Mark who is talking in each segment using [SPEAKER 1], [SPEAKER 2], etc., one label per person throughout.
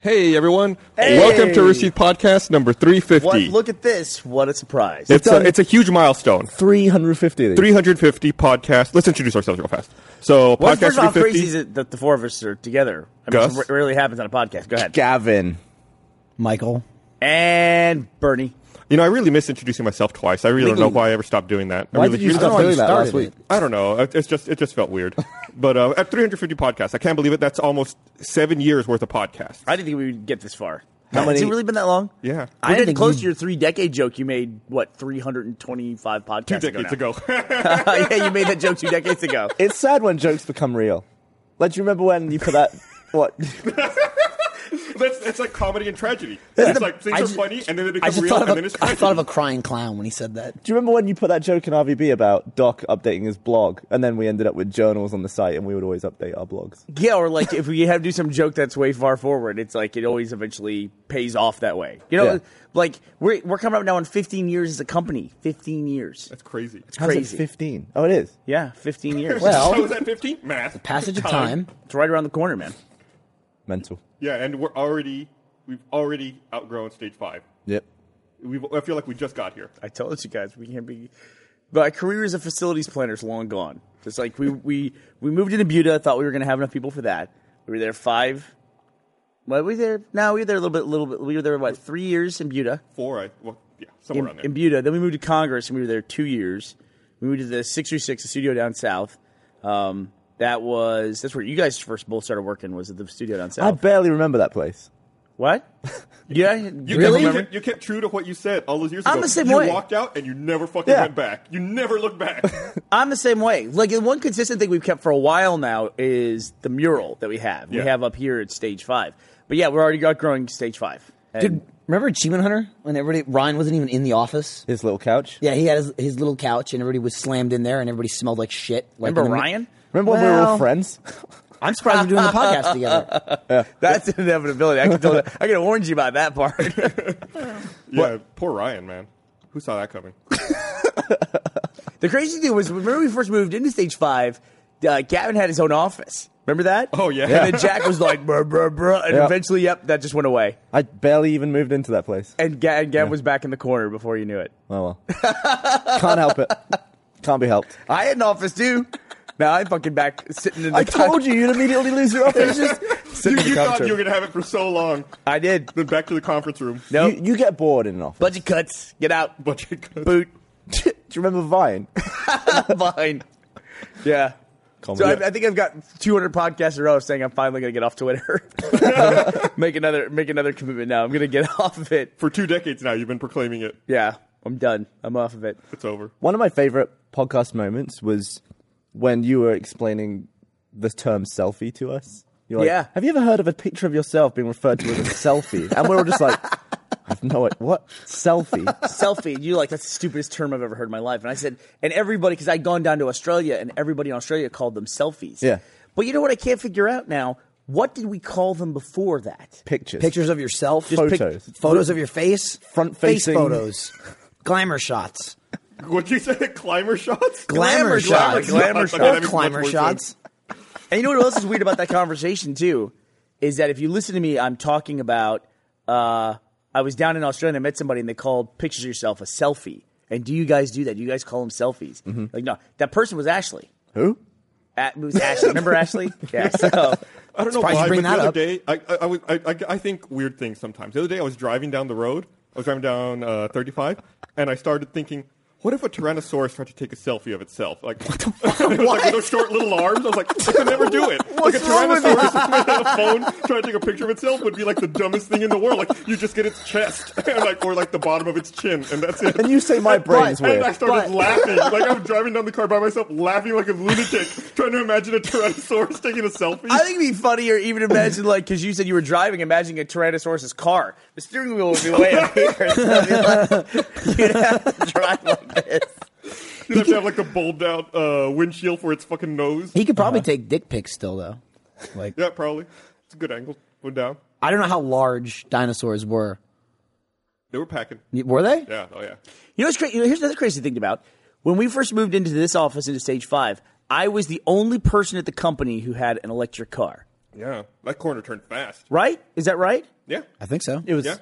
[SPEAKER 1] Hey, everyone. Welcome to
[SPEAKER 2] Hey.
[SPEAKER 1] Receipt Podcast number 350.
[SPEAKER 2] What? Look at this. What a surprise.
[SPEAKER 1] it's,
[SPEAKER 3] done
[SPEAKER 1] a,
[SPEAKER 3] it.
[SPEAKER 1] it's a huge milestone.
[SPEAKER 3] 350 of these.
[SPEAKER 1] 350 podcasts. Let's introduce ourselves real fast. So,
[SPEAKER 2] Well,
[SPEAKER 1] podcast
[SPEAKER 2] first of all, how crazy is
[SPEAKER 1] 350.
[SPEAKER 2] it that the four of us are together? I mean,
[SPEAKER 1] Gus?
[SPEAKER 2] it rarely happens on a podcast. Go ahead.
[SPEAKER 3] Gavin.
[SPEAKER 4] Michael.
[SPEAKER 2] And Bernie.
[SPEAKER 1] You know, I really miss introducing myself twice. I really don't know why I ever stopped doing that. I
[SPEAKER 3] Why
[SPEAKER 1] really,
[SPEAKER 3] did you
[SPEAKER 1] really
[SPEAKER 3] stop
[SPEAKER 1] don't-
[SPEAKER 4] know
[SPEAKER 3] doing
[SPEAKER 4] you
[SPEAKER 3] that last
[SPEAKER 4] started
[SPEAKER 3] week?
[SPEAKER 4] it.
[SPEAKER 1] I don't know. It- It's just it just felt weird. but uh, at 350 podcasts, I can't believe it. That's almost seven years worth of podcasts.
[SPEAKER 2] I didn't think we would get this far.
[SPEAKER 3] How many-
[SPEAKER 2] Has it really been that long?
[SPEAKER 1] yeah,
[SPEAKER 2] I
[SPEAKER 4] didn't
[SPEAKER 2] did
[SPEAKER 4] think
[SPEAKER 2] close
[SPEAKER 4] you-
[SPEAKER 2] to your three decade joke you made, what, 325 podcasts
[SPEAKER 1] two decades
[SPEAKER 2] ago.
[SPEAKER 1] ago.
[SPEAKER 2] now. yeah, you made that joke two decades ago.
[SPEAKER 3] It's sad when jokes become real. Like, do you remember when you put that? what?
[SPEAKER 1] That's it's like comedy and tragedy.
[SPEAKER 4] the-
[SPEAKER 1] It's like things
[SPEAKER 4] I
[SPEAKER 1] are
[SPEAKER 4] ju-
[SPEAKER 1] funny, and then they become
[SPEAKER 4] I just
[SPEAKER 1] real,
[SPEAKER 4] thought
[SPEAKER 1] and
[SPEAKER 4] of,
[SPEAKER 1] then it's
[SPEAKER 4] a, I
[SPEAKER 1] tragedy.
[SPEAKER 4] thought of a crying clown when he said that.
[SPEAKER 3] Do you remember when you put that joke in RVB about Doc updating his blog, and then we ended up with journals on the site, and we would always update our blogs?
[SPEAKER 2] Yeah, or like if we have to do some joke that's way far forward, it's like it always eventually pays off that way. You know,
[SPEAKER 3] Yeah.
[SPEAKER 2] like we're, we're coming up now on 15 years as a company. 15 years.
[SPEAKER 1] That's crazy.
[SPEAKER 2] It's
[SPEAKER 3] How's it
[SPEAKER 2] crazy.
[SPEAKER 3] 15. Oh, it is.
[SPEAKER 2] Yeah, 15 years.
[SPEAKER 4] Well-
[SPEAKER 1] so is that 15? Math.
[SPEAKER 4] Passage of time.
[SPEAKER 2] it's right around the corner, man.
[SPEAKER 3] Mental.
[SPEAKER 1] Yeah, and we're already we've already outgrown stage five.
[SPEAKER 3] Yep.
[SPEAKER 1] We I feel like we just got here.
[SPEAKER 2] I told you guys we can't be. My career as a facilities planner is long gone. It's like we we we moved into Buda, thought we were going to have enough people for that. We were there five. Well, we were there. No, we were there a little bit. Little bit. We were there what three years in Buda.
[SPEAKER 1] Four. I well, yeah, somewhere
[SPEAKER 2] In,
[SPEAKER 1] around there.
[SPEAKER 2] in Buda, then we moved to Congress, and we were there two years. We moved to the six three six, the studio down south. Um, that was that's where you guys first both started working. Was at the studio down
[SPEAKER 3] I
[SPEAKER 2] south?
[SPEAKER 3] barely remember that place.
[SPEAKER 2] what? yeah,
[SPEAKER 1] you,
[SPEAKER 2] guys
[SPEAKER 1] kept, you
[SPEAKER 2] remember?
[SPEAKER 1] kept- you kept true to what you said all those years
[SPEAKER 2] I'm
[SPEAKER 1] ago.
[SPEAKER 2] the same
[SPEAKER 1] you
[SPEAKER 2] way.
[SPEAKER 1] walked out and you never fucking
[SPEAKER 3] Yeah.
[SPEAKER 1] went back. You never looked back.
[SPEAKER 2] I'm the same way. Like the one consistent thing we've kept for a while now is the mural that we have.
[SPEAKER 1] Yeah.
[SPEAKER 2] We have up here at stage five. But yeah, we're already got growing stage five. And
[SPEAKER 4] Dude, remember Achievement Hunter when everybody Ryan wasn't even in the office?
[SPEAKER 3] His little couch.
[SPEAKER 4] Yeah, he had his, his little couch and everybody was slammed in there and everybody smelled like shit. Like
[SPEAKER 2] remember
[SPEAKER 4] in the-
[SPEAKER 2] Ryan?
[SPEAKER 3] Remember when we were all
[SPEAKER 4] Well-
[SPEAKER 3] friends?
[SPEAKER 4] I'm surprised we're doing the podcast together.
[SPEAKER 2] That's an inevitability. I can tell that. I can warn you about that part.
[SPEAKER 1] yeah, poor Ryan, man. Who saw that coming?
[SPEAKER 2] the crazy thing was, remember we first moved into stage five, uh, Gavin had his own office. Remember that?
[SPEAKER 1] Oh, yeah.
[SPEAKER 2] And then Jack was like, bruh, bruh, bruh. And
[SPEAKER 3] Yeah.
[SPEAKER 2] eventually, yep, that just went away.
[SPEAKER 3] I barely even moved into that place.
[SPEAKER 2] And, Ga- and Gav was back in the corner before you knew it.
[SPEAKER 3] Oh well. Can't help it. Can't be helped.
[SPEAKER 2] I had an office too. Now I'm fucking back sitting in the
[SPEAKER 3] I told you you'd immediately lose your office.
[SPEAKER 1] You,
[SPEAKER 3] in the
[SPEAKER 1] you thought
[SPEAKER 3] conference
[SPEAKER 1] you were gonna have it for so long.
[SPEAKER 2] I did.
[SPEAKER 1] Then back to the conference room.
[SPEAKER 2] No.
[SPEAKER 3] You, you get bored in an office.
[SPEAKER 2] Budget cuts. Get out.
[SPEAKER 1] Budget cuts.
[SPEAKER 2] Boot.
[SPEAKER 3] Do you remember Vine?
[SPEAKER 2] Fine. Yeah. So
[SPEAKER 3] Yeah.
[SPEAKER 2] I, I think I've got 200 podcasts in a row of saying I'm finally going to get off Twitter. make another make another commitment now. I'm going to get off of it.
[SPEAKER 1] For two decades now, you've been proclaiming it.
[SPEAKER 2] Yeah. I'm done. I'm off of it.
[SPEAKER 1] It's over.
[SPEAKER 3] One of my favorite podcast moments was when you were explaining the term selfie to us. You're like,
[SPEAKER 2] Yeah.
[SPEAKER 3] Have you ever heard of a picture of yourself being referred to as a selfie? And we were just like, I've no idea. What? Selfie?
[SPEAKER 2] Selfie. You like that's the stupidest term I've ever heard in my life. And I said, and everybody because I'd gone down to Australia and everybody in Australia called them selfies.
[SPEAKER 3] Yeah.
[SPEAKER 2] But you know what? I can't figure out now. What did we call them before that?
[SPEAKER 3] Pictures.
[SPEAKER 4] Pictures of yourself,
[SPEAKER 3] Just pic- Photos.
[SPEAKER 4] photos of your face,
[SPEAKER 3] Front-facing-
[SPEAKER 4] face photos, glamour shots,
[SPEAKER 1] What'd you say? Climber shots?
[SPEAKER 2] Glamour
[SPEAKER 4] glamour, shots,
[SPEAKER 2] shots. Glamour
[SPEAKER 1] shots.
[SPEAKER 4] Or
[SPEAKER 1] That makes
[SPEAKER 4] climber
[SPEAKER 1] much more
[SPEAKER 4] shots.
[SPEAKER 1] sense.
[SPEAKER 2] And you know what else is weird about that conversation too, is that if you listen to me, I'm talking about uh, I was down in Australia and I met somebody and they called pictures of yourself a selfie. And do you guys do that? Do you guys call them selfies?
[SPEAKER 1] Mm-hmm.
[SPEAKER 2] Like no, that person was Ashley.
[SPEAKER 3] Who?
[SPEAKER 2] A- it was Ashley. Remember Ashley? Yeah. So
[SPEAKER 1] I don't know
[SPEAKER 4] Surprised you
[SPEAKER 1] why,
[SPEAKER 4] bring
[SPEAKER 1] but the
[SPEAKER 4] that
[SPEAKER 1] other
[SPEAKER 4] up.
[SPEAKER 1] day, I, I, I, was- I, I, I think weird things sometimes. The other day, I was driving down the road. I was driving down uh, 35, and I started thinking, what if a Tyrannosaurus tried to take a selfie of itself? Like, what the fuck? it was like with those short little arms. I was like, I could never do it. like a Tyrannosaurus with a phone trying to take a picture of itself would be like the dumbest thing in the world. Like, you just get its chest, and like, or like the bottom of its chin, and that's it.
[SPEAKER 3] And you say my brain's
[SPEAKER 1] And I
[SPEAKER 3] weird.
[SPEAKER 1] started laughing. Like I'm driving down the car by myself, laughing like a lunatic, trying to imagine a Tyrannosaurus taking a selfie.
[SPEAKER 2] I think it'd be funnier even imagine like because you said you were driving, imagining a Tyrannosaurus's car. The steering wheel would be way up here. So it'd be like, you'd have to drive like this.
[SPEAKER 1] You'd have to have like a bulbed out uh, windshield for its fucking nose.
[SPEAKER 4] He could probably take dick pics still though. Like
[SPEAKER 1] Yeah, probably. It's a good angle. Went down.
[SPEAKER 4] I don't know how large dinosaurs were.
[SPEAKER 1] They were packing.
[SPEAKER 4] Were they?
[SPEAKER 1] Yeah, oh yeah.
[SPEAKER 2] You know what's crazy? Here's another crazy thing about when we first moved into this office into stage five. I was the only person at the company who had an electric car.
[SPEAKER 1] Yeah, that corner turned fast.
[SPEAKER 2] Right? Is that right?
[SPEAKER 1] Yeah,
[SPEAKER 4] I think so.
[SPEAKER 3] It was.
[SPEAKER 1] Yeah.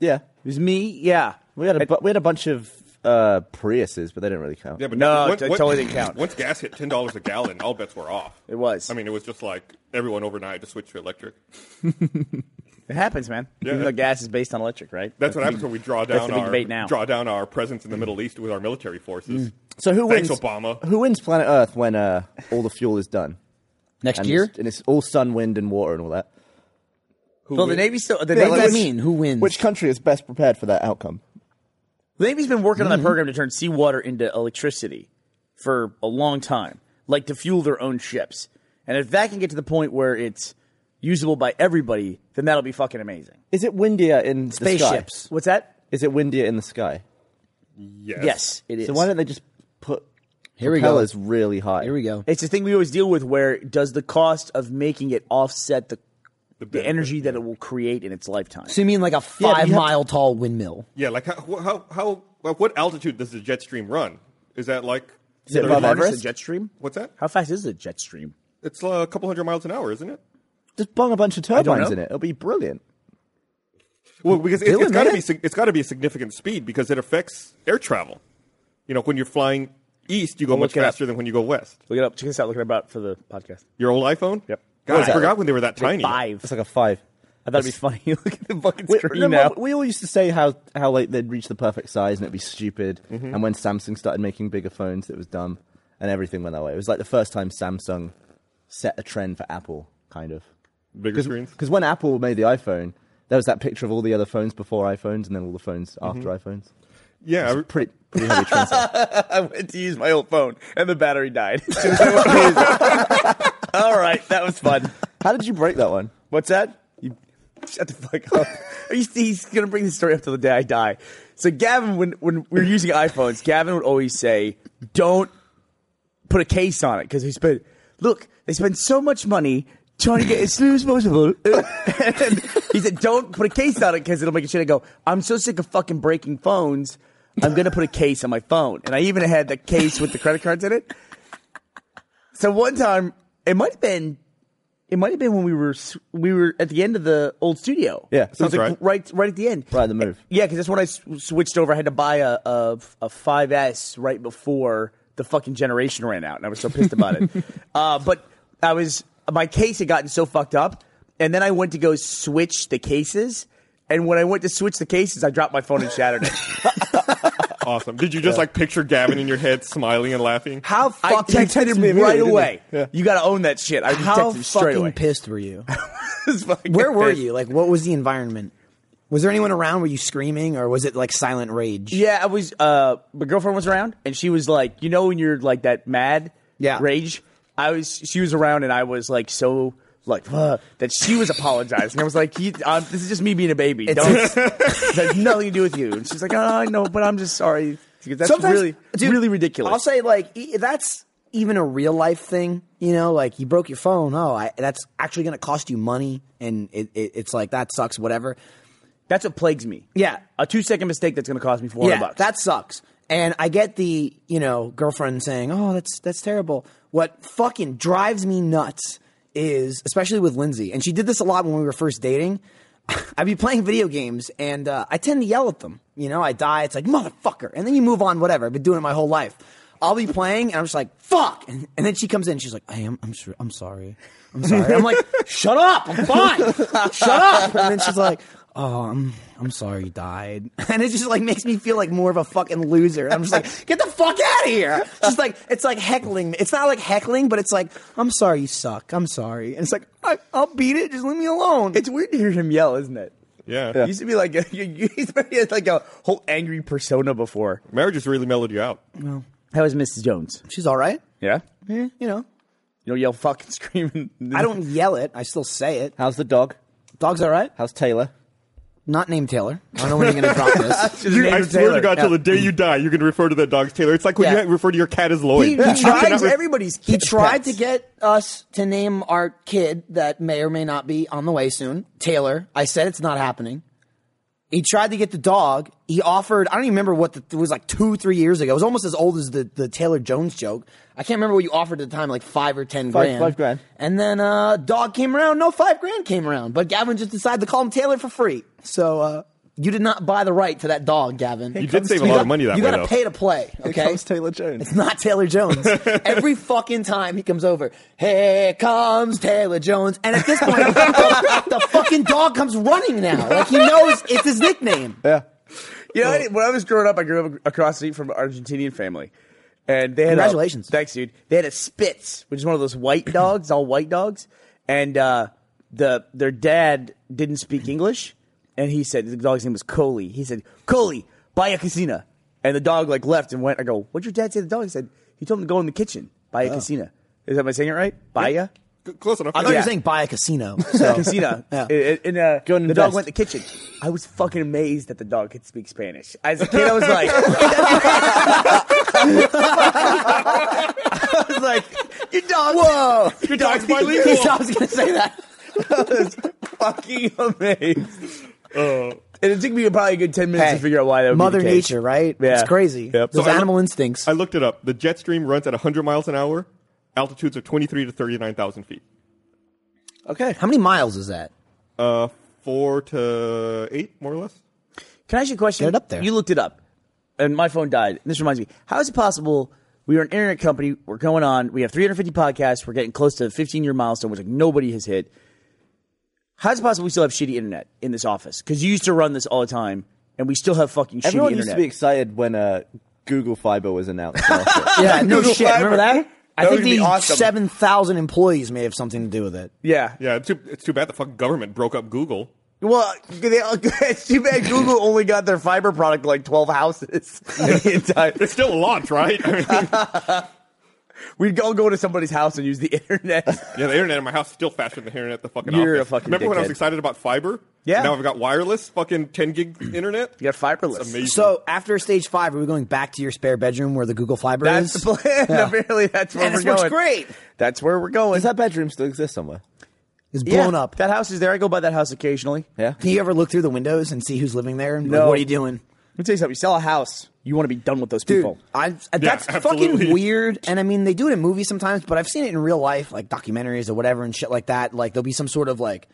[SPEAKER 3] yeah.
[SPEAKER 2] It was me. Yeah.
[SPEAKER 3] We had a bu- we had a bunch of uh, Priuses, but they didn't really count.
[SPEAKER 1] yeah, but
[SPEAKER 2] No,
[SPEAKER 1] once-
[SPEAKER 2] it
[SPEAKER 1] once-
[SPEAKER 2] totally didn't count.
[SPEAKER 1] Once gas hit ten dollars a gallon, all bets were off.
[SPEAKER 2] It was.
[SPEAKER 1] I mean, it was just like everyone overnight to switch to electric.
[SPEAKER 2] It happens, man. Even though gas is based on electric, right?
[SPEAKER 1] That's what happens when we draw
[SPEAKER 2] That's
[SPEAKER 1] down
[SPEAKER 2] the big
[SPEAKER 1] our
[SPEAKER 2] debate now. Mm.
[SPEAKER 1] draw down our presence in the Middle East with our military forces.
[SPEAKER 3] So who
[SPEAKER 1] Thanks,
[SPEAKER 3] wins?
[SPEAKER 1] Obama.
[SPEAKER 3] Who wins planet Earth when uh, all the fuel is done
[SPEAKER 4] Next
[SPEAKER 3] and
[SPEAKER 4] year?
[SPEAKER 3] It's, and it's all sun, wind, and water and all that?
[SPEAKER 2] Well, the Navy still. The
[SPEAKER 4] What
[SPEAKER 2] Navy,
[SPEAKER 4] does that
[SPEAKER 3] let's-
[SPEAKER 4] mean? Who wins?
[SPEAKER 3] Which country is best prepared for that outcome?
[SPEAKER 2] the Navy's been working
[SPEAKER 1] Mm-hmm.
[SPEAKER 2] on that program to turn seawater into electricity for a long time, like to fuel their own ships. And if that can get to the point where it's usable by everybody, then that'll be fucking amazing.
[SPEAKER 3] Is it windier in the sky?
[SPEAKER 4] Spaceships.
[SPEAKER 2] What's that?
[SPEAKER 3] Is it windier in the sky?
[SPEAKER 1] Yes.
[SPEAKER 2] Yes, it is.
[SPEAKER 3] So why don't they just put
[SPEAKER 4] Here we go.
[SPEAKER 3] propellers really high?
[SPEAKER 4] Here we go.
[SPEAKER 2] It's a thing we always deal with where does the cost of making it offset the, the,
[SPEAKER 1] benefit,
[SPEAKER 2] energy that it will create in its lifetime?
[SPEAKER 4] So you mean like a
[SPEAKER 3] you have
[SPEAKER 4] five mile tall windmill?
[SPEAKER 1] Yeah, like how how how like what altitude does the jet stream run? Is that like
[SPEAKER 3] Is it
[SPEAKER 2] Can we
[SPEAKER 3] above
[SPEAKER 2] harness
[SPEAKER 3] Everest?
[SPEAKER 2] a jet stream?
[SPEAKER 1] what's that?
[SPEAKER 2] How fast is a jet stream?
[SPEAKER 1] It's uh, a couple hundred miles an hour, isn't it?
[SPEAKER 3] Just bung a bunch of
[SPEAKER 2] don't
[SPEAKER 3] turbines
[SPEAKER 2] know.
[SPEAKER 3] in it. It'll be brilliant.
[SPEAKER 1] Well, because it,
[SPEAKER 3] Do
[SPEAKER 1] it's
[SPEAKER 3] it,
[SPEAKER 1] got to
[SPEAKER 3] man.
[SPEAKER 1] be sig- it's got to be a significant speed because it affects air travel. You know, when you're flying east, you go much
[SPEAKER 2] look it up.
[SPEAKER 1] faster than when you go west.
[SPEAKER 2] Look it up. Check this out. Look it about for the podcast.
[SPEAKER 1] Your old iPhone?
[SPEAKER 2] Yep.
[SPEAKER 1] God,
[SPEAKER 3] is
[SPEAKER 1] I
[SPEAKER 3] that?
[SPEAKER 1] forgot when they were that tiny.
[SPEAKER 2] Five.
[SPEAKER 3] It's like a five.
[SPEAKER 2] I thought it'd be funny. Look at the fucking
[SPEAKER 3] We,
[SPEAKER 2] screen
[SPEAKER 3] remember,
[SPEAKER 2] now.
[SPEAKER 3] we all used to say how, how like they'd reach the perfect size and it'd be stupid. And when Samsung started making bigger phones, it was dumb, and everything went that way. It was like the first time Samsung set a trend for Apple, kind of.
[SPEAKER 1] Bigger screens.
[SPEAKER 3] Because when Apple made the iPhone, there was that picture of all the other phones before iPhones and then all the phones after iPhones.
[SPEAKER 1] Yeah, I-
[SPEAKER 3] Pretty, pretty heavy trendset.
[SPEAKER 2] I went to use my old phone and the battery died. As soon as I went to use it. All right, that was fun.
[SPEAKER 3] How did you break that one?
[SPEAKER 2] What's that? You shut the fuck up. he's, he's gonna bring this story up till the day I die. So Gavin, when when we were using iPhones, Gavin would always say, "Don't put a case on it," because he spent. Look, they spend so much money trying to get as slim as possible. and he said, "Don't put a case on it because it'll make it shit." I go, "I'm so sick of fucking breaking phones. I'm gonna put a case on my phone." And I even had the case with the credit cards in it. So one time, it might have been it might have been when we were s- we were at the end of the old studio.
[SPEAKER 3] Yeah,
[SPEAKER 2] it was
[SPEAKER 3] sounds
[SPEAKER 2] like
[SPEAKER 1] right.
[SPEAKER 2] right right at the end.
[SPEAKER 3] Right at the move.
[SPEAKER 2] Yeah, because that's when I s- switched over. I had to buy a, a a 5S right before the fucking generation ran out, and I was so pissed about it. Uh, but I was my case had gotten so fucked up, and then I went to go switch the cases. And when I went to switch the cases, I dropped my phone and shattered it.
[SPEAKER 1] awesome. Did you just like picture Gavin in your head smiling and laughing?
[SPEAKER 3] How
[SPEAKER 2] I texted him right away. You got to own that shit. I
[SPEAKER 4] How
[SPEAKER 2] texted him straight away.
[SPEAKER 4] fucking pissed were you?
[SPEAKER 2] I was fucking
[SPEAKER 4] Where were
[SPEAKER 2] pissed.
[SPEAKER 4] you? Like, what was the environment? Was there anyone around? Were you screaming, or was it like silent rage?
[SPEAKER 2] Yeah, I was. Uh, my girlfriend was around, and she was like, you know, when you're like that mad,
[SPEAKER 4] Yeah.
[SPEAKER 2] rage. I was. She was around, and I was like so like "Ugh," that she was apologizing. I was like, "You- um, this is just me being a baby. Don't. it has nothing to do with you. And she's like, oh, I know, but I'm just sorry. Because that's really,
[SPEAKER 4] dude,
[SPEAKER 2] really ridiculous.
[SPEAKER 4] I'll say like e- that's even a real life thing. You know, like you broke your phone. Oh, I, that's actually going to cost you money, and it, it, it's like that sucks. Whatever.
[SPEAKER 2] that's what plagues me.
[SPEAKER 4] Yeah.
[SPEAKER 2] a two second mistake that's going to cost me four hundred
[SPEAKER 4] yeah,
[SPEAKER 2] bucks.
[SPEAKER 4] that sucks. And I get the you know girlfriend saying, "Oh, that's that's terrible." What fucking drives me nuts is, especially with Lindsay, and she did this a lot when we were first dating. I'd be playing video games, and uh, I tend to yell at them. You know, I die. It's like motherfucker, and then you move on. Whatever. I've been doing it my whole life. I'll be playing, and I'm just like, "Fuck!" And, and then she comes in. She's like, "I am. I'm sure. I'm sorry. I'm sorry." I'm like, "Shut up! I'm fine. Shut up!" And then she's like, "Oh, I'm I'm sorry, you died." And it just like makes me feel like more of a fucking loser. And I'm just like, "Get the fuck out of here!" Just like it's like heckling. me. It's not like heckling, but it's like, "I'm sorry, you suck. I'm sorry." And it's like, I, "I'll beat it. Just leave me alone."
[SPEAKER 2] it's weird to hear him yell, isn't it?
[SPEAKER 1] Yeah.
[SPEAKER 2] He used to be like a, he's been like a whole angry persona before.
[SPEAKER 1] Marriage has really mellowed you out.
[SPEAKER 2] How is Mrs. Jones?
[SPEAKER 4] she's all right.
[SPEAKER 2] Yeah,
[SPEAKER 4] Yeah, you know.
[SPEAKER 2] You don't yell fucking screaming.
[SPEAKER 4] I don't yell it. I still say it.
[SPEAKER 3] How's the dog?
[SPEAKER 4] Dog's all right.
[SPEAKER 3] How's Taylor?
[SPEAKER 4] Not named Taylor. I don't know when you're gonna drop this.
[SPEAKER 2] His
[SPEAKER 1] You-
[SPEAKER 2] name
[SPEAKER 1] I
[SPEAKER 2] is
[SPEAKER 1] swear
[SPEAKER 2] Taylor.
[SPEAKER 1] to God, till
[SPEAKER 4] Yeah.
[SPEAKER 1] the day you die, you're going to refer to that dog as Taylor. It's like when
[SPEAKER 4] Yeah.
[SPEAKER 1] you refer to your cat as Lloyd.
[SPEAKER 4] He,
[SPEAKER 1] You
[SPEAKER 4] he tried,
[SPEAKER 1] cannot re-
[SPEAKER 2] everybody's.
[SPEAKER 4] he tried
[SPEAKER 2] pets.
[SPEAKER 4] to get us to name our kid that may or may not be on the way soon. Taylor. I said it's not happening. He tried to get the dog. He offered, I don't even remember what the, it was like two, three years ago. It was almost as old as the, the Taylor Jones joke. I can't remember what you offered at the time, like five or ten
[SPEAKER 3] Five-
[SPEAKER 4] grand.
[SPEAKER 3] five grand.
[SPEAKER 4] And then uh, dog came around. No, five grand came around. But Gavin just decided to call him Taylor for free. So uh, you did not buy the right to that dog, Gavin.
[SPEAKER 1] You did save a lot of money that
[SPEAKER 4] you
[SPEAKER 1] way,
[SPEAKER 4] gotta
[SPEAKER 1] though.
[SPEAKER 4] pay to play. Okay.
[SPEAKER 3] comes Taylor Jones.
[SPEAKER 4] It's not Taylor Jones. Every fucking time he comes over, here comes Taylor Jones. And at this point, the fucking dog comes running now. Like he knows it's his nickname.
[SPEAKER 2] Uh,
[SPEAKER 3] Yeah.
[SPEAKER 2] You
[SPEAKER 1] Oh.
[SPEAKER 2] know, when I was growing up, I grew up across the street from an Argentinian family. And they had a-
[SPEAKER 4] Congratulations.
[SPEAKER 2] thanks, dude. They had a Spitz, which is one of those white dogs, all white dogs. And uh, the their dad didn't speak English, and he said the dog's name was Coley. He said, "Coley, buy a casina." And the dog like left and went. I go, "What'd your dad say?" to The dog he said he told him to go in the kitchen, buy
[SPEAKER 1] Oh.
[SPEAKER 2] a casina. Is that am I saying it right? Buy a
[SPEAKER 1] C- Close enough.
[SPEAKER 4] I thought you
[SPEAKER 2] Yeah.
[SPEAKER 4] were saying buy a casino. So.
[SPEAKER 2] casino.
[SPEAKER 4] Yeah.
[SPEAKER 2] And, and, uh,
[SPEAKER 3] Go and
[SPEAKER 2] the dog
[SPEAKER 3] invest.
[SPEAKER 2] went to the kitchen. I was fucking amazed that the dog could speak Spanish. As a kid, I was like, I was like, your dog. Whoa, your
[SPEAKER 1] dog's bilingual.
[SPEAKER 4] I was going to say that.
[SPEAKER 2] I was fucking amazed.
[SPEAKER 1] Oh.
[SPEAKER 2] And it took me probably a good ten minutes to figure out why that would be
[SPEAKER 4] Mother
[SPEAKER 2] the case.
[SPEAKER 4] nature, right?
[SPEAKER 2] Yeah.
[SPEAKER 4] It's crazy.
[SPEAKER 2] Yep.
[SPEAKER 4] Those
[SPEAKER 1] So I
[SPEAKER 4] animal
[SPEAKER 1] look-
[SPEAKER 4] instincts.
[SPEAKER 1] I looked it up. The jet stream runs at 100 miles an hour, altitudes of 23 to 39,000 feet.
[SPEAKER 2] Okay.
[SPEAKER 4] How many miles is that?
[SPEAKER 1] Uh, four to eight, more or less.
[SPEAKER 2] Can I ask you a question?
[SPEAKER 4] Get it up there.
[SPEAKER 2] You looked it up, and my phone died. This reminds me. How is it possible? We are an internet company. We're going on. We have 350 podcasts. We're getting close to the 15 year milestone, which like nobody has hit. How is it possible we still have shitty internet in this office? Because you used to run this all the time, and we still have fucking
[SPEAKER 3] Everyone
[SPEAKER 2] shitty
[SPEAKER 3] used to
[SPEAKER 2] internet.
[SPEAKER 3] be excited when uh, Google Fiber was announced.
[SPEAKER 4] Yeah, no
[SPEAKER 2] Google
[SPEAKER 4] shit.
[SPEAKER 2] Fiber.
[SPEAKER 4] Remember that? I
[SPEAKER 2] That
[SPEAKER 4] think
[SPEAKER 2] would be
[SPEAKER 4] the
[SPEAKER 2] awesome.
[SPEAKER 4] 7,000 employees may have something to do with it.
[SPEAKER 2] yeah.
[SPEAKER 1] Yeah, it's too, it's too bad the fucking government broke up Google.
[SPEAKER 2] Well, they, it's too bad Google only got their fiber product to like 12 houses. in the entire-
[SPEAKER 1] It's still a launch, right? I mean,
[SPEAKER 2] We'd all go to somebody's house and use the internet.
[SPEAKER 1] yeah, the internet in my house is still faster than the internet at the fucking
[SPEAKER 2] You're a
[SPEAKER 1] office.
[SPEAKER 2] fucking
[SPEAKER 1] Remember when I was
[SPEAKER 2] dickhead.
[SPEAKER 1] excited about fiber?
[SPEAKER 2] Yeah.
[SPEAKER 1] Now I've got wireless, fucking 10 gig internet.
[SPEAKER 2] You got fiberless.
[SPEAKER 1] It's amazing.
[SPEAKER 4] So after stage five, are we going back to your spare bedroom where the Google Fiber
[SPEAKER 2] That's
[SPEAKER 4] is?
[SPEAKER 2] the plan. Apparently, that's where
[SPEAKER 4] Man,
[SPEAKER 2] we're
[SPEAKER 4] this works
[SPEAKER 2] going.
[SPEAKER 4] great.
[SPEAKER 2] That's where we're going.
[SPEAKER 3] Does that bedroom still exist somewhere?
[SPEAKER 4] It's blown
[SPEAKER 2] Yeah,
[SPEAKER 4] up.
[SPEAKER 2] That house is there. I go by that house occasionally.
[SPEAKER 3] Yeah.
[SPEAKER 4] Can you ever look through the windows and see who's living there? And like,
[SPEAKER 2] No.
[SPEAKER 4] what are you doing?
[SPEAKER 2] Let me tell you something. You sell a house, you want to be done with those
[SPEAKER 4] Dude,
[SPEAKER 2] people.
[SPEAKER 4] I, that's
[SPEAKER 1] absolutely.
[SPEAKER 4] fucking weird. And I mean, they do it in movies sometimes, but I've seen it in real life, like documentaries or whatever and shit like that. Like, there'll be some sort of like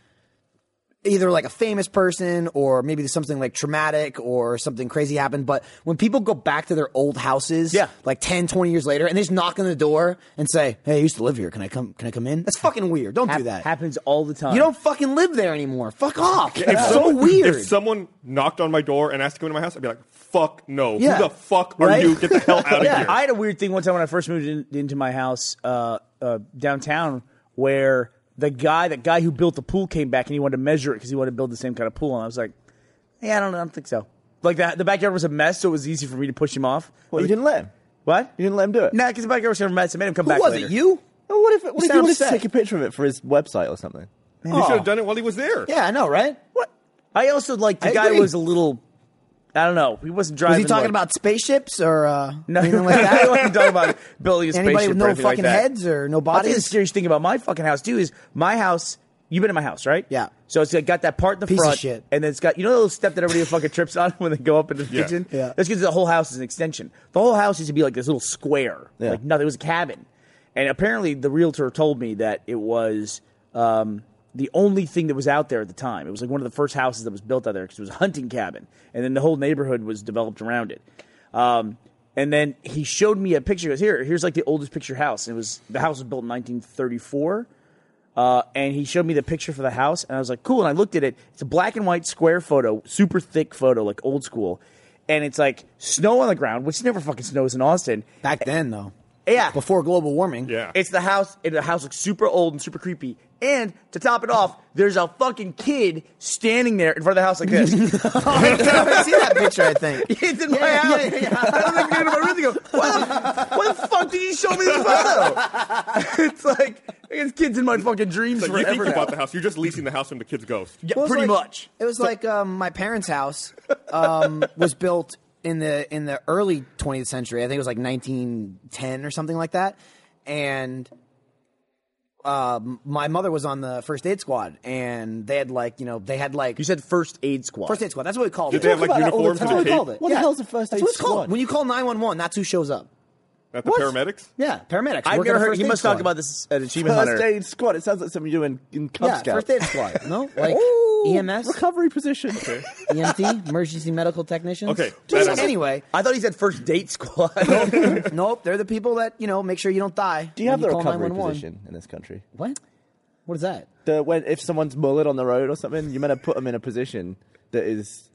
[SPEAKER 4] either like a famous person or maybe there's something like traumatic or something crazy happened. But when people go back to their old houses,
[SPEAKER 2] Yeah.
[SPEAKER 4] like 10, 20 years later, and they just knock on the door and say, Hey, I used to live here. Can I come? Can I come in? That's fucking weird. Don't
[SPEAKER 2] Hap-
[SPEAKER 4] do that.
[SPEAKER 2] happens all the time.
[SPEAKER 4] you don't fucking live there anymore. Fuck off. It's so
[SPEAKER 1] someone-
[SPEAKER 4] weird.
[SPEAKER 1] If someone knocked on my door and asked to come into my house, I'd be like, fuck no.
[SPEAKER 4] Yeah.
[SPEAKER 1] Who the fuck are
[SPEAKER 4] Right?
[SPEAKER 1] you? Get the hell out of
[SPEAKER 2] Oh, yeah,
[SPEAKER 1] here.
[SPEAKER 2] I had a weird thing one time when I first moved in, into my house uh, uh, downtown, where the guy, the guy who built the pool, came back and he wanted to measure it because he wanted to build the same kind of pool, and I was like, "Yeah, I don't, know, I don't think so." Like the, the backyard was a mess, so it was easy for me to push him off.
[SPEAKER 3] Well, you didn't let him.
[SPEAKER 2] What?
[SPEAKER 3] You didn't let him do it.
[SPEAKER 2] Nah, because the backyard was a mess. I made him come
[SPEAKER 4] Who
[SPEAKER 2] back.
[SPEAKER 4] was
[SPEAKER 2] later.
[SPEAKER 4] it? You?
[SPEAKER 3] Well, what if, what if
[SPEAKER 4] sound
[SPEAKER 3] he wanted to
[SPEAKER 4] upset.
[SPEAKER 3] take a picture of it for his website or something?
[SPEAKER 1] you should have done it while he was there.
[SPEAKER 4] Yeah, I know, right?
[SPEAKER 2] What? I also like the
[SPEAKER 4] I
[SPEAKER 2] guy
[SPEAKER 4] agree.
[SPEAKER 2] was a little. I don't know. He wasn't driving.
[SPEAKER 4] Was he talking
[SPEAKER 2] like-
[SPEAKER 4] about spaceships or uh,
[SPEAKER 2] no,
[SPEAKER 4] anything like
[SPEAKER 2] I
[SPEAKER 4] that?
[SPEAKER 2] wasn't talking about building a spaceship.
[SPEAKER 4] Anybody with
[SPEAKER 2] or
[SPEAKER 4] no
[SPEAKER 2] anything like
[SPEAKER 4] fucking
[SPEAKER 2] that.
[SPEAKER 4] heads or no
[SPEAKER 2] I'll tell you the
[SPEAKER 4] bodies?
[SPEAKER 2] serious thing about my fucking house too is my house. You've been in my house, right?
[SPEAKER 4] Yeah.
[SPEAKER 2] So it's got that part in the
[SPEAKER 4] Piece of
[SPEAKER 2] front,
[SPEAKER 4] shit.
[SPEAKER 2] and then it's got you know the little step that everybody fucking trips on when they go up into the
[SPEAKER 1] Yeah.
[SPEAKER 2] kitchen.
[SPEAKER 4] Yeah.
[SPEAKER 2] That's because the whole house is an extension. The whole house used to be like this little square,
[SPEAKER 3] Yeah.
[SPEAKER 2] like nothing. It was a cabin, and apparently the realtor told me that it was um, the only thing that was out there at the time. It was like one of the first houses that was built out there because it was a hunting cabin, and then the whole neighborhood was developed around it. Um, and then he showed me a picture. He goes, "Here, here's like the oldest picture house." And it was the house was built in 1934. Uh, and he showed me the picture for the house, and I was like, "Cool." And I looked at it. It's a black and white square photo, super thick photo, like old school. And it's like snow on the ground, which never fucking snows in Austin.
[SPEAKER 4] Back then, though.
[SPEAKER 2] Yeah.
[SPEAKER 4] Before global warming.
[SPEAKER 1] Yeah.
[SPEAKER 2] It's the house, and the house looks super old and super creepy. And to top it off, there's a fucking kid standing there in front of the house like this.
[SPEAKER 4] I've never seen that picture, I think.
[SPEAKER 2] It's in my
[SPEAKER 4] Yeah,
[SPEAKER 2] house.
[SPEAKER 4] yeah, yeah.
[SPEAKER 2] I don't think I'm gonna go. What? the- What the fuck did you show me this photo? it's like this kid's in my fucking dreams
[SPEAKER 1] It's like, you
[SPEAKER 2] forever.
[SPEAKER 1] think you
[SPEAKER 2] now.
[SPEAKER 1] bought the house. You're just leasing the house from the kid's ghost.
[SPEAKER 2] Yeah,
[SPEAKER 4] Well, it was
[SPEAKER 2] pretty
[SPEAKER 4] like-
[SPEAKER 2] much.
[SPEAKER 4] It was like um, my parents' house um, was built in the in the early 20th century. I think it was like 1910 or something like that. And um, my mother was on the first aid squad, and they had like you know they had like
[SPEAKER 2] You said first aid squad.
[SPEAKER 4] first aid squad. That's what we called
[SPEAKER 1] Did
[SPEAKER 4] it.
[SPEAKER 1] they have,
[SPEAKER 4] Talk
[SPEAKER 1] like,
[SPEAKER 4] about that all the
[SPEAKER 1] uniforms and
[SPEAKER 4] time.
[SPEAKER 1] a
[SPEAKER 4] That's what we
[SPEAKER 1] cape?
[SPEAKER 4] called it.
[SPEAKER 3] What the
[SPEAKER 4] Yeah.
[SPEAKER 3] hell's a first
[SPEAKER 4] That's
[SPEAKER 3] aid
[SPEAKER 4] what it's
[SPEAKER 3] squad?
[SPEAKER 4] called. When you call nine one one, that's who shows up.
[SPEAKER 1] At the
[SPEAKER 4] What?
[SPEAKER 1] paramedics?
[SPEAKER 4] Yeah, paramedics.
[SPEAKER 2] I've
[SPEAKER 4] work at
[SPEAKER 2] never
[SPEAKER 4] a
[SPEAKER 2] heard.
[SPEAKER 4] first
[SPEAKER 2] You
[SPEAKER 4] aid
[SPEAKER 2] must
[SPEAKER 4] squad.
[SPEAKER 2] talk about this at Achievement
[SPEAKER 3] First
[SPEAKER 2] Hunter.
[SPEAKER 3] aid squad. It sounds like something you do in, in Cub
[SPEAKER 4] Yeah,
[SPEAKER 3] Scout.
[SPEAKER 4] first aid squad. No, like E
[SPEAKER 3] Ooh,
[SPEAKER 4] EMS,
[SPEAKER 3] recovery position.
[SPEAKER 4] EMT, E emergency medical technicians.
[SPEAKER 1] Okay,
[SPEAKER 4] Just
[SPEAKER 1] that is-
[SPEAKER 4] anyway,
[SPEAKER 2] I thought he said first date squad.
[SPEAKER 4] nope. They're the people that you know make sure you don't die.
[SPEAKER 3] Do you have
[SPEAKER 4] when
[SPEAKER 3] the
[SPEAKER 4] call
[SPEAKER 3] recovery
[SPEAKER 4] 911.
[SPEAKER 3] position in this country?
[SPEAKER 4] What? What is that?
[SPEAKER 3] The, when if someone's mullet on the road or something, you're meant to put them in a position that is.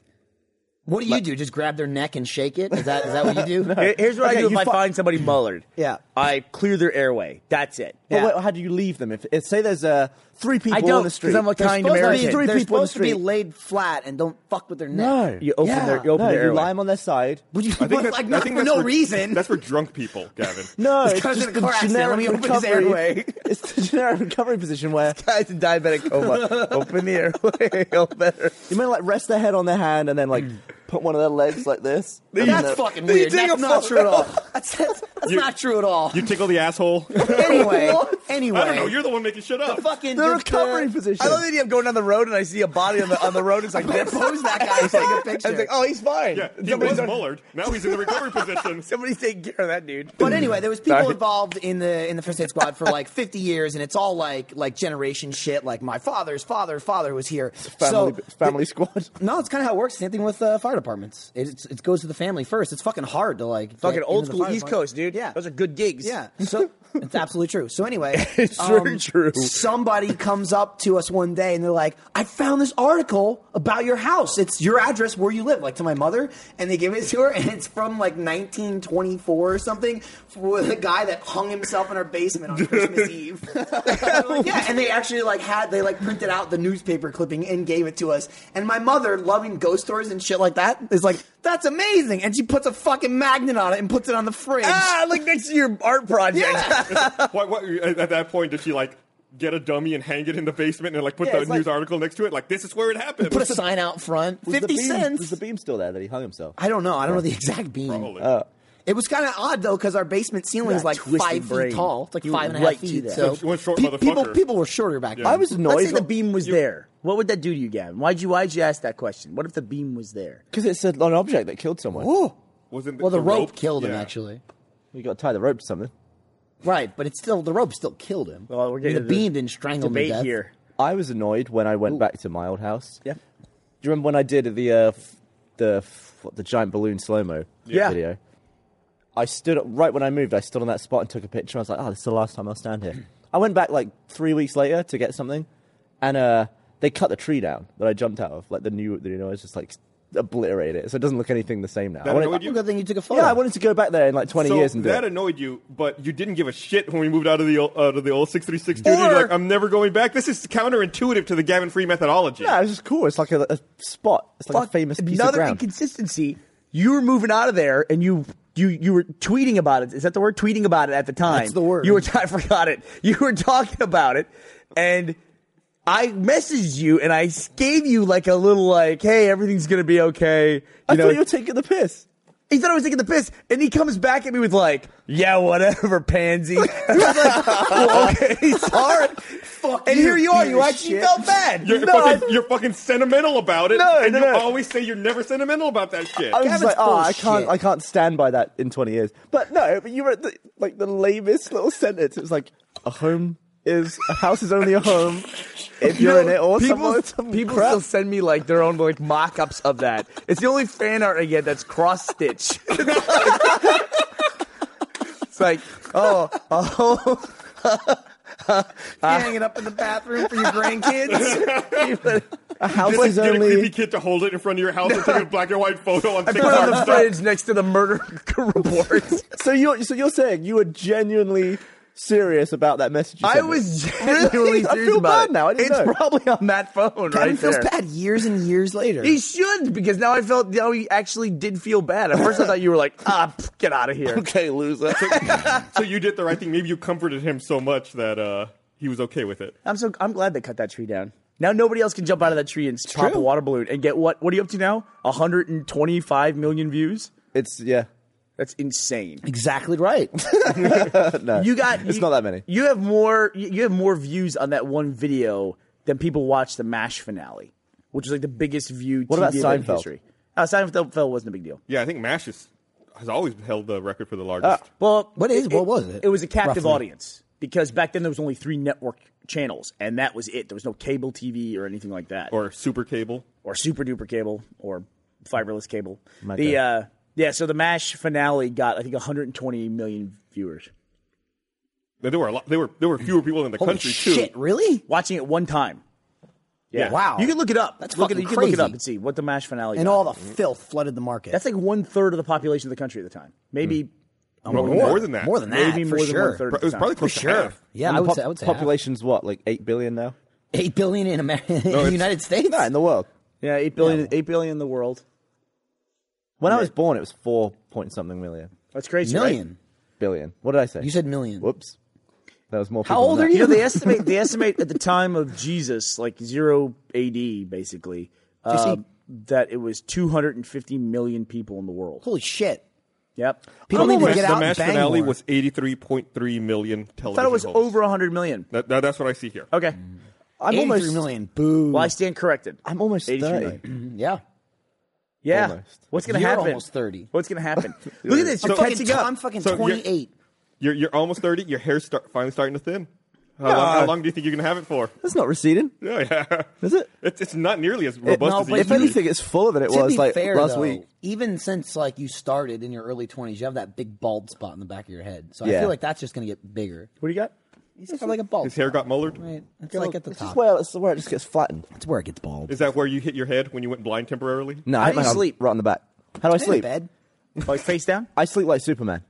[SPEAKER 4] What do you do? Just grab their neck and shake it? Is that is that what you do?
[SPEAKER 2] Here- Here's what
[SPEAKER 3] Okay,
[SPEAKER 2] I do if
[SPEAKER 3] you
[SPEAKER 2] I
[SPEAKER 3] fi-
[SPEAKER 2] find somebody mullered.
[SPEAKER 4] Yeah.
[SPEAKER 2] I clear their airway. That's it.
[SPEAKER 4] Yeah.
[SPEAKER 3] But wait, how do you leave them? If, if say there's uh, three people
[SPEAKER 2] don't,
[SPEAKER 3] on the
[SPEAKER 2] 'cause
[SPEAKER 3] street,
[SPEAKER 2] I'm a
[SPEAKER 3] There's
[SPEAKER 2] kind
[SPEAKER 3] supposed to be
[SPEAKER 2] American.
[SPEAKER 3] Three
[SPEAKER 4] They're
[SPEAKER 3] people on the
[SPEAKER 4] supposed to be
[SPEAKER 3] street.
[SPEAKER 4] laid flat and don't fuck with their neck.
[SPEAKER 3] no,
[SPEAKER 2] You open
[SPEAKER 4] Yeah.
[SPEAKER 2] their you open
[SPEAKER 3] no,
[SPEAKER 2] their
[SPEAKER 3] you
[SPEAKER 2] airway.
[SPEAKER 3] lie 'em on their side.
[SPEAKER 4] Would you
[SPEAKER 1] I think that-
[SPEAKER 4] like
[SPEAKER 1] I
[SPEAKER 4] not
[SPEAKER 1] think
[SPEAKER 4] for
[SPEAKER 1] that's
[SPEAKER 4] no
[SPEAKER 1] for-
[SPEAKER 4] reason?
[SPEAKER 1] That's for drunk people, Gavin.
[SPEAKER 3] No,
[SPEAKER 4] This
[SPEAKER 3] it's
[SPEAKER 4] guy's
[SPEAKER 3] just
[SPEAKER 4] in
[SPEAKER 3] the
[SPEAKER 4] a car accident. Let
[SPEAKER 3] generic
[SPEAKER 4] me open his
[SPEAKER 3] recovery.
[SPEAKER 4] airway.
[SPEAKER 3] It's the generic recovery position where
[SPEAKER 2] Guys in diabetic coma. open the airway. Open better.
[SPEAKER 3] you might like rest their head on their hand and then like put one of their legs like this. and
[SPEAKER 4] that's
[SPEAKER 3] then-
[SPEAKER 4] fucking
[SPEAKER 2] They
[SPEAKER 4] weird.
[SPEAKER 2] take
[SPEAKER 4] That's
[SPEAKER 2] a
[SPEAKER 4] not
[SPEAKER 2] photo.
[SPEAKER 4] true at all. That's, that's, that's
[SPEAKER 1] You-
[SPEAKER 4] not true at all.
[SPEAKER 1] You tickle the asshole.
[SPEAKER 4] anyway, anyway,
[SPEAKER 1] I don't know. You're the one making shit up.
[SPEAKER 4] fucking
[SPEAKER 3] The
[SPEAKER 4] just, uh,
[SPEAKER 3] recovery position.
[SPEAKER 2] I love the idea of going down the road and I see a body on the on the road. It's like this.
[SPEAKER 4] Pose that guy and take a
[SPEAKER 2] I was
[SPEAKER 4] picture.
[SPEAKER 2] like, oh, he's fine.
[SPEAKER 1] Yeah, he
[SPEAKER 2] Somebody's
[SPEAKER 1] was
[SPEAKER 2] on-
[SPEAKER 1] mullered. Now he's in the recovery position.
[SPEAKER 2] Somebody's taking care of that dude.
[SPEAKER 4] But anyway, there was people
[SPEAKER 3] Sorry.
[SPEAKER 4] involved in the in the first aid squad for like 50 years, and it's all like like generation shit. Like my father's father, father was here.
[SPEAKER 3] family
[SPEAKER 4] so
[SPEAKER 3] family squad.
[SPEAKER 4] no, it's kind of how it works. Same thing with uh, fire departments. It, it's, it goes to the family first. It's fucking hard to like get
[SPEAKER 2] Fucking old
[SPEAKER 4] into the
[SPEAKER 2] school
[SPEAKER 4] fire
[SPEAKER 2] East
[SPEAKER 4] department.
[SPEAKER 2] Coast, dude.
[SPEAKER 4] Yeah,
[SPEAKER 2] those are good gigs.
[SPEAKER 4] Yeah, so it's absolutely true. So anyway, um,
[SPEAKER 2] It's very true.
[SPEAKER 4] Somebody comes up to us one day and they're like, "I found this article about your house. It's your address where you live." Like to my mother, and they give it to her, and it's from like 1924 or something with a guy that hung himself in our basement on Christmas Eve. Like, yeah, and they actually like had they like printed out the newspaper clipping and gave it to us. And my mother, loving ghost stories and shit like that, is like, "That's amazing!" And she puts a fucking magnet on it and puts it on the fridge.
[SPEAKER 2] Ah, look next to your art project.
[SPEAKER 1] Why- why- at that point, did she like get a dummy and hang it in the basement and like put
[SPEAKER 3] Yeah,
[SPEAKER 1] the
[SPEAKER 3] it's like-
[SPEAKER 1] news article next to it? Like this is where it happened.
[SPEAKER 4] put a sign out front.
[SPEAKER 3] Was the
[SPEAKER 4] Fifty
[SPEAKER 3] beam- Was
[SPEAKER 4] cents.
[SPEAKER 3] the beam still there that he hung himself?
[SPEAKER 4] I don't know. I don't know the exact beam.
[SPEAKER 1] Probably.
[SPEAKER 4] It was kind of odd though, because our basement ceiling is
[SPEAKER 2] Got
[SPEAKER 4] like
[SPEAKER 2] twisted
[SPEAKER 4] five
[SPEAKER 2] brain.
[SPEAKER 4] feet tall. It's like
[SPEAKER 2] You
[SPEAKER 4] five and a
[SPEAKER 2] right
[SPEAKER 4] half
[SPEAKER 2] to
[SPEAKER 4] feet.
[SPEAKER 2] that.
[SPEAKER 4] So
[SPEAKER 1] One short
[SPEAKER 4] pe- people
[SPEAKER 1] motherfucker.
[SPEAKER 4] people were shorter back then.
[SPEAKER 3] I was annoyed.
[SPEAKER 2] Let's say the beam was there. What would that do to you, Gavin? Why'd you why'd you ask that question? What if the beam was there?
[SPEAKER 3] because it's a- an object that killed someone.
[SPEAKER 4] Ooh.
[SPEAKER 1] Wasn't
[SPEAKER 4] Well, the, rope, killed him
[SPEAKER 1] Yeah.
[SPEAKER 4] actually.
[SPEAKER 3] You got to tie the rope to something.
[SPEAKER 4] Right, but it's still the rope still killed him.
[SPEAKER 2] Well, we're
[SPEAKER 4] I mean,
[SPEAKER 2] getting
[SPEAKER 4] the
[SPEAKER 2] to
[SPEAKER 4] beam didn't strangle him to
[SPEAKER 2] Debate
[SPEAKER 4] death.
[SPEAKER 2] here.
[SPEAKER 3] I was annoyed when I went back to my old house.
[SPEAKER 2] Yeah.
[SPEAKER 3] Do you remember when I did the uh, f- the f- what, the giant balloon slow mo
[SPEAKER 2] Yeah.
[SPEAKER 3] video? I stood up, right when I moved. I stood on that spot and took a picture. I was like, "Oh, this is the last time I'll stand here." I went back like three weeks later to get something, and uh, they cut the tree down that I jumped out of. Like the new, you know, it's just like obliterated it, so it doesn't look anything the same now. I
[SPEAKER 1] That
[SPEAKER 3] wanted-
[SPEAKER 1] annoyed you?
[SPEAKER 4] Good thing you took a photo.
[SPEAKER 3] yeah, I wanted to go back there in like twenty
[SPEAKER 1] So
[SPEAKER 3] years and do
[SPEAKER 1] that
[SPEAKER 3] it.
[SPEAKER 1] annoyed you, but you didn't give a shit when we moved out of the old, out of the old six three six studio. You're
[SPEAKER 2] Or-
[SPEAKER 1] like, I'm never going back. This is counterintuitive to the Gavin Free methodology.
[SPEAKER 3] yeah, it's just cool. It's like a, a spot. It's like a
[SPEAKER 2] Fuck,
[SPEAKER 3] famous piece of
[SPEAKER 2] another
[SPEAKER 3] ground.
[SPEAKER 2] inconsistency. You were moving out of there, and you you you were tweeting about it. Is that the word? Tweeting about it at the time.
[SPEAKER 4] That's the word.
[SPEAKER 2] You were. I forgot it. You were talking about it, and I messaged you, and I s- gave you like a little like, "Hey, everything's gonna be okay." You
[SPEAKER 3] I
[SPEAKER 2] know,
[SPEAKER 3] thought you were taking the piss.
[SPEAKER 2] he thought I was taking the piss, and he comes back at me with like, "Yeah, whatever, pansy." And I was like, well, "Okay, sorry."
[SPEAKER 4] Fuck
[SPEAKER 2] and
[SPEAKER 4] you,
[SPEAKER 2] here you are.
[SPEAKER 4] piece
[SPEAKER 2] You
[SPEAKER 4] of
[SPEAKER 2] actually
[SPEAKER 4] shit.
[SPEAKER 2] felt bad.
[SPEAKER 1] You're,
[SPEAKER 2] No, I-
[SPEAKER 1] fucking, you're fucking sentimental about it,
[SPEAKER 3] No,
[SPEAKER 1] and
[SPEAKER 3] no,
[SPEAKER 1] you
[SPEAKER 3] no.
[SPEAKER 1] always say you're never sentimental about that shit.
[SPEAKER 3] I was
[SPEAKER 4] Gavin's
[SPEAKER 3] just like, oh, I can't,
[SPEAKER 4] bullshit.
[SPEAKER 3] I can't stand by that in 20 years. But no, but you wrote the, like the lamest little sentence. It was like, a home is a house is only a home if you're in it or someone. Some
[SPEAKER 2] people
[SPEAKER 3] crap.
[SPEAKER 2] still send me like their own like mock-ups of that. It's the only fan art I get that's cross stitch. it's like, oh, oh,
[SPEAKER 4] hang it up in the bathroom for your grandkids.
[SPEAKER 3] a house
[SPEAKER 1] Just, like,
[SPEAKER 3] is
[SPEAKER 1] get a creepy
[SPEAKER 3] only.
[SPEAKER 1] kid to hold it in front of your house and take a black and white photo on
[SPEAKER 2] I put it on
[SPEAKER 1] TikTok.
[SPEAKER 2] the fridge next to the murder report.
[SPEAKER 3] So you're, so you're saying you were genuinely serious about that message? You
[SPEAKER 2] I
[SPEAKER 3] sent me?
[SPEAKER 2] was genuinely
[SPEAKER 3] Really? I
[SPEAKER 2] serious
[SPEAKER 3] feel
[SPEAKER 2] about
[SPEAKER 3] bad
[SPEAKER 2] it.
[SPEAKER 3] now. I didn't
[SPEAKER 2] it's
[SPEAKER 3] know.
[SPEAKER 2] probably on that phone
[SPEAKER 4] Gavin
[SPEAKER 2] right
[SPEAKER 4] feels
[SPEAKER 2] there.
[SPEAKER 4] bad years and years later.
[SPEAKER 2] He should because now I felt now he actually did feel bad. At first I thought you were like, ah, pff, get out of here.
[SPEAKER 3] okay, loser.
[SPEAKER 1] so you did the right thing. Maybe you comforted him so much that uh, he was okay with it.
[SPEAKER 2] I'm so I'm glad they cut that tree down. Now nobody else can jump out of that tree and pop a water balloon and get what? What are you up to now? 125 million views.
[SPEAKER 3] it's yeah.
[SPEAKER 2] That's insane.
[SPEAKER 4] Exactly right.
[SPEAKER 2] You got
[SPEAKER 3] It's
[SPEAKER 2] you-
[SPEAKER 3] not that many.
[SPEAKER 2] You have more. You you have more views on that one video than people watch the Mash finale, which is like the biggest view.
[SPEAKER 3] What
[SPEAKER 2] TV
[SPEAKER 3] about
[SPEAKER 2] event in
[SPEAKER 3] Seinfeld?
[SPEAKER 2] History. Uh, Seinfeld wasn't a big deal.
[SPEAKER 1] Yeah, I think Mash is, has always held the record for the largest.
[SPEAKER 2] Well,
[SPEAKER 4] What is- what was it,
[SPEAKER 2] It was a captive
[SPEAKER 4] roughly?
[SPEAKER 2] audience because back then there was only three network channels, and that was it. There was no cable TV or anything like that,
[SPEAKER 1] or Super Cable.
[SPEAKER 2] or super duper cable or fiberless cable.
[SPEAKER 3] My
[SPEAKER 2] The
[SPEAKER 3] God.
[SPEAKER 2] uh, yeah, so the Mash finale got I think 120 million viewers
[SPEAKER 1] There were a lot. There were there were fewer people in the
[SPEAKER 4] Holy
[SPEAKER 1] country
[SPEAKER 4] shit,
[SPEAKER 1] too.
[SPEAKER 4] really?
[SPEAKER 2] watching it one time. Yeah.
[SPEAKER 4] Wow.
[SPEAKER 2] You can look it up.
[SPEAKER 4] That's
[SPEAKER 2] look it,
[SPEAKER 4] fucking
[SPEAKER 2] You can look it
[SPEAKER 4] crazy.
[SPEAKER 2] up and see what the MASH finale
[SPEAKER 4] And
[SPEAKER 2] got.
[SPEAKER 4] all the filth flooded the market.
[SPEAKER 2] That's like one third of the population of the country at the time. Maybe
[SPEAKER 1] More, more than that.
[SPEAKER 4] Oh, More than that,
[SPEAKER 2] maybe
[SPEAKER 4] Hmm. for
[SPEAKER 2] more than
[SPEAKER 4] sure.
[SPEAKER 2] one third.
[SPEAKER 1] Pro- It was probably close to half.
[SPEAKER 4] Yeah,
[SPEAKER 3] And
[SPEAKER 4] I
[SPEAKER 3] the
[SPEAKER 4] would
[SPEAKER 3] pop-
[SPEAKER 4] say I would say half.
[SPEAKER 3] population's what, like eight billion now?
[SPEAKER 4] eight billion in America, in the
[SPEAKER 1] it's-
[SPEAKER 4] United States.
[SPEAKER 3] No, in the world.
[SPEAKER 2] Yeah, eight billion. Eight billion in the world.
[SPEAKER 3] When I was born, it was four point something million
[SPEAKER 2] That's crazy. right?
[SPEAKER 4] million.
[SPEAKER 3] billion. What did I say?
[SPEAKER 4] You said million.
[SPEAKER 3] Whoops. That was more.
[SPEAKER 4] How
[SPEAKER 3] people than
[SPEAKER 4] old
[SPEAKER 3] that.
[SPEAKER 4] are
[SPEAKER 2] You know, they estimate they estimate at the time of Jesus, like zero A.D. basically, um, that it was two hundred and fifty million people in the world.
[SPEAKER 4] Holy shit!
[SPEAKER 2] Yep.
[SPEAKER 4] People need to
[SPEAKER 1] Mash-
[SPEAKER 4] get
[SPEAKER 1] the
[SPEAKER 4] out
[SPEAKER 1] Mash
[SPEAKER 4] and bang
[SPEAKER 1] finale
[SPEAKER 4] more.
[SPEAKER 1] was 83.3 million
[SPEAKER 2] I
[SPEAKER 1] television.
[SPEAKER 2] thought it was
[SPEAKER 1] homes.
[SPEAKER 2] over hundred million.
[SPEAKER 1] That, that- that's what I see here.
[SPEAKER 2] Okay.
[SPEAKER 3] I'm
[SPEAKER 4] 83
[SPEAKER 3] almost.
[SPEAKER 4] million. Boo.
[SPEAKER 2] Well, I stand corrected.
[SPEAKER 3] I'm almost
[SPEAKER 2] 83
[SPEAKER 3] thirty.
[SPEAKER 2] million.
[SPEAKER 4] yeah.
[SPEAKER 2] Yeah.
[SPEAKER 3] Almost.
[SPEAKER 2] What's gonna
[SPEAKER 4] You're
[SPEAKER 2] happen?
[SPEAKER 4] almost 30.
[SPEAKER 2] What's gonna happen? Look at this.
[SPEAKER 1] So-
[SPEAKER 2] You're
[SPEAKER 4] Fucking
[SPEAKER 2] catching
[SPEAKER 4] t-
[SPEAKER 2] up.
[SPEAKER 4] I'm fucking
[SPEAKER 1] So you're-
[SPEAKER 4] 28.
[SPEAKER 1] You're you're almost 30. Your hair's start, finally starting to thin. How, long, how long do you think you're gonna have it for?
[SPEAKER 3] That's not receding,
[SPEAKER 1] Yeah, yeah.
[SPEAKER 3] is it?
[SPEAKER 1] It's it's not nearly as robust
[SPEAKER 4] no,
[SPEAKER 1] as it
[SPEAKER 4] but
[SPEAKER 1] used
[SPEAKER 3] If
[SPEAKER 1] to be.
[SPEAKER 3] anything, it's fuller than it
[SPEAKER 4] to
[SPEAKER 3] was
[SPEAKER 4] be
[SPEAKER 3] like
[SPEAKER 4] fair,
[SPEAKER 3] last
[SPEAKER 4] though,
[SPEAKER 3] week.
[SPEAKER 4] even since like you started in your early 20s, you have that big bald spot in the back of your head. So I
[SPEAKER 3] Yeah.
[SPEAKER 4] feel like that's just going to get bigger.
[SPEAKER 2] What do you got?
[SPEAKER 4] You just have like a bald.
[SPEAKER 1] His hair
[SPEAKER 4] spot,
[SPEAKER 1] got mullered.
[SPEAKER 4] right? It's like at the
[SPEAKER 3] It's just
[SPEAKER 4] top.
[SPEAKER 3] where, it's where it just gets flattened.
[SPEAKER 4] That's where it gets bald.
[SPEAKER 1] Is that where you hit your head when you went blind temporarily?
[SPEAKER 3] No,
[SPEAKER 2] How
[SPEAKER 3] I hit
[SPEAKER 2] do
[SPEAKER 3] my
[SPEAKER 2] you
[SPEAKER 3] head
[SPEAKER 2] sleep?
[SPEAKER 3] right on the back. How do I
[SPEAKER 4] Hey,
[SPEAKER 3] sleep?
[SPEAKER 4] bed.
[SPEAKER 2] Like face down?
[SPEAKER 3] I sleep like Superman.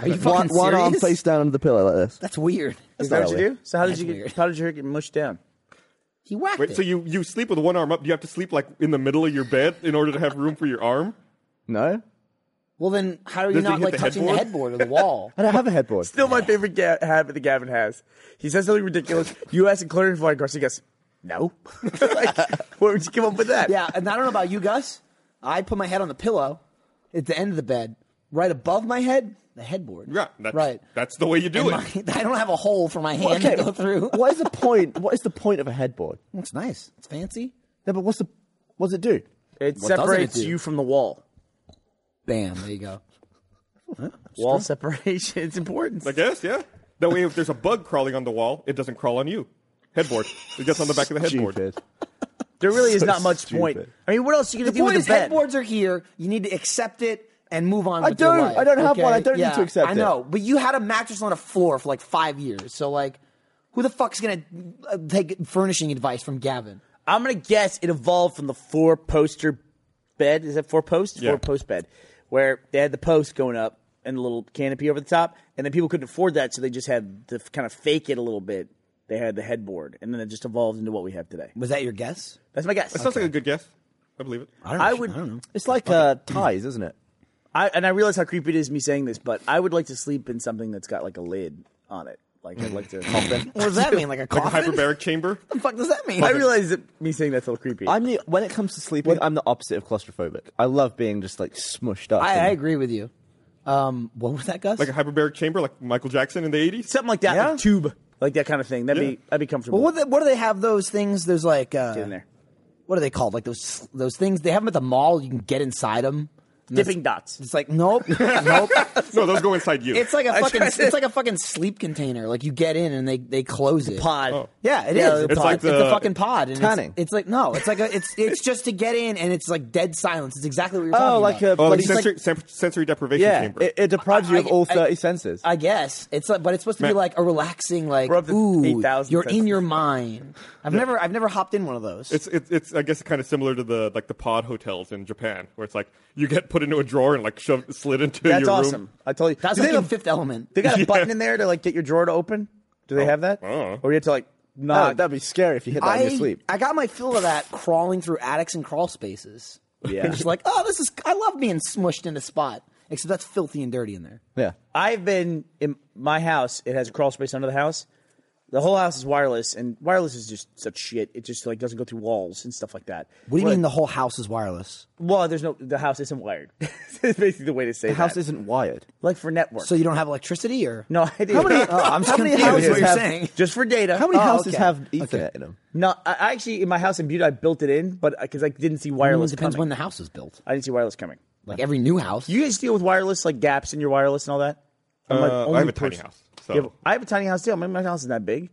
[SPEAKER 4] Are you
[SPEAKER 3] One,
[SPEAKER 4] fucking
[SPEAKER 3] one arm
[SPEAKER 4] serious?
[SPEAKER 3] face down under the pillow like this.
[SPEAKER 4] That's weird.
[SPEAKER 2] Is that
[SPEAKER 3] not
[SPEAKER 2] what you
[SPEAKER 3] weird.
[SPEAKER 2] do? So how did you
[SPEAKER 4] That's
[SPEAKER 2] get,
[SPEAKER 4] weird.
[SPEAKER 2] how did your hair get mushed down?
[SPEAKER 4] He whacked
[SPEAKER 1] Wait,
[SPEAKER 4] it.
[SPEAKER 1] so you, you sleep with one arm up? Do you have to sleep like in the middle of your bed in order to have room for your arm?
[SPEAKER 3] No,
[SPEAKER 4] well, then how are you
[SPEAKER 1] Does he
[SPEAKER 4] not
[SPEAKER 1] hit
[SPEAKER 4] like
[SPEAKER 1] the
[SPEAKER 4] touching the
[SPEAKER 1] headboard?
[SPEAKER 4] headboard or the wall?
[SPEAKER 3] I don't have a headboard.
[SPEAKER 2] Still my favorite ga- habit that Gavin has. He says something ridiculous. You ask a clarifying question. He goes, "No." like, where would you come up with that?
[SPEAKER 4] yeah, and I don't know about you, Gus. I put my head on the pillow at the end of the bed, right above my head, the headboard.
[SPEAKER 1] Yeah, that's,
[SPEAKER 4] right.
[SPEAKER 1] That's the way you do
[SPEAKER 4] And
[SPEAKER 1] it.
[SPEAKER 4] my- I don't have a hole for my hand
[SPEAKER 3] Okay,
[SPEAKER 4] to go through.
[SPEAKER 3] what is the point? What is the point of a headboard?
[SPEAKER 4] It's nice. It's fancy.
[SPEAKER 3] No, but what's the what's it do?
[SPEAKER 2] It
[SPEAKER 4] What doesn't it
[SPEAKER 2] separates
[SPEAKER 4] do?
[SPEAKER 2] you from the wall.
[SPEAKER 4] Bam. There you go.
[SPEAKER 2] Wall separation. It's important.
[SPEAKER 1] I guess, yeah. That way, if there's a bug crawling on the wall, it doesn't crawl on you. Headboard. It gets on the back of the headboard.
[SPEAKER 3] Stupid.
[SPEAKER 2] there really is
[SPEAKER 3] So
[SPEAKER 2] not much
[SPEAKER 3] stupid.
[SPEAKER 2] point. I mean, what else are you
[SPEAKER 4] The
[SPEAKER 2] going to do
[SPEAKER 4] point
[SPEAKER 2] with
[SPEAKER 4] is,
[SPEAKER 2] the bed?
[SPEAKER 4] headboards are here. You need to accept it and move on.
[SPEAKER 3] I
[SPEAKER 4] with your
[SPEAKER 3] don't.
[SPEAKER 4] life,
[SPEAKER 3] I don't have
[SPEAKER 4] okay?
[SPEAKER 3] one. I don't need
[SPEAKER 4] Yeah,
[SPEAKER 3] to accept
[SPEAKER 4] I
[SPEAKER 3] it.
[SPEAKER 4] know, but you had a mattress on a floor for like five years. So like, who the fuck's gonna uh, take furnishing advice from Gavin?
[SPEAKER 2] I'm going to guess it evolved from the four poster bed. Is that four posts?
[SPEAKER 1] Yeah.
[SPEAKER 2] Four post bed, where they had the post going up and the little canopy over the top, and then people couldn't afford that, so they just had to kind of fake it a little bit. They had the headboard, and then it just evolved into what we have today.
[SPEAKER 4] Was that your guess?
[SPEAKER 2] That's my guess.
[SPEAKER 1] That sounds like a good guess. I believe it.
[SPEAKER 4] I, don't,
[SPEAKER 2] I would-
[SPEAKER 4] I don't know.
[SPEAKER 3] It's like uh, ties, isn't it?
[SPEAKER 2] I and I realize how creepy it is me saying this, but I would like to sleep in something that's got like a lid on it. Like I'd like to.
[SPEAKER 4] What does that mean? Like a
[SPEAKER 1] Like a
[SPEAKER 4] coffin?
[SPEAKER 1] hyperbaric chamber.
[SPEAKER 4] What the fuck does that mean?
[SPEAKER 2] I realize that me saying that's a little creepy.
[SPEAKER 3] I'm the when it comes to sleeping, I'm the opposite of claustrophobic. I love being just like smushed up.
[SPEAKER 4] I, I
[SPEAKER 3] and-
[SPEAKER 4] agree with you. Um, what was that, Gus?
[SPEAKER 1] Like a hyperbaric chamber, like Michael Jackson in the 80s.
[SPEAKER 2] Something like that,
[SPEAKER 3] Yeah?
[SPEAKER 2] like tube, like that kind of thing. That'd be
[SPEAKER 1] Yeah.
[SPEAKER 2] I'd be comfortable
[SPEAKER 4] well, what, do they- what do they have those things? There's like uh,
[SPEAKER 2] in there.
[SPEAKER 4] what are they called? Like those those things they have them at the mall. You can get inside them.
[SPEAKER 2] Dipping dots.
[SPEAKER 4] It's like nope, nope.
[SPEAKER 1] No, those go inside you.
[SPEAKER 4] It's like a
[SPEAKER 2] I
[SPEAKER 4] fucking
[SPEAKER 2] tried to-
[SPEAKER 4] it's like a fucking sleep container. Like you get in and they they close it.
[SPEAKER 2] Pod.
[SPEAKER 1] Oh.
[SPEAKER 4] Yeah, it is.
[SPEAKER 2] Yeah,
[SPEAKER 4] It's,
[SPEAKER 2] it's
[SPEAKER 4] a pod.
[SPEAKER 1] like
[SPEAKER 4] It's a
[SPEAKER 1] the-
[SPEAKER 4] fucking pod. And it's-
[SPEAKER 3] Tanning.
[SPEAKER 4] It's, like no, it's like a it's it's just to get in and it's like dead silence. It's exactly what you're talking
[SPEAKER 3] Oh, like a
[SPEAKER 4] about.
[SPEAKER 1] oh, like
[SPEAKER 3] bloody
[SPEAKER 1] sensory, sen- sensory deprivation
[SPEAKER 3] yeah.
[SPEAKER 1] chamber.
[SPEAKER 3] It, it deprives you of
[SPEAKER 4] I-
[SPEAKER 3] all
[SPEAKER 4] I-
[SPEAKER 3] thirty senses.
[SPEAKER 4] I guess it's like, but it's supposed to be
[SPEAKER 1] Man.
[SPEAKER 4] like a relaxing, like
[SPEAKER 2] We're up to
[SPEAKER 4] ooh,
[SPEAKER 2] 8,000
[SPEAKER 4] you're in
[SPEAKER 2] senses.
[SPEAKER 4] your mind. I've never, I've never hopped in one of those.
[SPEAKER 1] it's, it's, it's, I guess, kind of similar to the like the pod hotels in Japan, where it's like you get put into a drawer and like shoved, slid into
[SPEAKER 2] That's
[SPEAKER 1] your
[SPEAKER 2] awesome.
[SPEAKER 1] room.
[SPEAKER 2] I totally.
[SPEAKER 4] That's
[SPEAKER 2] do
[SPEAKER 4] like
[SPEAKER 2] they,
[SPEAKER 4] in
[SPEAKER 2] have,
[SPEAKER 4] Fifth Element.
[SPEAKER 2] they got a
[SPEAKER 1] Yeah. Oh.
[SPEAKER 2] button in there to like get your drawer to open. Do they have that?
[SPEAKER 1] I don't know.
[SPEAKER 2] Or you have to like
[SPEAKER 3] Oh,
[SPEAKER 2] knock.
[SPEAKER 3] that'd be scary if you hit that in
[SPEAKER 4] I,
[SPEAKER 3] your sleep.
[SPEAKER 4] I got my feel of that crawling through attics and crawl spaces.
[SPEAKER 2] Yeah.
[SPEAKER 4] And just like, oh, this is, I love being smushed in a spot. Except that's filthy and dirty in there.
[SPEAKER 3] yeah.
[SPEAKER 2] I've been in my house. It has a crawl space under the house. The whole house is wireless, and wireless is just such shit. It just like doesn't go through walls and stuff like that.
[SPEAKER 4] What do you
[SPEAKER 2] We're
[SPEAKER 4] mean the
[SPEAKER 2] like,
[SPEAKER 4] whole house is wireless?
[SPEAKER 2] well? There's no the house isn't wired. It's basically the way to say
[SPEAKER 3] The house
[SPEAKER 2] that.
[SPEAKER 3] isn't wired.
[SPEAKER 2] like for network.
[SPEAKER 4] So you don't have electricity, or
[SPEAKER 2] no, I didn't.
[SPEAKER 4] How many? Oh, I'm
[SPEAKER 2] How many
[SPEAKER 4] confused
[SPEAKER 2] houses
[SPEAKER 4] what you're
[SPEAKER 2] have-
[SPEAKER 4] saying.
[SPEAKER 2] just for data?
[SPEAKER 3] How many
[SPEAKER 2] Oh,
[SPEAKER 3] houses
[SPEAKER 2] okay.
[SPEAKER 3] have Ethernet in them?
[SPEAKER 2] No, I I actually in my house in Butte, I built it in, but because I didn't see
[SPEAKER 4] Well, it
[SPEAKER 2] wireless
[SPEAKER 4] Mm, depends
[SPEAKER 2] coming.
[SPEAKER 4] when the house is built.
[SPEAKER 2] I didn't see wireless coming.
[SPEAKER 4] Like every new house,
[SPEAKER 2] Do you guys deal with wireless, like gaps in your wireless and all that? I'm like,
[SPEAKER 1] Uh,
[SPEAKER 2] only
[SPEAKER 1] I have a tiny
[SPEAKER 2] person-
[SPEAKER 1] house.
[SPEAKER 2] You
[SPEAKER 1] So.
[SPEAKER 2] have- I have a tiny house too. My, my house isn't that big.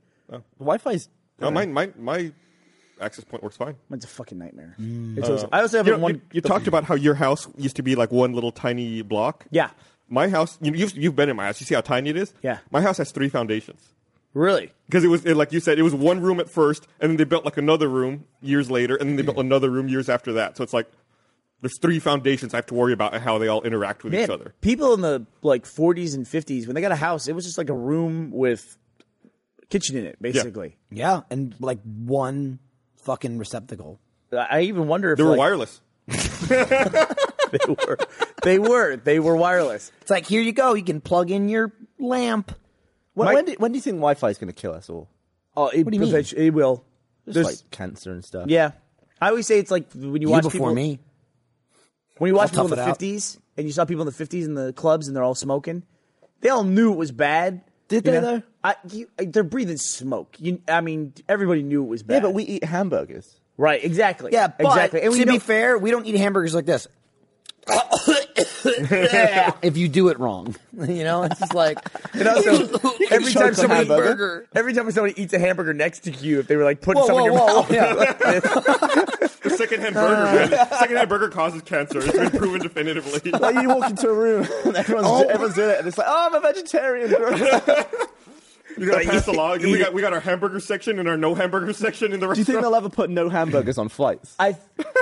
[SPEAKER 3] Wi-Fi's
[SPEAKER 1] No, my, my, my access point works fine.
[SPEAKER 2] Mine's a fucking nightmare. It's always- I also have
[SPEAKER 1] Mm. Uh, You,
[SPEAKER 2] a
[SPEAKER 1] know,
[SPEAKER 2] one.
[SPEAKER 1] you, you talked about how your house used to be like one little tiny block.
[SPEAKER 2] Yeah.
[SPEAKER 1] My house, you, you've, you've been in my house. You see how tiny it is?
[SPEAKER 2] Yeah.
[SPEAKER 1] My house has three foundations.
[SPEAKER 2] really.
[SPEAKER 1] Because it was, it, like you said, it was one room at first, and then they built like another room years later, and then they built another room years after that. So it's like there's three foundations I have to worry about and how they all interact with each
[SPEAKER 2] Man,
[SPEAKER 1] other.
[SPEAKER 2] People in the like 40s and 50s, when they got a house, it was just like a room with kitchen in it, basically.
[SPEAKER 4] yeah, and like one fucking receptacle.
[SPEAKER 2] I I even wonder if
[SPEAKER 1] They were
[SPEAKER 2] like,
[SPEAKER 1] wireless.
[SPEAKER 2] they were they were they were wireless.
[SPEAKER 4] It's like here you go, you can plug in your lamp.
[SPEAKER 3] When,
[SPEAKER 2] My-
[SPEAKER 3] when, do, when do you think Wi-Fi is going to kill us all?
[SPEAKER 2] Oh, it,
[SPEAKER 4] What do you mean?
[SPEAKER 2] eventu- It will.
[SPEAKER 3] Just
[SPEAKER 2] There's-
[SPEAKER 3] like cancer and stuff.
[SPEAKER 2] yeah. I always say it's like when you
[SPEAKER 4] You
[SPEAKER 2] watch
[SPEAKER 4] before
[SPEAKER 2] people,
[SPEAKER 4] me.
[SPEAKER 2] when you watch
[SPEAKER 4] I'll
[SPEAKER 2] people in the
[SPEAKER 4] tough it out.
[SPEAKER 2] 50s and you saw people in the 50s in the clubs and they're all smoking, they all knew it was bad.
[SPEAKER 3] Did
[SPEAKER 2] you
[SPEAKER 3] they,
[SPEAKER 2] know?
[SPEAKER 3] though?
[SPEAKER 2] I, you, they're breathing smoke. You, I mean, everybody knew it was bad.
[SPEAKER 3] Yeah, but we eat hamburgers.
[SPEAKER 2] right exactly.
[SPEAKER 4] Yeah, but
[SPEAKER 2] exactly. And we
[SPEAKER 4] to be
[SPEAKER 2] know-
[SPEAKER 4] fair, we don't eat hamburgers like this. if you do it wrong, you know, it's just like
[SPEAKER 2] And also, every
[SPEAKER 3] choke
[SPEAKER 2] time
[SPEAKER 3] on
[SPEAKER 2] somebody
[SPEAKER 3] hamburger.
[SPEAKER 2] every time somebody eats a hamburger next to you, if they were like putting
[SPEAKER 4] Whoa,
[SPEAKER 2] something in your
[SPEAKER 4] whoa,
[SPEAKER 2] mouth,
[SPEAKER 4] whoa,
[SPEAKER 1] The secondhand burger, man. Secondhand burger causes cancer. It's been proven definitively.
[SPEAKER 3] Like you walk into a room and everyone's,
[SPEAKER 4] Oh.
[SPEAKER 3] everyone's doing it, and it's like, oh, I'm a vegetarian. Do
[SPEAKER 1] You gotta pass the law.
[SPEAKER 2] eat
[SPEAKER 1] We got, we got our hamburger section and our no hamburger section in the
[SPEAKER 3] you think
[SPEAKER 1] restaurant.
[SPEAKER 3] they'll ever put no hamburgers on flights?
[SPEAKER 2] I,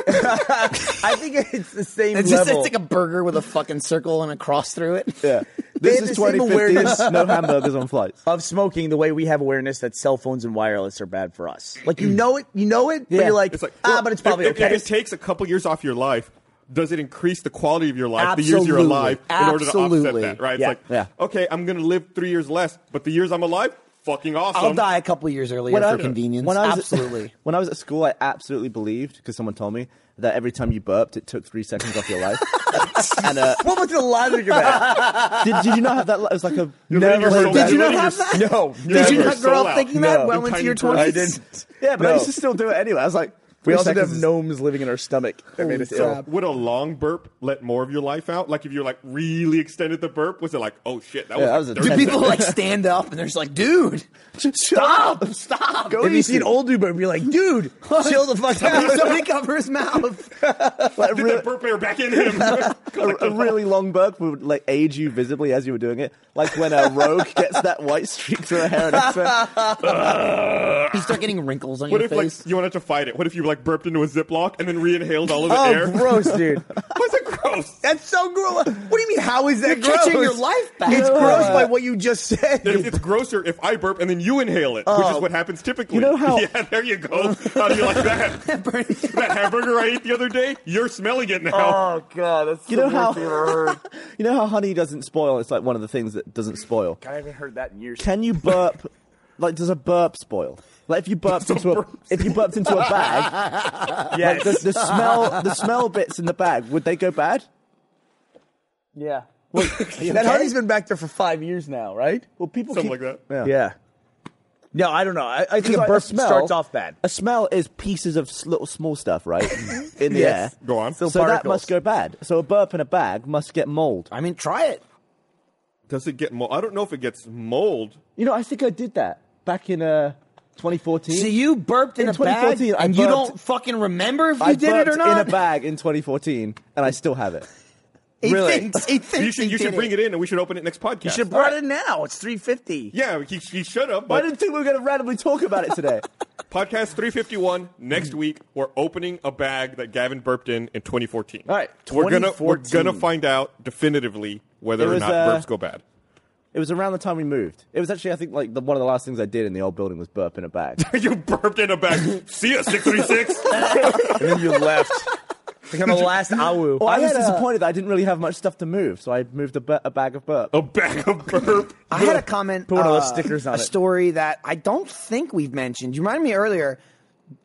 [SPEAKER 2] I think it's the same
[SPEAKER 4] it's just
[SPEAKER 2] level.
[SPEAKER 4] it's like a burger with a fucking circle and a cross through it.
[SPEAKER 3] Yeah.
[SPEAKER 2] They
[SPEAKER 3] This
[SPEAKER 2] had
[SPEAKER 3] is
[SPEAKER 2] the same
[SPEAKER 3] 2015.
[SPEAKER 2] awareness.
[SPEAKER 3] No hamburgers on flights.
[SPEAKER 2] of smoking the way we have awareness that cell phones and wireless are bad for us. Like you know it, you know it, but
[SPEAKER 3] Yeah.
[SPEAKER 2] you're like,
[SPEAKER 1] It's like
[SPEAKER 2] ah,
[SPEAKER 1] well,
[SPEAKER 2] but it's probably
[SPEAKER 1] if, if-
[SPEAKER 2] okay.
[SPEAKER 1] If it takes a couple years off your life, does it increase the quality of your life, the years you're
[SPEAKER 4] Absolutely.
[SPEAKER 1] alive, in order to offset
[SPEAKER 4] Absolutely.
[SPEAKER 1] that? Right?
[SPEAKER 2] Yeah.
[SPEAKER 1] It's like,
[SPEAKER 3] Yeah.
[SPEAKER 1] okay, I'm gonna live three years less, but the years I'm alive, fucking awesome.
[SPEAKER 4] I'll die a couple years earlier for convenience.
[SPEAKER 3] when I was
[SPEAKER 4] Absolutely.
[SPEAKER 3] At, when I was at school, I absolutely believed because someone told me that every time you burped, it took three seconds off your life. and uh,
[SPEAKER 2] what was the logic of that?
[SPEAKER 3] did, did you not have that? li- It was like a
[SPEAKER 1] living your soul
[SPEAKER 3] heard
[SPEAKER 1] out.
[SPEAKER 3] that.
[SPEAKER 4] Did you
[SPEAKER 1] You're
[SPEAKER 4] not have
[SPEAKER 1] letting
[SPEAKER 4] that?
[SPEAKER 2] No,
[SPEAKER 4] Did you
[SPEAKER 1] never.
[SPEAKER 4] not grow
[SPEAKER 1] Sold
[SPEAKER 4] up
[SPEAKER 1] out.
[SPEAKER 4] thinking that
[SPEAKER 2] No.
[SPEAKER 4] well
[SPEAKER 1] In
[SPEAKER 4] into
[SPEAKER 1] tiny
[SPEAKER 4] your
[SPEAKER 1] bursts.
[SPEAKER 4] twenties?
[SPEAKER 1] I
[SPEAKER 2] didn't.
[SPEAKER 3] Yeah, but
[SPEAKER 2] No.
[SPEAKER 3] I used to still do it anyway. I was like,
[SPEAKER 2] We
[SPEAKER 3] three
[SPEAKER 2] also
[SPEAKER 3] seconds
[SPEAKER 2] have
[SPEAKER 3] is-
[SPEAKER 2] gnomes living in our stomach. That made
[SPEAKER 4] Holy
[SPEAKER 2] us ill.
[SPEAKER 4] crap.
[SPEAKER 1] Would a long burp let more of your life out? Like if you're like really extended the burp, was it like, oh shit, that
[SPEAKER 3] Yeah,
[SPEAKER 1] was,
[SPEAKER 3] that
[SPEAKER 1] that
[SPEAKER 3] was a
[SPEAKER 4] Do
[SPEAKER 1] dirty?
[SPEAKER 4] people like stand up and they're just like, dude, stop, stop.
[SPEAKER 3] Go
[SPEAKER 2] If you
[SPEAKER 3] easy.
[SPEAKER 2] see an old dude, but be like, dude, chill the fuck out.
[SPEAKER 4] Somebody cover his mouth.
[SPEAKER 3] Like, a,
[SPEAKER 1] Did
[SPEAKER 3] real-
[SPEAKER 1] that burp air back in him?
[SPEAKER 3] a- a really long burp would like age you visibly as you were doing it, like when a rogue gets that white streak through her hair. And it's like,
[SPEAKER 4] You start getting wrinkles on
[SPEAKER 1] what
[SPEAKER 4] your
[SPEAKER 1] if like
[SPEAKER 4] face.
[SPEAKER 1] you wanted to fight it? What if you like burped into a Ziploc and then re-inhaled all of the
[SPEAKER 2] Oh,
[SPEAKER 1] air?
[SPEAKER 2] gross, dude.
[SPEAKER 1] Was it gross?
[SPEAKER 2] That's so gross. What do you mean? How is that
[SPEAKER 4] You're
[SPEAKER 2] gross?
[SPEAKER 4] catching your life back.
[SPEAKER 2] It's
[SPEAKER 4] Uh,
[SPEAKER 2] gross by what you just said.
[SPEAKER 1] It's, it's grosser if I burp and then you inhale it, which
[SPEAKER 2] Oh.
[SPEAKER 1] is what happens typically.
[SPEAKER 3] You know how-
[SPEAKER 1] Yeah, there you go. How do you like that? that hamburger I ate the other day, you're smelling it now.
[SPEAKER 2] Oh god, that's
[SPEAKER 3] you know how you know how honey doesn't spoil. It's like one of the things that doesn't spoil.
[SPEAKER 2] I haven't heard that in years.
[SPEAKER 3] Can you burp? like, does a burp spoil? Like, if you burped into a
[SPEAKER 1] burp
[SPEAKER 3] if you burped into a bag,
[SPEAKER 2] yes.
[SPEAKER 3] the, the smell the smell bits in the bag would they go bad?
[SPEAKER 2] yeah. that honey's been back there for five years now, right?
[SPEAKER 3] Well, people
[SPEAKER 1] Something
[SPEAKER 3] keep-
[SPEAKER 1] like that.
[SPEAKER 3] Yeah.
[SPEAKER 2] Yeah. No, I don't know. I, I think
[SPEAKER 3] 'Cause,
[SPEAKER 2] a
[SPEAKER 3] like,
[SPEAKER 2] burp
[SPEAKER 3] smell-
[SPEAKER 2] starts off bad.
[SPEAKER 3] A smell is pieces of s- little small stuff, right? In the
[SPEAKER 2] Yes.
[SPEAKER 3] air.
[SPEAKER 1] Go on.
[SPEAKER 2] So-
[SPEAKER 3] So that
[SPEAKER 2] Particles.
[SPEAKER 3] must go bad. So a burp in a bag must get mold.
[SPEAKER 4] I mean, try it.
[SPEAKER 1] Does it get mold? I don't know if it gets mold.
[SPEAKER 3] You know, I think I did that back in uh, 2014.
[SPEAKER 4] So you burped in,
[SPEAKER 3] In
[SPEAKER 4] a bag,
[SPEAKER 3] 2014, I
[SPEAKER 4] and you
[SPEAKER 3] burped-
[SPEAKER 4] don't fucking remember if you
[SPEAKER 3] I
[SPEAKER 4] did it or
[SPEAKER 3] burped
[SPEAKER 4] not.
[SPEAKER 3] in a bag in 2014, and I still have it.
[SPEAKER 4] He
[SPEAKER 2] Really?
[SPEAKER 4] thinks. He thinks
[SPEAKER 1] you should
[SPEAKER 4] he
[SPEAKER 1] you
[SPEAKER 4] did
[SPEAKER 1] should bring it in and we should open it next podcast.
[SPEAKER 2] You should have brought it now. It's three fifty.
[SPEAKER 1] yeah, he, he should have.
[SPEAKER 3] I
[SPEAKER 1] But
[SPEAKER 3] didn't think we were going to randomly talk about it today.
[SPEAKER 1] podcast 351 next week. We're opening a bag that Gavin burped in in 2014.
[SPEAKER 3] All right,
[SPEAKER 1] we're gonna we're
[SPEAKER 2] 2014.
[SPEAKER 1] gonna find out definitively whether
[SPEAKER 3] It
[SPEAKER 1] or
[SPEAKER 3] was,
[SPEAKER 1] not
[SPEAKER 3] uh,
[SPEAKER 1] burps go bad.
[SPEAKER 3] It was around the time we moved. It was actually, I think, like the, one of the last things I did in the old building was burp in a bag.
[SPEAKER 1] you burped in a bag. See ya, six three six.
[SPEAKER 2] And then you left. Become the last Awu.
[SPEAKER 3] Well, I, was
[SPEAKER 4] had a-
[SPEAKER 3] disappointed that I didn't really have much stuff to move, so I moved a, bu- a bag of burp.
[SPEAKER 1] A bag of burp.
[SPEAKER 4] I had a comment.
[SPEAKER 2] Put one of those
[SPEAKER 4] uh,
[SPEAKER 2] stickers on
[SPEAKER 4] a
[SPEAKER 2] it.
[SPEAKER 4] story that I don't think we've mentioned. You reminded me earlier,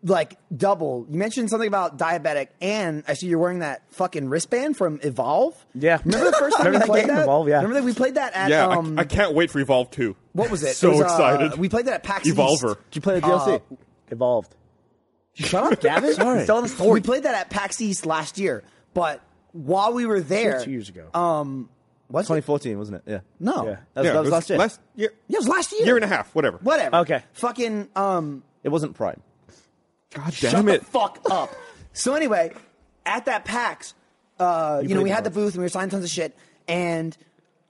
[SPEAKER 4] like double. You mentioned something about diabetic, and I see you're wearing that fucking wristband from Evolve.
[SPEAKER 2] Yeah.
[SPEAKER 4] remember the first time
[SPEAKER 2] Remember that
[SPEAKER 4] we played
[SPEAKER 2] game,
[SPEAKER 4] that?
[SPEAKER 2] Evolve, yeah.
[SPEAKER 4] remember that we played that at
[SPEAKER 1] Yeah,
[SPEAKER 4] um,
[SPEAKER 1] I, I can't wait for Evolve 2.
[SPEAKER 4] what was it? It
[SPEAKER 1] So
[SPEAKER 4] was, uh,
[SPEAKER 1] excited.
[SPEAKER 4] we played that at PAX
[SPEAKER 1] Evolver.
[SPEAKER 4] East.
[SPEAKER 3] Did you play the DLC?
[SPEAKER 4] Uh,
[SPEAKER 2] Evolved.
[SPEAKER 4] Shut up, Gavin.
[SPEAKER 2] Sorry. Still on the story.
[SPEAKER 4] We played that at PAX East last year, but while we were there,
[SPEAKER 2] Two years ago.
[SPEAKER 4] um, was it?
[SPEAKER 3] 2014, wasn't it? Yeah.
[SPEAKER 2] Yeah.
[SPEAKER 4] No,
[SPEAKER 3] That was,
[SPEAKER 1] yeah,
[SPEAKER 3] that was
[SPEAKER 1] it was
[SPEAKER 3] last year.
[SPEAKER 1] Last year,
[SPEAKER 4] Yeah, it was last year.
[SPEAKER 1] year and a half, whatever.
[SPEAKER 4] Whatever.
[SPEAKER 2] Okay.
[SPEAKER 4] Fucking um.
[SPEAKER 3] It wasn't Prime.
[SPEAKER 1] God
[SPEAKER 4] shut
[SPEAKER 1] damn
[SPEAKER 4] the
[SPEAKER 1] it.
[SPEAKER 4] fuck up. so anyway, at that PAX, uh, you, know,
[SPEAKER 3] played
[SPEAKER 4] we
[SPEAKER 3] the
[SPEAKER 4] had the
[SPEAKER 3] cards.
[SPEAKER 4] booth and we were signing tons of shit, and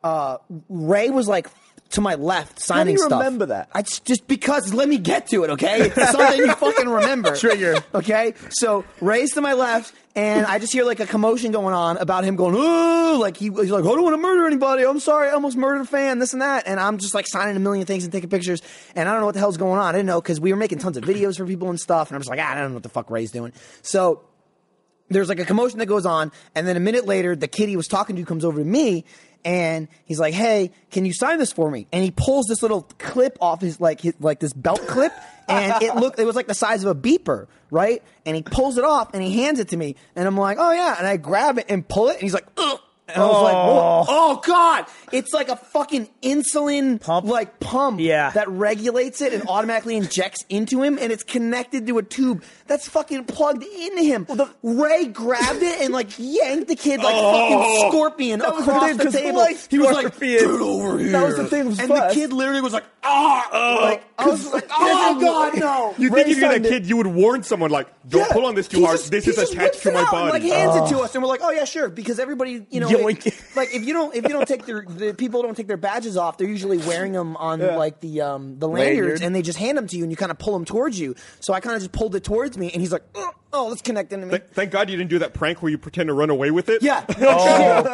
[SPEAKER 4] uh, Ray was like to my left signing
[SPEAKER 3] you
[SPEAKER 4] stuff.
[SPEAKER 3] remember that?
[SPEAKER 4] I just, just because let me get to it, okay? It's something you fucking remember.
[SPEAKER 2] Trigger.
[SPEAKER 4] Okay? So Ray's to my left, and I just hear like a commotion going on about him going, ooh, like he, he's like, I don't want to murder anybody. I'm sorry, I almost murdered a fan, this and that. And I'm just like signing a million things and taking pictures, and I don't know what the hell's going on. I didn't know because we were making tons of videos for people and stuff, and I'm just like, "Ah, I don't know what the fuck Ray's doing. So there's like a commotion that goes on, and then a minute later, the kid he was talking to comes over to me, and he's like, "Hey, can you sign this for me?" And he pulls this little clip off his like his, like this belt clip, and it looked it was like the size of a beeper, right? And he pulls it off and he hands it to me, and I'm like, "Oh yeah," and I grab it and pull it, and he's like, "Ugh." And I was like, Whoa. "Oh god!" It's like a fucking insulin
[SPEAKER 2] Pump?
[SPEAKER 4] like pump,
[SPEAKER 2] Yeah.
[SPEAKER 4] that regulates it and automatically injects into him, and it's connected to a tube that's fucking plugged into him. Ray grabbed it and like yanked the kid like fucking scorpion
[SPEAKER 3] Oh. That was the
[SPEAKER 4] across
[SPEAKER 3] thing,
[SPEAKER 4] the,
[SPEAKER 3] 'cause
[SPEAKER 4] table.
[SPEAKER 3] like
[SPEAKER 4] he was like,
[SPEAKER 3] scorpion.
[SPEAKER 4] "Get over here!"
[SPEAKER 3] That was the thing, it was
[SPEAKER 4] and
[SPEAKER 3] first.
[SPEAKER 4] the kid literally was like, "Ah!" like I was like, "Oh god, no!"
[SPEAKER 1] You
[SPEAKER 3] Ray
[SPEAKER 1] think if you're that
[SPEAKER 3] signed it.
[SPEAKER 1] kid, you would warn someone, like, don't
[SPEAKER 4] Yeah.
[SPEAKER 1] pull on this too
[SPEAKER 4] He
[SPEAKER 1] hard.
[SPEAKER 4] just-
[SPEAKER 1] this
[SPEAKER 4] he
[SPEAKER 1] is
[SPEAKER 4] just
[SPEAKER 1] attached
[SPEAKER 4] whips
[SPEAKER 1] to
[SPEAKER 4] it
[SPEAKER 1] my
[SPEAKER 4] out and,
[SPEAKER 1] body. Uh,
[SPEAKER 4] Like hands
[SPEAKER 3] Ah.
[SPEAKER 4] it to us, and we're like, oh yeah, sure, because everybody, you know,
[SPEAKER 2] Yoink.
[SPEAKER 4] if, like if you don't if you don't take their the people don't take their badges off, they're usually wearing them on like the um the lanyards,
[SPEAKER 3] Lanyard.
[SPEAKER 4] and they just hand them to you, and you kind of pull them towards you. So I kind of just pulled it towards me, and he's like, "Ugh, oh, let's connect into me.
[SPEAKER 1] Th- Thank God you didn't do that prank where you pretend to run away with it.
[SPEAKER 4] Yeah.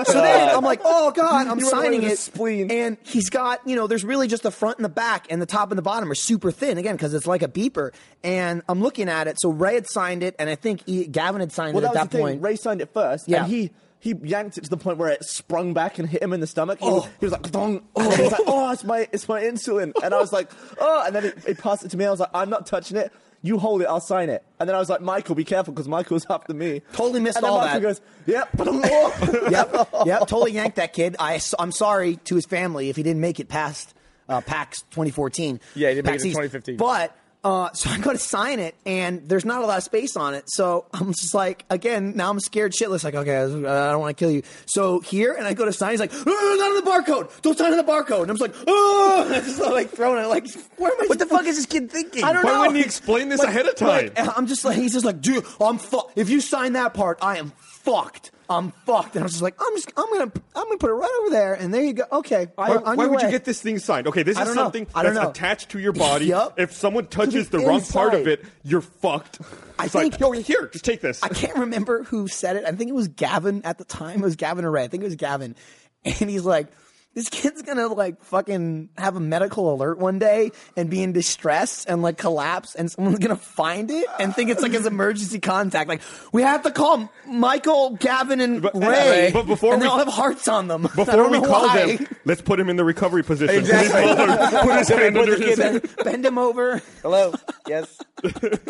[SPEAKER 4] so then I'm like, oh god, I'm
[SPEAKER 3] You run away
[SPEAKER 4] signing
[SPEAKER 3] with
[SPEAKER 4] it.
[SPEAKER 3] a spleen.
[SPEAKER 4] And he's got, you know, there's really just the front and the back, and the top and the bottom are super thin again because it's like a beeper. And I'm looking at it. So Ray had signed it, and I think e- Gavin had signed
[SPEAKER 3] Well,
[SPEAKER 4] it
[SPEAKER 3] that was
[SPEAKER 4] at
[SPEAKER 3] the
[SPEAKER 4] that
[SPEAKER 3] thing.
[SPEAKER 4] point.
[SPEAKER 3] Ray signed it first,
[SPEAKER 4] Yeah.
[SPEAKER 3] and he he yanked it to the point where it sprung back and hit him in the stomach. He, was, he was like, "Dong!" Oh. He was like, "Oh, it's my it's my insulin," and I was like, "Oh!" And then he, he passed it to me. I was like, "I'm not touching it. You hold it. I'll sign it." And then I was like, "Michael, be careful, because Michael's after me."
[SPEAKER 4] Totally missed
[SPEAKER 3] and then
[SPEAKER 4] all
[SPEAKER 3] Michael
[SPEAKER 4] that.
[SPEAKER 3] goes, "Yep." Oh.
[SPEAKER 4] yep, yep, totally yanked that kid. I, am sorry to his family if he didn't make it past uh, PAX 2014.
[SPEAKER 2] Yeah, he didn't make
[SPEAKER 4] PAX
[SPEAKER 2] it to
[SPEAKER 4] East.
[SPEAKER 2] 2015.
[SPEAKER 4] But uh, so I go to sign it, and there's not a lot of space on it. So I'm just like, again, now I'm scared shitless. Like, okay, I don't want to kill you. So here, and I go to sign. He's like, "Uh, not on the barcode. Don't sign on the barcode. And I'm just like, oh, and I'm just like throwing it. Like, where am I?
[SPEAKER 2] What the fuck is this kid thinking?
[SPEAKER 4] I don't
[SPEAKER 1] Why
[SPEAKER 4] know.
[SPEAKER 1] wouldn't he explain this ahead of time?
[SPEAKER 4] like, I'm just like he's just like, dude, I'm fu- If you sign that part, I am fucked. I'm fucked. And I was just like, I'm just, I'm gonna, I'm gonna put it right over there, and there you go. Okay.
[SPEAKER 1] Why,
[SPEAKER 4] I'm on
[SPEAKER 1] why
[SPEAKER 4] your
[SPEAKER 1] would you
[SPEAKER 4] way.
[SPEAKER 1] get this thing signed? Okay, this
[SPEAKER 4] I
[SPEAKER 1] is
[SPEAKER 4] don't know.
[SPEAKER 1] something
[SPEAKER 4] I don't
[SPEAKER 1] that's
[SPEAKER 4] know.
[SPEAKER 1] attached to your body.
[SPEAKER 4] Yup.
[SPEAKER 1] If someone touches
[SPEAKER 4] the
[SPEAKER 1] the wrong part of
[SPEAKER 4] inside.
[SPEAKER 1] it, you're fucked.
[SPEAKER 4] I
[SPEAKER 1] it's
[SPEAKER 4] think-
[SPEAKER 1] like, yo, here, just take this.
[SPEAKER 4] I can't remember who said it. I think it was Gavin at the time. It was Gavin or Ray. I think it was Gavin. And he's like, this kid's gonna like fucking have a medical alert one day and be in distress and like collapse, and someone's gonna find it and think it's like his emergency contact. Like we have to call Michael, Gavin, and
[SPEAKER 1] But-
[SPEAKER 4] Ray.
[SPEAKER 1] but before
[SPEAKER 4] and they
[SPEAKER 1] we-
[SPEAKER 4] all have hearts on them. I
[SPEAKER 1] Before
[SPEAKER 4] don't
[SPEAKER 1] we
[SPEAKER 4] know
[SPEAKER 1] call
[SPEAKER 4] why.
[SPEAKER 1] them, let's put him in the recovery position.
[SPEAKER 2] Exactly.
[SPEAKER 1] Put his hand under his head.
[SPEAKER 4] bend him over.
[SPEAKER 2] Hello. Yes.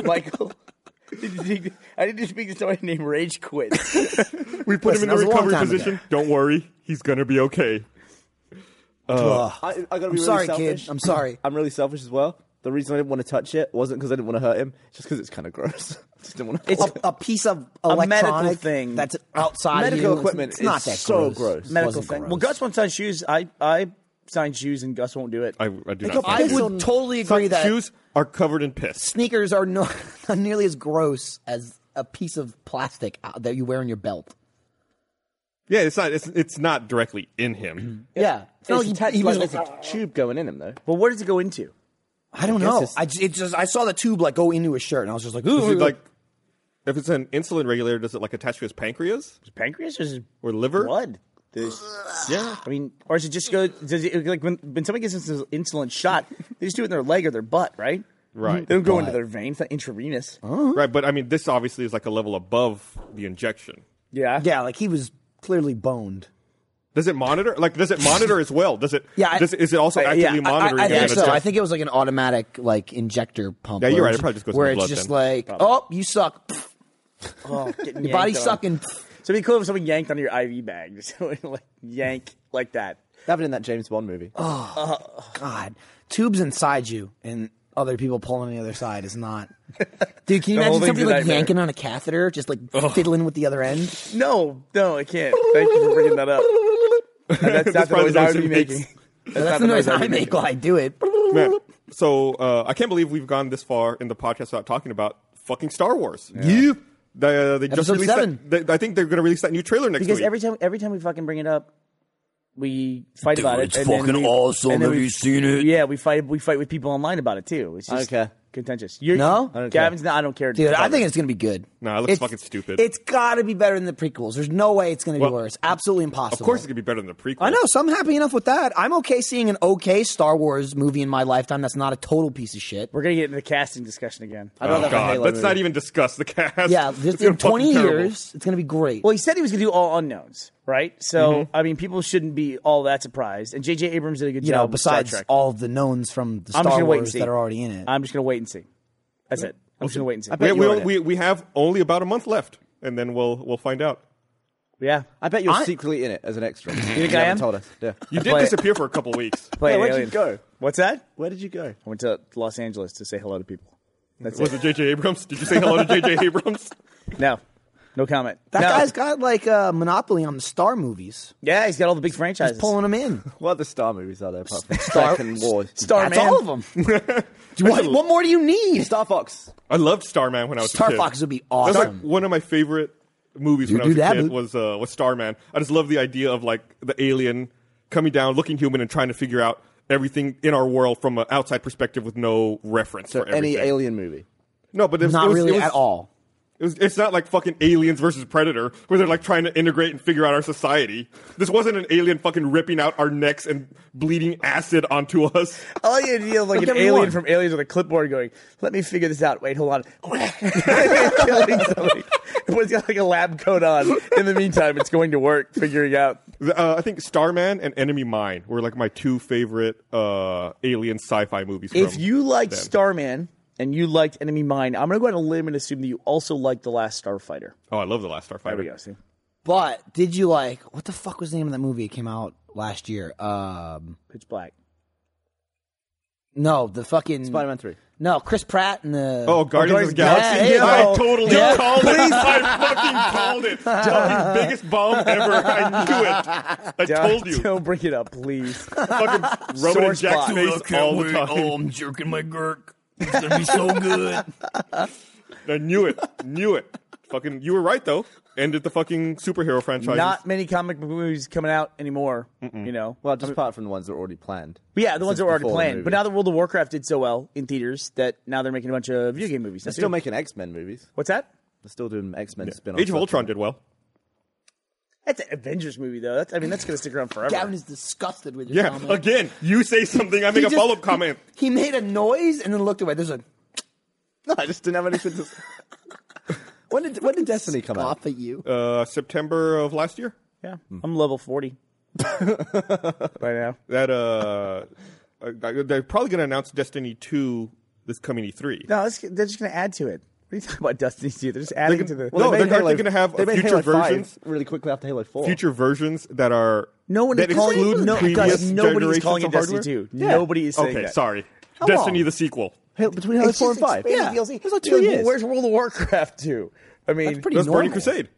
[SPEAKER 2] Michael. I need to speak to somebody named Rage Quit.
[SPEAKER 1] We put
[SPEAKER 4] Listen,
[SPEAKER 1] him in
[SPEAKER 4] that was
[SPEAKER 1] the
[SPEAKER 4] a long
[SPEAKER 1] recovery
[SPEAKER 4] time ago.
[SPEAKER 1] position. Don't worry, he's gonna be okay.
[SPEAKER 3] I, I gotta be really
[SPEAKER 4] sorry, kid.
[SPEAKER 3] selfish.
[SPEAKER 4] I'm sorry.
[SPEAKER 3] I'm really selfish as well. The reason I didn't want to touch it wasn't because I didn't want to hurt him, it's just because it's kind of gross. just didn't want to.
[SPEAKER 4] It's a, a piece of
[SPEAKER 2] medical
[SPEAKER 4] electronic
[SPEAKER 2] thing.
[SPEAKER 4] that's outside of you.
[SPEAKER 3] medical
[SPEAKER 4] It's-
[SPEAKER 3] equipment.
[SPEAKER 4] It's not
[SPEAKER 3] is
[SPEAKER 4] that
[SPEAKER 3] so
[SPEAKER 4] gross.
[SPEAKER 3] gross.
[SPEAKER 2] Medical
[SPEAKER 4] Wasn't
[SPEAKER 2] thing.
[SPEAKER 4] gross.
[SPEAKER 2] Well, Gus won't sign shoes. I I signed shoes, and Gus won't do it.
[SPEAKER 1] I, I do
[SPEAKER 3] go
[SPEAKER 1] not. think so.
[SPEAKER 4] I
[SPEAKER 3] piss
[SPEAKER 4] would
[SPEAKER 3] on-
[SPEAKER 4] totally
[SPEAKER 1] Some
[SPEAKER 4] agree that
[SPEAKER 1] shoes are covered in piss.
[SPEAKER 4] sneakers are no, not nearly as gross as a piece of plastic out- that you wear in your belt.
[SPEAKER 1] Yeah, it's not. It's, it's not directly in him.
[SPEAKER 4] Yeah, It's not
[SPEAKER 3] It's
[SPEAKER 4] like he-
[SPEAKER 3] attached,
[SPEAKER 4] he
[SPEAKER 3] like,
[SPEAKER 4] was
[SPEAKER 3] there's
[SPEAKER 4] like-
[SPEAKER 3] a tube going in him though.
[SPEAKER 2] but where does it go into?
[SPEAKER 4] I don't
[SPEAKER 3] guess
[SPEAKER 4] know.
[SPEAKER 3] it's-
[SPEAKER 4] I j- it just I saw the tube like go into his shirt, and I was just like, ooh,
[SPEAKER 1] Is it like, if it's an insulin regulator, does it like attach to his pancreas
[SPEAKER 2] Pancreas or is it
[SPEAKER 1] or liver?
[SPEAKER 2] blood?
[SPEAKER 1] Yeah.
[SPEAKER 2] I mean, or does it just go? Does it like when, when somebody gets an insulin shot, they just do it in their leg or their butt, right?
[SPEAKER 1] Right.
[SPEAKER 2] They don't go into their veins, not intravenous.
[SPEAKER 4] Mm-hmm.
[SPEAKER 1] Right, but I mean, this obviously is like a level above the injection.
[SPEAKER 2] Yeah.
[SPEAKER 4] Yeah, like he was clearly boned.
[SPEAKER 1] Does it monitor? Like, does it monitor as well? Does it?
[SPEAKER 4] Yeah, I-
[SPEAKER 1] Does it, is it also
[SPEAKER 2] I-
[SPEAKER 1] actively
[SPEAKER 2] yeah, I- I-
[SPEAKER 1] monitoring?
[SPEAKER 4] I
[SPEAKER 1] it
[SPEAKER 4] think
[SPEAKER 1] and
[SPEAKER 4] so.
[SPEAKER 1] adjust-
[SPEAKER 4] I think it was like an automatic like injector pump.
[SPEAKER 1] Yeah, you're
[SPEAKER 4] where
[SPEAKER 1] right.
[SPEAKER 4] it's
[SPEAKER 1] It probably just goes in
[SPEAKER 4] where
[SPEAKER 1] the
[SPEAKER 4] it's
[SPEAKER 1] blood
[SPEAKER 4] just
[SPEAKER 1] then.
[SPEAKER 4] like, oh, you suck.
[SPEAKER 2] Oh, getting
[SPEAKER 4] Your body's
[SPEAKER 2] yanked on.
[SPEAKER 4] sucking.
[SPEAKER 2] So it'd be cool if someone yanked on your IV bag. So like yank like that.
[SPEAKER 3] happened in that James Bond movie.
[SPEAKER 4] God, tubes inside you and other people pulling on the other side is not. Dude, can you
[SPEAKER 2] The whole
[SPEAKER 4] imagine
[SPEAKER 2] thing's
[SPEAKER 4] somebody
[SPEAKER 2] a
[SPEAKER 4] like
[SPEAKER 2] nightmare.
[SPEAKER 4] yanking on a catheter, just like fiddling with the other end?
[SPEAKER 2] No, no, I can't. Thank you for bringing that up. And that's not the
[SPEAKER 1] probably
[SPEAKER 2] noise
[SPEAKER 1] the
[SPEAKER 2] I
[SPEAKER 1] noise
[SPEAKER 2] would
[SPEAKER 1] it
[SPEAKER 2] be
[SPEAKER 1] makes.
[SPEAKER 2] making.
[SPEAKER 4] That's
[SPEAKER 2] not
[SPEAKER 4] the noise
[SPEAKER 2] I'd
[SPEAKER 4] I
[SPEAKER 2] be
[SPEAKER 4] make
[SPEAKER 2] making.
[SPEAKER 4] while I do it.
[SPEAKER 1] Man, so uh, I can't believe we've gone this far in the podcast without talking about fucking Star Wars. Yeah. They, uh, they just
[SPEAKER 4] Episode
[SPEAKER 1] released
[SPEAKER 4] seven.
[SPEAKER 1] That, they, I think they're going to release that new trailer next
[SPEAKER 2] Because
[SPEAKER 1] week.
[SPEAKER 2] every time, every time we fucking bring it up, we fight about it.
[SPEAKER 5] it's
[SPEAKER 2] and then
[SPEAKER 5] fucking
[SPEAKER 2] we-
[SPEAKER 5] awesome.
[SPEAKER 2] and then
[SPEAKER 5] Have
[SPEAKER 2] we-
[SPEAKER 5] you seen it?
[SPEAKER 2] Yeah, we fight. We fight with people online about it too. It's
[SPEAKER 3] I don't
[SPEAKER 2] just
[SPEAKER 3] care.
[SPEAKER 2] contentious. You're,
[SPEAKER 4] No? I
[SPEAKER 3] don't care.
[SPEAKER 2] Gavin's not. I don't care.
[SPEAKER 4] Dude, I think it's gonna be good.
[SPEAKER 1] Nah, it looks
[SPEAKER 4] It's-
[SPEAKER 1] fucking stupid.
[SPEAKER 4] It's gotta be better than the prequels. There's no way it's gonna
[SPEAKER 1] Well,
[SPEAKER 4] be worse. Absolutely impossible.
[SPEAKER 1] of course, it's going to be better than the prequel.
[SPEAKER 4] I know. So I'm happy enough with that. I'm okay seeing an okay Star Wars movie in my lifetime. That's not a total piece of shit.
[SPEAKER 2] we're gonna get into the casting discussion again.
[SPEAKER 3] I
[SPEAKER 1] Oh,
[SPEAKER 3] don't know if I
[SPEAKER 1] God,
[SPEAKER 3] hate
[SPEAKER 1] let's
[SPEAKER 3] Lone
[SPEAKER 1] not
[SPEAKER 3] Ranger.
[SPEAKER 1] even discuss the cast.
[SPEAKER 4] Yeah,
[SPEAKER 1] It's
[SPEAKER 4] just
[SPEAKER 1] gonna
[SPEAKER 4] in
[SPEAKER 1] fucking
[SPEAKER 4] 20
[SPEAKER 1] terrible.
[SPEAKER 4] years, it's gonna be great.
[SPEAKER 2] Well, he said he was going to do all unknowns, right? So, I mean, people shouldn't be all that surprised. And J.J. Abrams did a good
[SPEAKER 4] you
[SPEAKER 2] job.
[SPEAKER 4] know,
[SPEAKER 2] with Star
[SPEAKER 4] besides
[SPEAKER 2] Trek.
[SPEAKER 4] all of the knowns from the
[SPEAKER 2] I'm just
[SPEAKER 4] Star
[SPEAKER 2] gonna wait and
[SPEAKER 4] Wars
[SPEAKER 2] see.
[SPEAKER 4] that are already in it.
[SPEAKER 2] I'm just going to wait and see. That's it. I'm just going to wait and see.
[SPEAKER 1] We,
[SPEAKER 3] bet
[SPEAKER 1] we,
[SPEAKER 3] you
[SPEAKER 1] don't-
[SPEAKER 3] on it.
[SPEAKER 1] we, we have only about a month left, and then we'll we'll find out.
[SPEAKER 2] yeah,
[SPEAKER 3] I bet you're
[SPEAKER 4] I-
[SPEAKER 3] secretly in it as an extra. You
[SPEAKER 2] think I
[SPEAKER 3] haven't
[SPEAKER 2] am?
[SPEAKER 3] Told us. Yeah.
[SPEAKER 1] You did
[SPEAKER 2] play-
[SPEAKER 1] disappear for a couple weeks.
[SPEAKER 2] play
[SPEAKER 3] Yeah,
[SPEAKER 2] an
[SPEAKER 3] where'd you
[SPEAKER 2] alien.
[SPEAKER 3] go?
[SPEAKER 2] What's that?
[SPEAKER 3] Where did you go?
[SPEAKER 2] I went to Los Angeles to say hello to people. That's
[SPEAKER 1] Was
[SPEAKER 2] it.
[SPEAKER 1] it J.J. Abrams? Did you say hello to J.J. Abrams?
[SPEAKER 2] No, no comment.
[SPEAKER 4] that
[SPEAKER 2] No.
[SPEAKER 4] guy's got like a monopoly on the Star movies.
[SPEAKER 2] yeah, he's got all the big franchises.
[SPEAKER 4] He's pulling them in.
[SPEAKER 3] What other star movies are there apart from
[SPEAKER 4] Star-
[SPEAKER 3] Trek and War?
[SPEAKER 2] Starman.
[SPEAKER 4] That's all of them. what, what more do you need?
[SPEAKER 3] Star Fox.
[SPEAKER 1] I loved Starman when I was a
[SPEAKER 4] Star
[SPEAKER 1] kid.
[SPEAKER 4] Fox would be
[SPEAKER 1] That's
[SPEAKER 4] awesome.
[SPEAKER 1] like one of my favorite movies when I
[SPEAKER 4] do
[SPEAKER 1] was a
[SPEAKER 4] that,
[SPEAKER 1] kid
[SPEAKER 4] boo.
[SPEAKER 1] was uh, was Starman. I just love the idea of like the alien coming down, looking human, and trying to figure out everything in our world from an outside perspective with no reference
[SPEAKER 3] So
[SPEAKER 1] for everything.
[SPEAKER 3] any alien movie.
[SPEAKER 1] no, but it was,
[SPEAKER 4] Not
[SPEAKER 1] it was-
[SPEAKER 4] really
[SPEAKER 1] it was-
[SPEAKER 4] at all.
[SPEAKER 1] It was, it's not like fucking aliens versus predator where they're like trying to integrate and figure out our society. This wasn't an alien fucking ripping out our necks and bleeding acid onto us.
[SPEAKER 2] I like the idea of Oh, like
[SPEAKER 1] Look,
[SPEAKER 2] an
[SPEAKER 1] everyone.
[SPEAKER 2] alien from Aliens with a clipboard going, "Let me figure this out. Wait, hold on." Killing somebody. Everyone's got like a lab coat on. In the meantime, it's going to work figuring out.
[SPEAKER 1] The- Uh, I think Starman and Enemy Mine were like my two favorite uh, alien sci-fi movies.
[SPEAKER 2] If
[SPEAKER 1] from
[SPEAKER 2] you liked
[SPEAKER 1] then.
[SPEAKER 2] Starman and you liked Enemy Mine, I'm going to go out on a limb and assume that you also liked The Last Starfighter.
[SPEAKER 1] oh, I love the Last Starfighter.
[SPEAKER 2] There we go. See,
[SPEAKER 4] But did you like what the fuck was the name of that movie? It came out last year. Um,
[SPEAKER 2] Pitch Black.
[SPEAKER 4] no, the fucking
[SPEAKER 3] Spider-Man 3.
[SPEAKER 4] No, Chris Pratt and the
[SPEAKER 1] Oh, Guardians of the
[SPEAKER 4] Guardians of
[SPEAKER 1] Galaxy!
[SPEAKER 4] the Galaxy. Yeah,
[SPEAKER 1] I
[SPEAKER 4] there you go.
[SPEAKER 1] totally
[SPEAKER 4] Yeah.
[SPEAKER 1] called it. I fucking called it. Fucking biggest bomb ever. I knew it. I told you.
[SPEAKER 2] Don't bring it up, please.
[SPEAKER 1] Fucking rubbing in
[SPEAKER 2] Sore
[SPEAKER 1] Jack's
[SPEAKER 2] spot.
[SPEAKER 1] face all the time.
[SPEAKER 5] I'm jerking my girk. It's gonna be so good.
[SPEAKER 1] I knew it. Knew it. Fucking, you were right though. Ended the fucking superhero franchise.
[SPEAKER 2] Not many comic book movies coming out anymore. You know.
[SPEAKER 3] Well, just apart from the ones that are already planned.
[SPEAKER 2] But yeah, the ones
[SPEAKER 3] Since
[SPEAKER 2] that were already
[SPEAKER 3] before the
[SPEAKER 2] planned.
[SPEAKER 3] movie.
[SPEAKER 2] But now that World of Warcraft did so well in theaters that now they're making a bunch of video game movies.
[SPEAKER 3] They're
[SPEAKER 2] That's
[SPEAKER 3] still
[SPEAKER 2] it.
[SPEAKER 3] making X-Men movies.
[SPEAKER 2] What's that?
[SPEAKER 3] They're still doing X-Men spin-offs.
[SPEAKER 1] Age of Ultron did well.
[SPEAKER 2] That's an Avengers movie though. That's, I mean, that's gonna stick around forever.
[SPEAKER 4] Gavin is disgusted with your
[SPEAKER 1] Yeah.
[SPEAKER 4] comment.
[SPEAKER 1] Again, you say something, I
[SPEAKER 4] He
[SPEAKER 1] make a
[SPEAKER 4] just-
[SPEAKER 1] follow up comment.
[SPEAKER 4] He made a noise and then looked away. There's a
[SPEAKER 3] No, I just didn't have anything to... when, did, when did Destiny come out?
[SPEAKER 4] off at you.
[SPEAKER 1] Uh, September of last year.
[SPEAKER 2] yeah,
[SPEAKER 3] Hmm.
[SPEAKER 2] I'm level forty right now.
[SPEAKER 1] That uh, uh, they're probably gonna announce Destiny two this coming E three.
[SPEAKER 2] No, it's, they're just gonna add to it. What are you talking about, Destiny? Two? They're just adding
[SPEAKER 1] They're
[SPEAKER 2] to the.
[SPEAKER 1] gonna- No,
[SPEAKER 3] they
[SPEAKER 1] they're
[SPEAKER 3] made Halo-
[SPEAKER 1] actually gonna have
[SPEAKER 3] they made
[SPEAKER 1] future
[SPEAKER 3] Halo 5
[SPEAKER 1] versions.
[SPEAKER 3] really quickly after Halo 4.
[SPEAKER 1] future versions that are
[SPEAKER 2] No one
[SPEAKER 1] that
[SPEAKER 2] is calling
[SPEAKER 1] exclude
[SPEAKER 2] no,
[SPEAKER 1] previous
[SPEAKER 2] guys, nobody is
[SPEAKER 1] generations
[SPEAKER 2] calling it
[SPEAKER 1] of
[SPEAKER 2] Destiny
[SPEAKER 1] hardware?
[SPEAKER 2] Two. Nobody is saying
[SPEAKER 1] Okay,
[SPEAKER 2] that.
[SPEAKER 1] sorry.
[SPEAKER 4] How
[SPEAKER 1] Destiny
[SPEAKER 4] long?
[SPEAKER 1] the sequel.
[SPEAKER 3] Halo, between Halo
[SPEAKER 4] It's
[SPEAKER 3] 4
[SPEAKER 4] just
[SPEAKER 3] and 5.
[SPEAKER 4] expanded
[SPEAKER 3] Yeah.
[SPEAKER 4] DLC.
[SPEAKER 3] It was like two
[SPEAKER 2] Dude,
[SPEAKER 3] years.
[SPEAKER 2] Where's World of Warcraft two? I mean,
[SPEAKER 4] That's pretty
[SPEAKER 1] That's Burning
[SPEAKER 4] normal.
[SPEAKER 1] Crusade.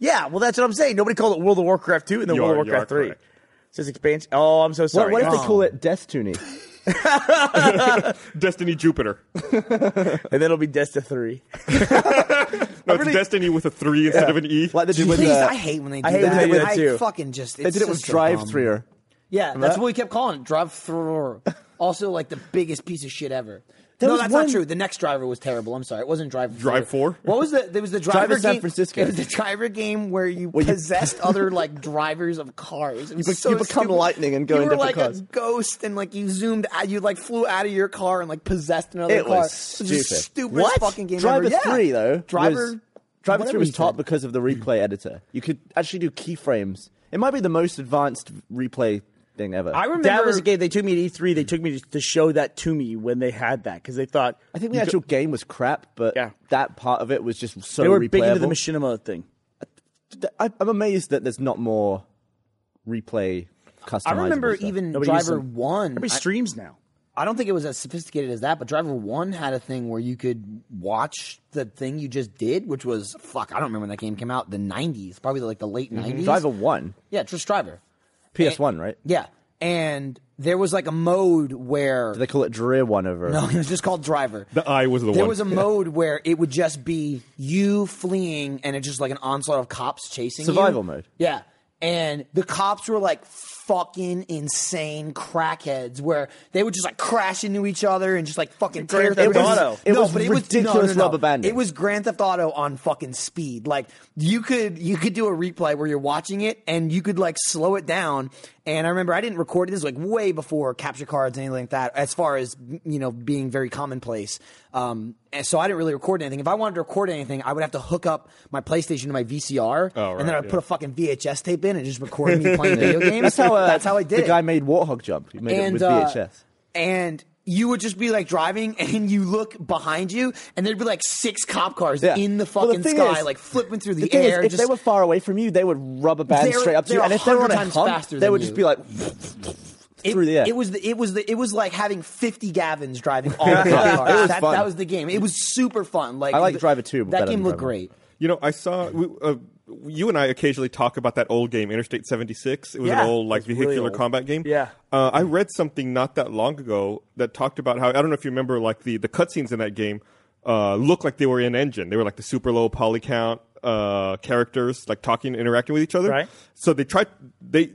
[SPEAKER 2] yeah. Well, that's what I'm saying. Nobody called it World of Warcraft two and then
[SPEAKER 1] You
[SPEAKER 2] World
[SPEAKER 1] are-
[SPEAKER 2] of
[SPEAKER 1] you
[SPEAKER 2] Warcraft
[SPEAKER 1] are
[SPEAKER 2] three.
[SPEAKER 1] correct.
[SPEAKER 2] It's just expansion. Oh, I'm so
[SPEAKER 3] What,
[SPEAKER 2] sorry.
[SPEAKER 3] what if they
[SPEAKER 2] guys.
[SPEAKER 3] call it Death Tuning?
[SPEAKER 1] Destiny Jupiter.
[SPEAKER 2] and then it'll be Desta three.
[SPEAKER 1] No, it's Destiny with a three instead of an E.
[SPEAKER 3] Like they did with,
[SPEAKER 4] Please,
[SPEAKER 3] uh,
[SPEAKER 4] I hate when they do
[SPEAKER 2] I hate
[SPEAKER 4] that.
[SPEAKER 2] when they do that,
[SPEAKER 4] I
[SPEAKER 2] too.
[SPEAKER 4] fucking just
[SPEAKER 3] they did it with Drive Through.
[SPEAKER 4] Yeah, that's what we kept calling it, drive through. Also, like the biggest piece of shit ever. no,
[SPEAKER 3] was
[SPEAKER 4] that's
[SPEAKER 3] one-
[SPEAKER 4] not true. The next driver was terrible. I'm sorry, it wasn't driver.
[SPEAKER 1] Drive four?
[SPEAKER 4] What was the? There was the driver,
[SPEAKER 3] Driver San
[SPEAKER 4] game-
[SPEAKER 3] Francisco.
[SPEAKER 4] It was the driver game where you
[SPEAKER 3] you-
[SPEAKER 4] possessed other like drivers of cars. It was
[SPEAKER 3] You be-
[SPEAKER 4] so
[SPEAKER 3] you become
[SPEAKER 4] stupid.
[SPEAKER 3] lightning and go
[SPEAKER 4] you
[SPEAKER 3] in
[SPEAKER 4] were
[SPEAKER 3] different
[SPEAKER 4] like
[SPEAKER 3] cars.
[SPEAKER 4] a ghost and like you zoomed out. You like flew out of your car and like possessed another
[SPEAKER 3] It
[SPEAKER 4] car.
[SPEAKER 3] was
[SPEAKER 4] It was the
[SPEAKER 3] stupid.
[SPEAKER 4] stupidest
[SPEAKER 2] What?
[SPEAKER 4] fucking game
[SPEAKER 3] Driver
[SPEAKER 4] ever. Yeah.
[SPEAKER 3] three though.
[SPEAKER 4] Driver.
[SPEAKER 3] was- Driver
[SPEAKER 4] whatever
[SPEAKER 3] three was
[SPEAKER 4] you
[SPEAKER 3] top
[SPEAKER 4] said.
[SPEAKER 3] because of the replay editor. You could actually do keyframes. It might be the most advanced replay thing ever.
[SPEAKER 4] I remember
[SPEAKER 2] That was a game they took me to E3. They took me to, to show that to me when they had that because they thought
[SPEAKER 3] I think the actual game was crap, but
[SPEAKER 2] Yeah.
[SPEAKER 3] that part of it was just so
[SPEAKER 2] they were big into the
[SPEAKER 3] replayable.
[SPEAKER 2] machinima thing.
[SPEAKER 3] Th- I- I'm amazed that there's not more replay customizable.
[SPEAKER 4] I remember
[SPEAKER 3] stuff.
[SPEAKER 4] even
[SPEAKER 2] Nobody used
[SPEAKER 4] Driver
[SPEAKER 2] them.
[SPEAKER 4] One.
[SPEAKER 2] Everybody
[SPEAKER 4] I-
[SPEAKER 2] streams now.
[SPEAKER 4] I don't think it was as sophisticated as that, but Driver One had a thing where you could watch the thing you just did, which was fuck. I don't remember when that game came out. The '90s, probably like the late '90s.
[SPEAKER 3] Mm-hmm. Driver One,
[SPEAKER 4] yeah, just Driver.
[SPEAKER 3] PS One, right?
[SPEAKER 4] Yeah, and there was like a mode where
[SPEAKER 3] They call it Drear One over.
[SPEAKER 4] no, it was just called Driver.
[SPEAKER 1] The eye was the
[SPEAKER 4] there
[SPEAKER 1] one.
[SPEAKER 4] was a mode where it would just be you fleeing and it's just like an onslaught of cops chasing you.
[SPEAKER 3] Survival mode.
[SPEAKER 4] Yeah. And the cops were like fucking insane crackheads where they would just like crash into each other and just like fucking
[SPEAKER 2] Grand
[SPEAKER 4] tear
[SPEAKER 2] Theft
[SPEAKER 4] things-
[SPEAKER 2] Auto.
[SPEAKER 3] It
[SPEAKER 4] no,
[SPEAKER 3] was
[SPEAKER 4] but it
[SPEAKER 3] ridiculous
[SPEAKER 4] was, no, no, no.
[SPEAKER 3] rubber banding.
[SPEAKER 4] It was Grand Theft Auto on fucking speed. Like you could you could do a replay where you're watching it and you could like slow it down. And I remember I didn't record it. This was like way before capture cards and anything like that. As far as you know, being very commonplace. Um, and so I didn't really record anything. If I wanted to record anything, I would have to hook up my PlayStation to my VCR,
[SPEAKER 1] Oh, right,
[SPEAKER 4] and then I'd
[SPEAKER 1] yeah.
[SPEAKER 4] put a fucking VHS tape in and just record me playing video games.
[SPEAKER 3] That's how. Uh,
[SPEAKER 4] that's how I did
[SPEAKER 3] The
[SPEAKER 4] it
[SPEAKER 3] guy made Warthog jump. He made it with
[SPEAKER 4] uh,
[SPEAKER 3] VHS.
[SPEAKER 4] and you would just be like driving, and you look behind you, and there'd be like six cop cars
[SPEAKER 3] Yeah.
[SPEAKER 4] in the
[SPEAKER 3] Well, the
[SPEAKER 4] fucking
[SPEAKER 3] thing
[SPEAKER 4] sky,
[SPEAKER 3] is-
[SPEAKER 4] like flipping through the,
[SPEAKER 3] The thing
[SPEAKER 4] air.
[SPEAKER 3] is, if
[SPEAKER 4] just,
[SPEAKER 3] they were far away from you, they would rubber band
[SPEAKER 4] They're-
[SPEAKER 3] straight up to you,
[SPEAKER 4] they're
[SPEAKER 3] and if they were on
[SPEAKER 4] 100
[SPEAKER 3] a
[SPEAKER 4] times
[SPEAKER 3] hunt,
[SPEAKER 4] faster
[SPEAKER 3] they
[SPEAKER 4] than
[SPEAKER 3] would
[SPEAKER 4] you.
[SPEAKER 3] just be like
[SPEAKER 4] it,
[SPEAKER 3] through the air.
[SPEAKER 4] it was the it was the it was like having fifty Gavins driving all the cop cars.
[SPEAKER 3] was
[SPEAKER 4] that,
[SPEAKER 3] fun.
[SPEAKER 4] that was the game. It was super fun. Like
[SPEAKER 3] I like
[SPEAKER 4] the-
[SPEAKER 3] Driver 2 better
[SPEAKER 4] That
[SPEAKER 3] than
[SPEAKER 4] game looked
[SPEAKER 3] Driver.
[SPEAKER 4] great.
[SPEAKER 1] You know, I saw we, uh, you and I occasionally talk about that old game, Interstate seventy six. It was
[SPEAKER 4] Yeah.
[SPEAKER 1] an old like
[SPEAKER 2] It was really
[SPEAKER 1] vehicular
[SPEAKER 2] old.
[SPEAKER 1] combat game.
[SPEAKER 2] Yeah.
[SPEAKER 1] uh, I read something not that long ago that talked about how I don't know if you remember like the the cutscenes in that game uh, looked like they were in engine. They were like the super low poly count uh, characters like talking, interacting with each other.
[SPEAKER 2] Right.
[SPEAKER 1] So they tried they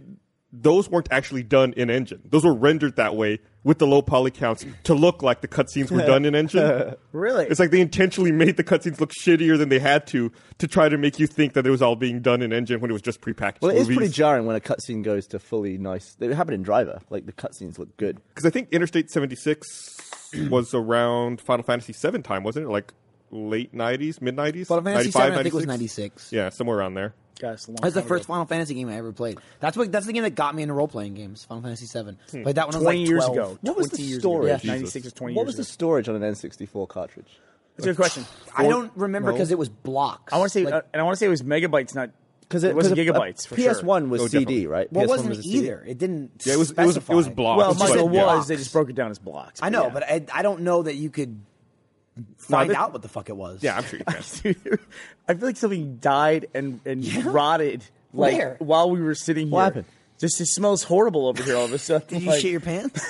[SPEAKER 1] those weren't actually done in engine. Those were rendered that way with the low poly counts to look like the cutscenes were done in engine.
[SPEAKER 2] Really?
[SPEAKER 1] It's like they intentionally made the cutscenes look shittier than they had to to try to make you think that it was all being done in engine when it was just prepackaged
[SPEAKER 3] Well, it is
[SPEAKER 1] movies.
[SPEAKER 3] pretty jarring when a cutscene goes to fully nice. It happened in Driver. Like the cutscenes look good.
[SPEAKER 1] Because I think Interstate 76 was around Final Fantasy VII time, wasn't it? Like late 90s, mid 90s?
[SPEAKER 4] Final Fantasy VII, I think, was ninety six.
[SPEAKER 1] Yeah, somewhere around there.
[SPEAKER 2] Guys, long
[SPEAKER 4] That's the
[SPEAKER 2] time
[SPEAKER 4] first
[SPEAKER 2] ago.
[SPEAKER 4] Final Fantasy game I ever played. That's what. That's the game that got me into role playing games. Final Fantasy Seven. Played that when I was
[SPEAKER 2] Hmm. Twenty
[SPEAKER 4] like
[SPEAKER 2] years
[SPEAKER 4] 12.
[SPEAKER 2] ago.
[SPEAKER 3] What was
[SPEAKER 2] 20
[SPEAKER 3] the
[SPEAKER 2] years
[SPEAKER 3] storage?
[SPEAKER 2] Ago.
[SPEAKER 3] Jesus.
[SPEAKER 2] Yeah, ninety six is twenty
[SPEAKER 3] What was
[SPEAKER 2] years
[SPEAKER 3] the
[SPEAKER 2] ago.
[SPEAKER 3] storage on an N64 cartridge?
[SPEAKER 2] That's a good question.
[SPEAKER 4] I don't remember because it was blocks.
[SPEAKER 2] I want to say,
[SPEAKER 4] Like,
[SPEAKER 2] uh, and I want to say it was megabytes, not
[SPEAKER 3] Because
[SPEAKER 2] it wasn't
[SPEAKER 3] a- a
[SPEAKER 2] gigabytes. for sure.
[SPEAKER 3] PS1 was
[SPEAKER 1] Oh,
[SPEAKER 3] CD,
[SPEAKER 1] definitely.
[SPEAKER 3] right?
[SPEAKER 4] uh, Well, it
[SPEAKER 3] PS1
[SPEAKER 4] wasn't
[SPEAKER 3] was a CD?
[SPEAKER 4] either. It didn't.
[SPEAKER 1] Yeah, it was it was it was
[SPEAKER 4] specify.
[SPEAKER 1] blocks.
[SPEAKER 2] Well,
[SPEAKER 1] but-
[SPEAKER 2] much of it
[SPEAKER 4] yeah.
[SPEAKER 2] was. They just broke it down as blocks.
[SPEAKER 4] I know,
[SPEAKER 2] yeah.
[SPEAKER 4] but I, I don't know that you could find
[SPEAKER 1] but-
[SPEAKER 4] out what the fuck it was.
[SPEAKER 1] Yeah, I'm sure you can.
[SPEAKER 2] Dude, I feel like something died and, and rotted like
[SPEAKER 4] Where?
[SPEAKER 2] while we were sitting here.
[SPEAKER 3] What happened?
[SPEAKER 2] Just it smells horrible over here all of a sudden.
[SPEAKER 4] Did you
[SPEAKER 2] like-
[SPEAKER 4] shit your pants?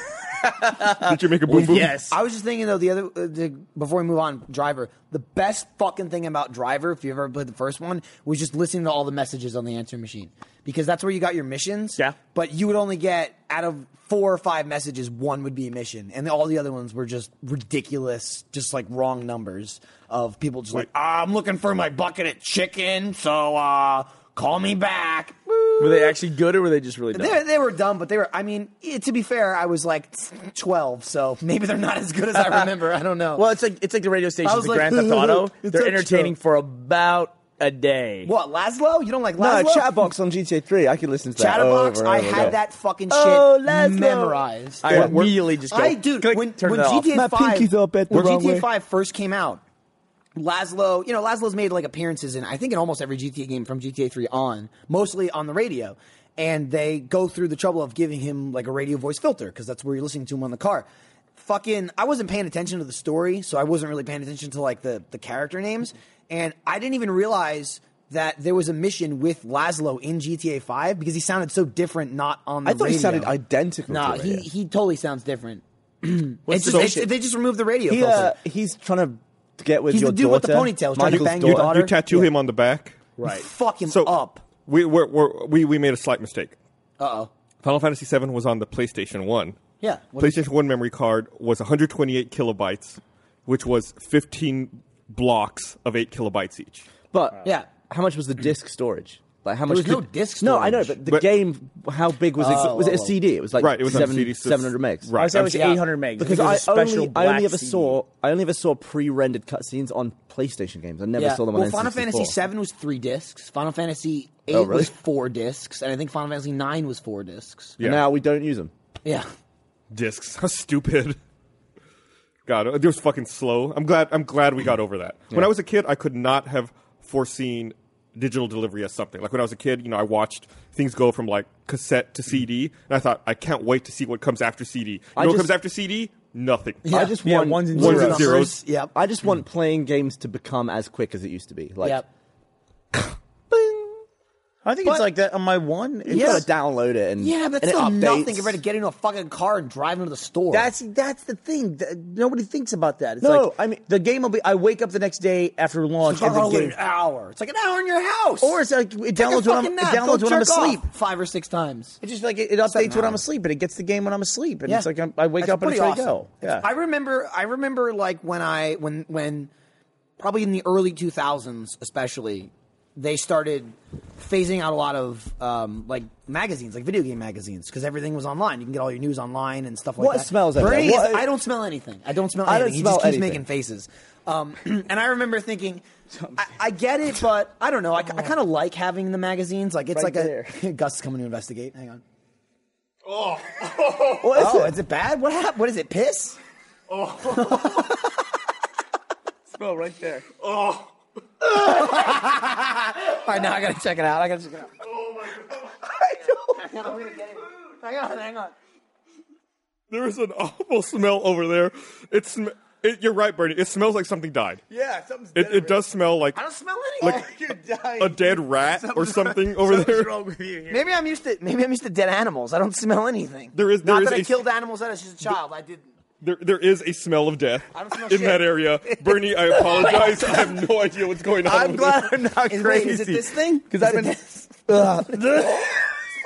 [SPEAKER 1] Did you make a boom boom?
[SPEAKER 2] Yes.
[SPEAKER 4] I was just thinking though the other uh, the, before we move on, Driver. The best fucking thing about Driver, if you've ever played the first one, was just listening to all the messages on the answering machine because that's where you got your missions.
[SPEAKER 2] Yeah.
[SPEAKER 4] But you would only get out of four or five messages, one would be a mission, and all the other ones were just ridiculous, just like wrong numbers of people just like "Ah, I'm looking for my bucket of chicken, so uh, call me back.
[SPEAKER 2] were they actually good or were they just really dumb?
[SPEAKER 4] They, they were dumb, but they were. I mean, eh, to be fair, I was like twelve, so maybe they're not as good as I remember. I don't know.
[SPEAKER 2] Well, it's like it's like the radio
[SPEAKER 4] I
[SPEAKER 2] stations,
[SPEAKER 4] was
[SPEAKER 2] the
[SPEAKER 4] like,
[SPEAKER 2] Grand Theft Auto.
[SPEAKER 4] it's
[SPEAKER 2] They're
[SPEAKER 4] extra.
[SPEAKER 2] entertaining for about a day.
[SPEAKER 4] what Laszlo? You don't like
[SPEAKER 3] No,
[SPEAKER 4] Laszlo?
[SPEAKER 3] Chatbox Uh, on GTA 3. I could listen to that.
[SPEAKER 4] Chatterbox.
[SPEAKER 3] over and
[SPEAKER 4] I
[SPEAKER 3] over
[SPEAKER 4] had
[SPEAKER 3] again.
[SPEAKER 4] that fucking shit
[SPEAKER 2] Oh, Laszlo.
[SPEAKER 4] memorized.
[SPEAKER 2] I immediately just go.
[SPEAKER 4] I dude,
[SPEAKER 2] click,
[SPEAKER 4] when,
[SPEAKER 2] turn
[SPEAKER 4] when
[SPEAKER 2] it off.
[SPEAKER 4] GTA
[SPEAKER 3] My
[SPEAKER 4] Five,
[SPEAKER 3] pinky's up at the
[SPEAKER 4] when
[SPEAKER 3] wrong
[SPEAKER 4] GTA
[SPEAKER 3] way.
[SPEAKER 4] Five first came out, Laszlo, you know, Laszlo's made like appearances in I think in almost every GTA game from GTA Three on, mostly on the radio. And they go through the trouble of giving him like a radio voice filter because that's where you're listening to him on the car. Fucking, I wasn't paying attention to the story, so I wasn't really paying attention to like the the character names, and I didn't even realize. That there was a mission with Laszlo in GTA 5 because he sounded so different, not on the
[SPEAKER 3] I thought he
[SPEAKER 4] radio.
[SPEAKER 3] sounded identical to
[SPEAKER 4] Nah,
[SPEAKER 3] the
[SPEAKER 4] he,
[SPEAKER 3] radio.
[SPEAKER 4] he totally sounds different. It's
[SPEAKER 2] the
[SPEAKER 4] just, it's,
[SPEAKER 2] mission?
[SPEAKER 4] they just removed the radio.
[SPEAKER 3] He,
[SPEAKER 4] filter.
[SPEAKER 3] uh, he's trying to get with
[SPEAKER 4] He's
[SPEAKER 3] your
[SPEAKER 4] the dude with the
[SPEAKER 3] daughter.
[SPEAKER 4] ponytail trying to
[SPEAKER 3] Michael's
[SPEAKER 4] bang your daughter.
[SPEAKER 1] uh, You tattoo him on the back.
[SPEAKER 2] Right.
[SPEAKER 4] Fuck him
[SPEAKER 1] So
[SPEAKER 4] up.
[SPEAKER 1] We we're, we're, we we made a slight mistake.
[SPEAKER 4] Uh oh.
[SPEAKER 1] Final Fantasy VII was on the PlayStation One.
[SPEAKER 4] Yeah. What-
[SPEAKER 1] PlayStation 1 memory card was 128 kilobytes, which was 15 blocks of 8 kilobytes each.
[SPEAKER 3] But
[SPEAKER 4] Yeah.
[SPEAKER 3] how much was the disk storage? Like how much?
[SPEAKER 4] was no
[SPEAKER 3] did-
[SPEAKER 4] disk
[SPEAKER 3] No, I know,
[SPEAKER 4] storage.
[SPEAKER 3] but the
[SPEAKER 1] But-
[SPEAKER 3] game. How big was it?
[SPEAKER 4] Oh,
[SPEAKER 3] Was it a
[SPEAKER 4] oh, oh.
[SPEAKER 3] CD? It was like
[SPEAKER 1] Right, it was on
[SPEAKER 3] seven,
[SPEAKER 1] CD, so it's-
[SPEAKER 3] 700 megs.
[SPEAKER 1] right.
[SPEAKER 2] I said it was
[SPEAKER 4] Yeah.
[SPEAKER 2] 800 megs.
[SPEAKER 3] Because
[SPEAKER 2] I, think it was a
[SPEAKER 3] I
[SPEAKER 2] special
[SPEAKER 3] only, I only
[SPEAKER 2] black
[SPEAKER 3] ever
[SPEAKER 2] CD.
[SPEAKER 3] saw I only ever saw pre-rendered cutscenes on PlayStation games. I never
[SPEAKER 4] Yeah.
[SPEAKER 3] saw them on
[SPEAKER 4] well, Final
[SPEAKER 3] N64.
[SPEAKER 4] Fantasy VII was three discs. Final Fantasy VIII
[SPEAKER 3] Oh, really?
[SPEAKER 4] was four discs, and I think Final Fantasy IX was four discs.
[SPEAKER 1] Yeah.
[SPEAKER 3] And now we don't use them.
[SPEAKER 4] Yeah.
[SPEAKER 1] discs. How stupid. God, it was fucking slow. I'm glad. I'm glad we got over that. When I was a kid, I could not have foreseen digital delivery as something. Like when I was a kid, you know, I watched things go from like cassette to CD, and I thought, I can't wait to see what comes after CD. You know what
[SPEAKER 3] just-
[SPEAKER 1] comes after CD? Nothing.
[SPEAKER 3] I just
[SPEAKER 2] Yeah,
[SPEAKER 3] want
[SPEAKER 2] ones and
[SPEAKER 1] Ones and
[SPEAKER 4] Numbers,
[SPEAKER 1] zeros.
[SPEAKER 4] Yep.
[SPEAKER 3] I just want
[SPEAKER 2] Hmm.
[SPEAKER 3] playing games to become as quick as it used to be. Like,
[SPEAKER 4] yep.
[SPEAKER 2] I think it's like that on my one. It's-
[SPEAKER 3] you gotta download it and
[SPEAKER 4] Yeah, but
[SPEAKER 3] and
[SPEAKER 4] that's
[SPEAKER 3] it
[SPEAKER 4] still
[SPEAKER 3] updates.
[SPEAKER 4] nothing compared to getting into a fucking car and driving to the store.
[SPEAKER 2] That's that's the thing. Th- Nobody thinks about that. It's
[SPEAKER 3] No,
[SPEAKER 2] like,
[SPEAKER 3] I mean-
[SPEAKER 2] the game will be. I wake up the next day after launch, and the
[SPEAKER 4] Oh,
[SPEAKER 2] game,
[SPEAKER 4] an hour. It's like an hour in your house.
[SPEAKER 2] or it's like it
[SPEAKER 4] Take a
[SPEAKER 2] downloads when I'm
[SPEAKER 4] fucking
[SPEAKER 2] it
[SPEAKER 4] nap. Go
[SPEAKER 2] downloads when I'm
[SPEAKER 4] jerk off
[SPEAKER 2] asleep.
[SPEAKER 4] five or six times.
[SPEAKER 2] It just like it, it updates when
[SPEAKER 4] hour.
[SPEAKER 2] I'm asleep, and it gets the game when I'm asleep, and
[SPEAKER 4] Yeah.
[SPEAKER 2] it's like I'm, I wake
[SPEAKER 4] That's
[SPEAKER 2] up and it's
[SPEAKER 4] pretty
[SPEAKER 2] ready to go.
[SPEAKER 4] awesome.
[SPEAKER 2] Yeah,
[SPEAKER 4] I remember I remember like when I when when probably in the early 2000s especially they started phasing out a lot of um, like magazines, like video game magazines, because everything was online. You can get all your news online and stuff like
[SPEAKER 3] What
[SPEAKER 4] that.
[SPEAKER 3] smells over
[SPEAKER 4] Bernie
[SPEAKER 3] there? What-
[SPEAKER 4] is- I don't smell anything. I don't smell
[SPEAKER 3] I don't
[SPEAKER 4] anything.
[SPEAKER 3] smell
[SPEAKER 4] he just keeps
[SPEAKER 3] anything.
[SPEAKER 4] making faces. Um, and I remember thinking, I, I get it, but I don't know. I, I kind of like having the magazines. Like it's
[SPEAKER 3] Right
[SPEAKER 4] like a
[SPEAKER 3] there.
[SPEAKER 4] Gus coming to investigate. Hang on.
[SPEAKER 3] What is
[SPEAKER 4] Oh,
[SPEAKER 3] it?
[SPEAKER 4] is it bad? What happened? What is it? Piss?
[SPEAKER 2] Oh.
[SPEAKER 5] Smell right there.
[SPEAKER 4] All right, now I gotta check it out. I gotta check it out. Oh my god! I know. Hang on, we're gonna get it. Hang on, hang on.
[SPEAKER 1] There is an awful smell over there. It's. Sm- it, you're right, Bernie. It smells like something died.
[SPEAKER 5] Yeah, something's
[SPEAKER 1] It, it does smell like
[SPEAKER 4] I don't smell anything.
[SPEAKER 1] like
[SPEAKER 5] You're dying.
[SPEAKER 1] a dead rat or something over there.
[SPEAKER 5] wrong with you here.
[SPEAKER 4] maybe I'm used to maybe I'm used to dead animals. I don't smell anything.
[SPEAKER 1] There is-
[SPEAKER 4] not
[SPEAKER 1] there is
[SPEAKER 4] that I
[SPEAKER 1] a-
[SPEAKER 4] killed animals as a child. I didn't.
[SPEAKER 1] There, there is a smell of death
[SPEAKER 4] I don't smell
[SPEAKER 1] in
[SPEAKER 4] shit.
[SPEAKER 1] that area. Bernie, I apologize. I have no idea what's going on.
[SPEAKER 2] I'm
[SPEAKER 1] with
[SPEAKER 2] glad
[SPEAKER 1] this.
[SPEAKER 2] I'm not
[SPEAKER 4] Is, wait,
[SPEAKER 2] crazy.
[SPEAKER 4] is it this thing? Because
[SPEAKER 2] I've been-
[SPEAKER 4] this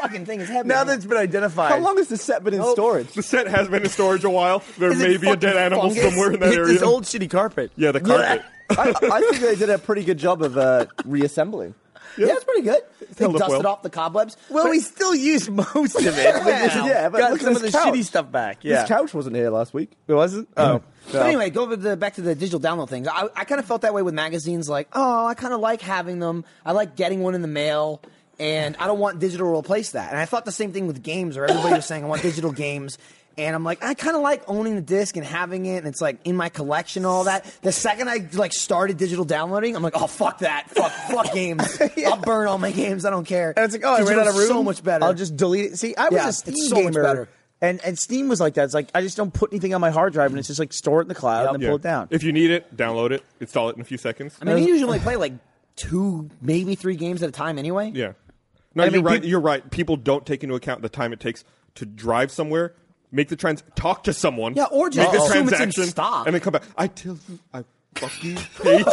[SPEAKER 4] fucking thing is heavy.
[SPEAKER 2] now that it's been identified.
[SPEAKER 3] How long has this set been in storage?
[SPEAKER 1] The set has been in storage a while. There
[SPEAKER 4] Is it
[SPEAKER 1] may be a dead
[SPEAKER 4] fucking
[SPEAKER 1] animal
[SPEAKER 4] fungus?
[SPEAKER 1] somewhere in that
[SPEAKER 2] It's
[SPEAKER 1] area.
[SPEAKER 2] this old shitty carpet.
[SPEAKER 1] yeah, the carpet.
[SPEAKER 3] I, I think they did a pretty good job of uh, reassembling.
[SPEAKER 4] yeah, it's pretty good. They
[SPEAKER 1] held up
[SPEAKER 4] dusted
[SPEAKER 1] well.
[SPEAKER 4] off the cobwebs.
[SPEAKER 2] Well, we still use most of it. We just
[SPEAKER 3] Yeah, but
[SPEAKER 2] got
[SPEAKER 3] look at
[SPEAKER 2] some
[SPEAKER 3] this
[SPEAKER 2] of the
[SPEAKER 3] couch.
[SPEAKER 2] shitty stuff back. Yeah,
[SPEAKER 3] This couch wasn't here last week.
[SPEAKER 2] it wasn't. Oh,
[SPEAKER 4] But anyway, go over the, back to the digital download thing. I, I kind of felt that way with magazines. Like, oh, I kind of like having them. I like getting one in the mail, and I don't want digital to replace that. And I thought the same thing with games, where everybody was saying I want digital games, and I'm like, I kind of like owning the disc and having it, and it's like in my collection, all that. The second I like started digital downloading, I'm like, oh fuck that, fuck, fuck games. I'll burn all my games. I don't care.
[SPEAKER 2] And it's like, oh, I ran
[SPEAKER 4] Digital's
[SPEAKER 2] out of room.
[SPEAKER 4] So much better.
[SPEAKER 2] I'll just delete it. See, I was
[SPEAKER 4] Yeah,
[SPEAKER 2] a Steam
[SPEAKER 4] it's so much
[SPEAKER 2] gamer,
[SPEAKER 4] better.
[SPEAKER 2] and and Steam was like that. It's like I just don't put anything on my hard drive, and it's just like store it in the cloud and then
[SPEAKER 1] Yeah.
[SPEAKER 2] pull it down.
[SPEAKER 1] If you need it, download it. Install it in a few seconds.
[SPEAKER 4] I mean, you usually play like two, maybe three games at a time, anyway.
[SPEAKER 1] yeah. No,
[SPEAKER 2] mean,
[SPEAKER 1] you're right.
[SPEAKER 2] peop-
[SPEAKER 1] you're right. People don't take into account the time it takes to drive somewhere, make the trans, talk to someone.
[SPEAKER 4] Yeah, or just
[SPEAKER 1] make the
[SPEAKER 4] assume it's in
[SPEAKER 1] transaction,
[SPEAKER 4] stock.
[SPEAKER 1] and then come back. I tell you, I fucking hate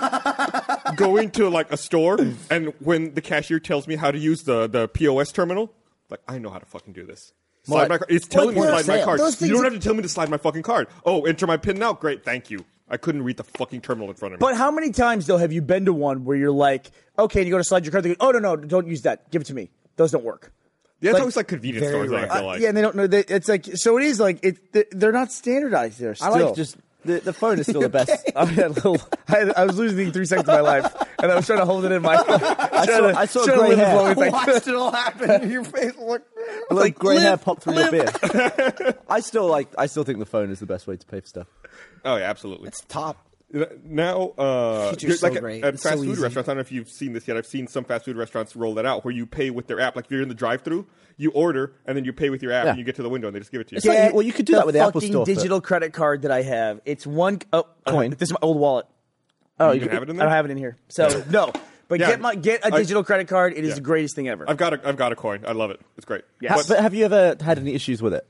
[SPEAKER 1] going to like a store, and when the cashier tells me how to use the the POS terminal, like I know how to fucking do this. Slide my card. It's telling me
[SPEAKER 4] point
[SPEAKER 1] to
[SPEAKER 4] of
[SPEAKER 1] slide my
[SPEAKER 4] sale.
[SPEAKER 1] card.
[SPEAKER 2] Those
[SPEAKER 1] You
[SPEAKER 2] things-
[SPEAKER 1] don't have to tell me to slide my fucking card. Oh, enter my pin now. Great, thank you. I couldn't read the fucking terminal in front of me.
[SPEAKER 2] But how many times though have you been to one where you're like, okay, and you go to slide your card, they go, oh no no, don't use that, give it to me. Those don't work.
[SPEAKER 1] That's
[SPEAKER 2] Like-
[SPEAKER 1] always like convenience
[SPEAKER 4] Very
[SPEAKER 1] stores. that I
[SPEAKER 2] Uh,
[SPEAKER 1] feel like.
[SPEAKER 2] yeah, and they don't know. They, it's like so. It is like it. th- They're not standardized there. Still.
[SPEAKER 3] I like just the, the phone is still the best.
[SPEAKER 2] I, had a little, I, had- I was losing three seconds of my life, and I was trying to hold it in my. I
[SPEAKER 3] saw- I saw gray hair.
[SPEAKER 4] I watched it all happen. Your face looked.
[SPEAKER 3] I like grey
[SPEAKER 2] live,
[SPEAKER 3] hair popped through your beard. I still like. I still think the phone is the best way to pay for stuff.
[SPEAKER 1] Oh yeah, absolutely.
[SPEAKER 4] top.
[SPEAKER 1] now, uh,
[SPEAKER 4] Feature's
[SPEAKER 1] you're-
[SPEAKER 4] so
[SPEAKER 1] at-
[SPEAKER 4] great.
[SPEAKER 1] at
[SPEAKER 4] It's
[SPEAKER 1] fast
[SPEAKER 4] so
[SPEAKER 1] food
[SPEAKER 4] easy.
[SPEAKER 1] restaurants, I don't know if you've seen this yet. I've seen some fast food restaurants roll that out, where you pay with their app. Like if you're in the drive-through, you order and then you pay with your app,
[SPEAKER 3] Yeah.
[SPEAKER 1] and you get to the window and they just give it to you.
[SPEAKER 3] It's like- well, you could do that with the Apple
[SPEAKER 2] fucking
[SPEAKER 3] Store, but-
[SPEAKER 2] digital credit card that I have. It's one oh,
[SPEAKER 3] Coin.
[SPEAKER 2] This is my old wallet. Oh,
[SPEAKER 1] You can have it in
[SPEAKER 2] I
[SPEAKER 1] there?
[SPEAKER 2] don't have it in here. So no, but
[SPEAKER 1] Yeah.
[SPEAKER 2] get my get a
[SPEAKER 1] I-
[SPEAKER 2] digital credit card. It is
[SPEAKER 1] Yeah.
[SPEAKER 2] the greatest thing ever.
[SPEAKER 1] I've got a, I've got a coin. I love it. It's great.
[SPEAKER 2] Yeah.
[SPEAKER 1] But-
[SPEAKER 3] But have you ever had any issues with it?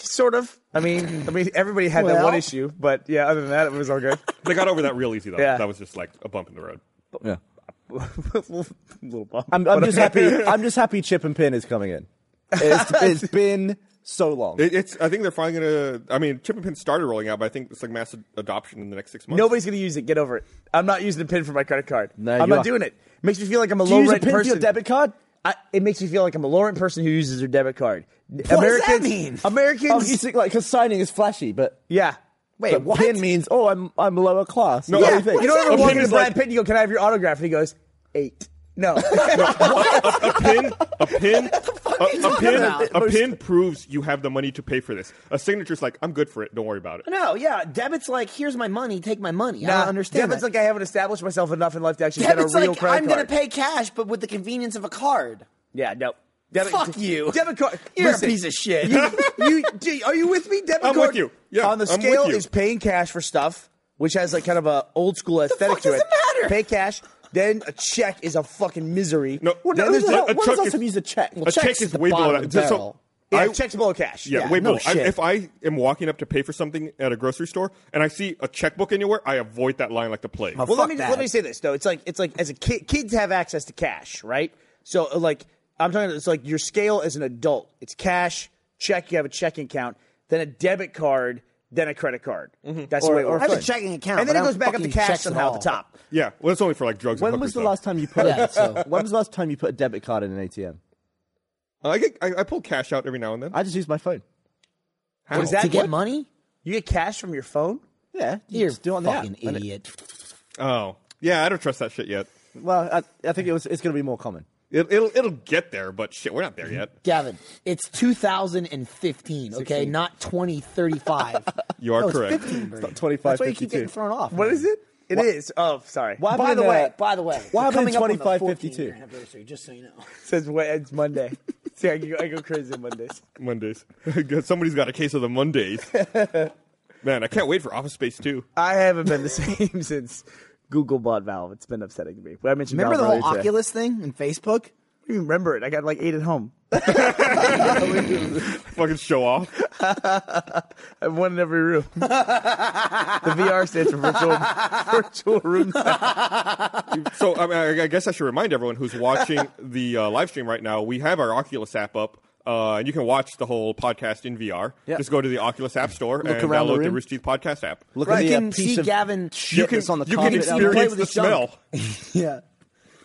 [SPEAKER 2] sort of. I mean, I mean, everybody had that
[SPEAKER 4] Well-
[SPEAKER 2] one issue, but yeah, other than that, it was all good.
[SPEAKER 1] they got over that real easy though.
[SPEAKER 2] Yeah.
[SPEAKER 1] That was just like a bump in the road.
[SPEAKER 3] Yeah.
[SPEAKER 2] Little bump.
[SPEAKER 3] I'm, I'm
[SPEAKER 2] But-
[SPEAKER 3] just happy. I'm just happy. Chip and Pin is coming in. It's, it's been so long.
[SPEAKER 1] It, it's. I think they're finally gonna. I mean, chip and pin started rolling out, but I think it's like mass ad- adoption in the next six months.
[SPEAKER 2] Nobody's gonna use it. Get over it. I'm not using a pin for my credit card.
[SPEAKER 3] No,
[SPEAKER 2] I'm
[SPEAKER 3] you
[SPEAKER 2] not
[SPEAKER 3] are.
[SPEAKER 2] doing it. Makes me feel like I'm a
[SPEAKER 3] Do
[SPEAKER 2] low
[SPEAKER 3] you use a
[SPEAKER 2] rent
[SPEAKER 3] pin for
[SPEAKER 2] person.
[SPEAKER 3] your debit card?
[SPEAKER 2] I, it makes me feel like I'm a low rent person who uses their debit card. What
[SPEAKER 4] that
[SPEAKER 2] Americans,
[SPEAKER 4] mean?
[SPEAKER 2] Americans.
[SPEAKER 3] Oh, you think like because signing is flashy, but
[SPEAKER 2] yeah.
[SPEAKER 4] Wait,
[SPEAKER 3] but
[SPEAKER 4] what?
[SPEAKER 3] pin means oh I'm I'm lower class.
[SPEAKER 1] No,
[SPEAKER 3] Is that
[SPEAKER 1] I-
[SPEAKER 3] what you think?
[SPEAKER 2] You don't
[SPEAKER 4] that
[SPEAKER 2] ever
[SPEAKER 4] mean?
[SPEAKER 2] walk
[SPEAKER 1] Pin
[SPEAKER 2] into
[SPEAKER 1] is
[SPEAKER 2] Brad
[SPEAKER 1] like-
[SPEAKER 2] Pitt and you go, "Can I have your autograph?" And he goes, eight. No.
[SPEAKER 1] a pin, a pin, a,
[SPEAKER 4] you
[SPEAKER 1] a
[SPEAKER 4] talking
[SPEAKER 1] pin,
[SPEAKER 4] about?
[SPEAKER 1] a pin proves you have the money to pay for this. A signature's like, I'm good for it. Don't worry about it.
[SPEAKER 4] No, yeah, debit's like here's my money, take my money. I
[SPEAKER 2] Nah,
[SPEAKER 4] don't understand.
[SPEAKER 2] Debit's
[SPEAKER 4] that.
[SPEAKER 2] like I haven't established myself enough in life to actually
[SPEAKER 4] debit's
[SPEAKER 2] get a real
[SPEAKER 4] like
[SPEAKER 2] credit
[SPEAKER 4] I'm gonna
[SPEAKER 2] card.
[SPEAKER 4] pay cash, but with the convenience of a card.
[SPEAKER 2] Yeah, no. Debit,
[SPEAKER 4] Fuck you.
[SPEAKER 2] Debit card.
[SPEAKER 4] You're
[SPEAKER 2] Listen,
[SPEAKER 4] a piece of shit.
[SPEAKER 2] You, you, do- are you with me? Debit
[SPEAKER 1] I'm
[SPEAKER 2] card.
[SPEAKER 1] with you. Yeah,
[SPEAKER 2] On the
[SPEAKER 1] I'm with
[SPEAKER 2] scale
[SPEAKER 1] you.
[SPEAKER 2] is paying cash for stuff, which has like kind of a old school aesthetic
[SPEAKER 4] fuck
[SPEAKER 2] to
[SPEAKER 4] does
[SPEAKER 2] it.
[SPEAKER 4] it matter?
[SPEAKER 2] Pay cash. Then a check is a fucking misery.
[SPEAKER 1] No,
[SPEAKER 3] Well,
[SPEAKER 1] no,
[SPEAKER 3] no,
[SPEAKER 1] there's
[SPEAKER 3] no,
[SPEAKER 1] a- a check
[SPEAKER 3] what does
[SPEAKER 1] is-
[SPEAKER 3] also use a check? Well,
[SPEAKER 1] a check
[SPEAKER 3] check's
[SPEAKER 1] is
[SPEAKER 3] the
[SPEAKER 1] way below
[SPEAKER 3] bottom
[SPEAKER 1] that.
[SPEAKER 3] of the
[SPEAKER 1] Just so-
[SPEAKER 3] barrel.
[SPEAKER 2] Yeah,
[SPEAKER 1] I-
[SPEAKER 2] check's below cash.
[SPEAKER 1] Yeah,
[SPEAKER 4] Yeah,
[SPEAKER 1] way
[SPEAKER 4] no
[SPEAKER 1] below. I,
[SPEAKER 4] shit.
[SPEAKER 1] if I am walking up to pay for something at a grocery store and I see a checkbook anywhere, I avoid that line like the plague.
[SPEAKER 2] Well,
[SPEAKER 4] Fuck
[SPEAKER 2] let me
[SPEAKER 4] that.
[SPEAKER 2] let me say this though. It's like it's like as a kid, kids have access to cash, right? So uh, like I'm talking, it's like your scale as an adult. It's cash, check. You have a checking account, then a debit card, then a credit card. That's the
[SPEAKER 3] Or-
[SPEAKER 2] way it
[SPEAKER 3] or
[SPEAKER 2] works.
[SPEAKER 3] I have a
[SPEAKER 4] checking account,
[SPEAKER 2] and then
[SPEAKER 4] but
[SPEAKER 2] it
[SPEAKER 4] I
[SPEAKER 2] goes
[SPEAKER 4] don't
[SPEAKER 2] back up to
[SPEAKER 4] fucking
[SPEAKER 2] cash
[SPEAKER 4] checks at
[SPEAKER 2] somehow at
[SPEAKER 4] all.
[SPEAKER 2] the top.
[SPEAKER 1] Yeah, well, it's only for like drugs.
[SPEAKER 3] When
[SPEAKER 1] and
[SPEAKER 3] was the
[SPEAKER 1] hookers,
[SPEAKER 3] last
[SPEAKER 1] though.
[SPEAKER 3] time you put?
[SPEAKER 4] Yeah, so-
[SPEAKER 3] when was the last time you put a debit card in an ATM?
[SPEAKER 1] Uh, I, get, I, I pull cash out every now and then.
[SPEAKER 3] I just use my phone.
[SPEAKER 1] How?
[SPEAKER 2] is that?
[SPEAKER 4] to get
[SPEAKER 2] What?
[SPEAKER 4] money?
[SPEAKER 2] You get cash from your phone.
[SPEAKER 3] Yeah, you
[SPEAKER 4] You're
[SPEAKER 3] just do it on the app.
[SPEAKER 4] fucking
[SPEAKER 3] And it-
[SPEAKER 4] idiot.
[SPEAKER 1] Oh, yeah, I don't trust that shit yet.
[SPEAKER 3] Well, I, I think it was. It's going to be more common.
[SPEAKER 1] It, it'll it'll get there, but shit, we're not there yet.
[SPEAKER 4] Gavin, it's 2015, okay? Not 2035.
[SPEAKER 1] You are
[SPEAKER 4] no, it's
[SPEAKER 1] correct.
[SPEAKER 4] 15, Bernie.
[SPEAKER 3] 25,
[SPEAKER 4] That's why you keep
[SPEAKER 3] 52.
[SPEAKER 4] getting thrown off.
[SPEAKER 2] What
[SPEAKER 4] man.
[SPEAKER 2] is it? It is. Oh, sorry.
[SPEAKER 3] Why
[SPEAKER 4] By
[SPEAKER 3] happened
[SPEAKER 4] the
[SPEAKER 3] in,
[SPEAKER 4] way,
[SPEAKER 3] uh,
[SPEAKER 4] by the way,
[SPEAKER 3] What happened in
[SPEAKER 4] coming up on the
[SPEAKER 3] 2552?
[SPEAKER 4] 14-year anniversary, Just so you know.
[SPEAKER 2] Says Wed- it's Monday. See, I go, I go crazy on Mondays.
[SPEAKER 1] Mondays. Somebody's got a case of the Mondays. Man, I can't wait for Office Space 2.
[SPEAKER 2] I haven't been the same since Google bought Valve. It's been upsetting to me. I mentioned
[SPEAKER 4] Remember the
[SPEAKER 2] Valve
[SPEAKER 4] whole
[SPEAKER 2] earlier today.
[SPEAKER 4] Oculus thing and Facebook?
[SPEAKER 2] I don't even remember it. I got like eight at home.
[SPEAKER 1] Fucking show off.
[SPEAKER 2] I have one in every room. the VR stands for virtual, virtual room. sound.
[SPEAKER 1] So I, mean, I- I guess I should remind everyone who's watching the uh, live stream right now. We have our Oculus app up, uh, and you can watch the whole podcast in VR.
[SPEAKER 3] Yeah.
[SPEAKER 1] Just go to the Oculus App Store and
[SPEAKER 3] around the
[SPEAKER 1] download the,
[SPEAKER 3] room.
[SPEAKER 1] Rooster Teeth podcast app.
[SPEAKER 3] Look at
[SPEAKER 4] Right, you
[SPEAKER 3] the uh,
[SPEAKER 4] can
[SPEAKER 3] piece
[SPEAKER 4] see
[SPEAKER 3] of
[SPEAKER 4] Gavin-
[SPEAKER 3] shit
[SPEAKER 1] you can
[SPEAKER 3] that's on the
[SPEAKER 1] you
[SPEAKER 3] carpet
[SPEAKER 1] can
[SPEAKER 3] down there.
[SPEAKER 4] play
[SPEAKER 1] experience
[SPEAKER 4] with
[SPEAKER 1] the
[SPEAKER 4] his junk.
[SPEAKER 1] smell.
[SPEAKER 4] Yeah.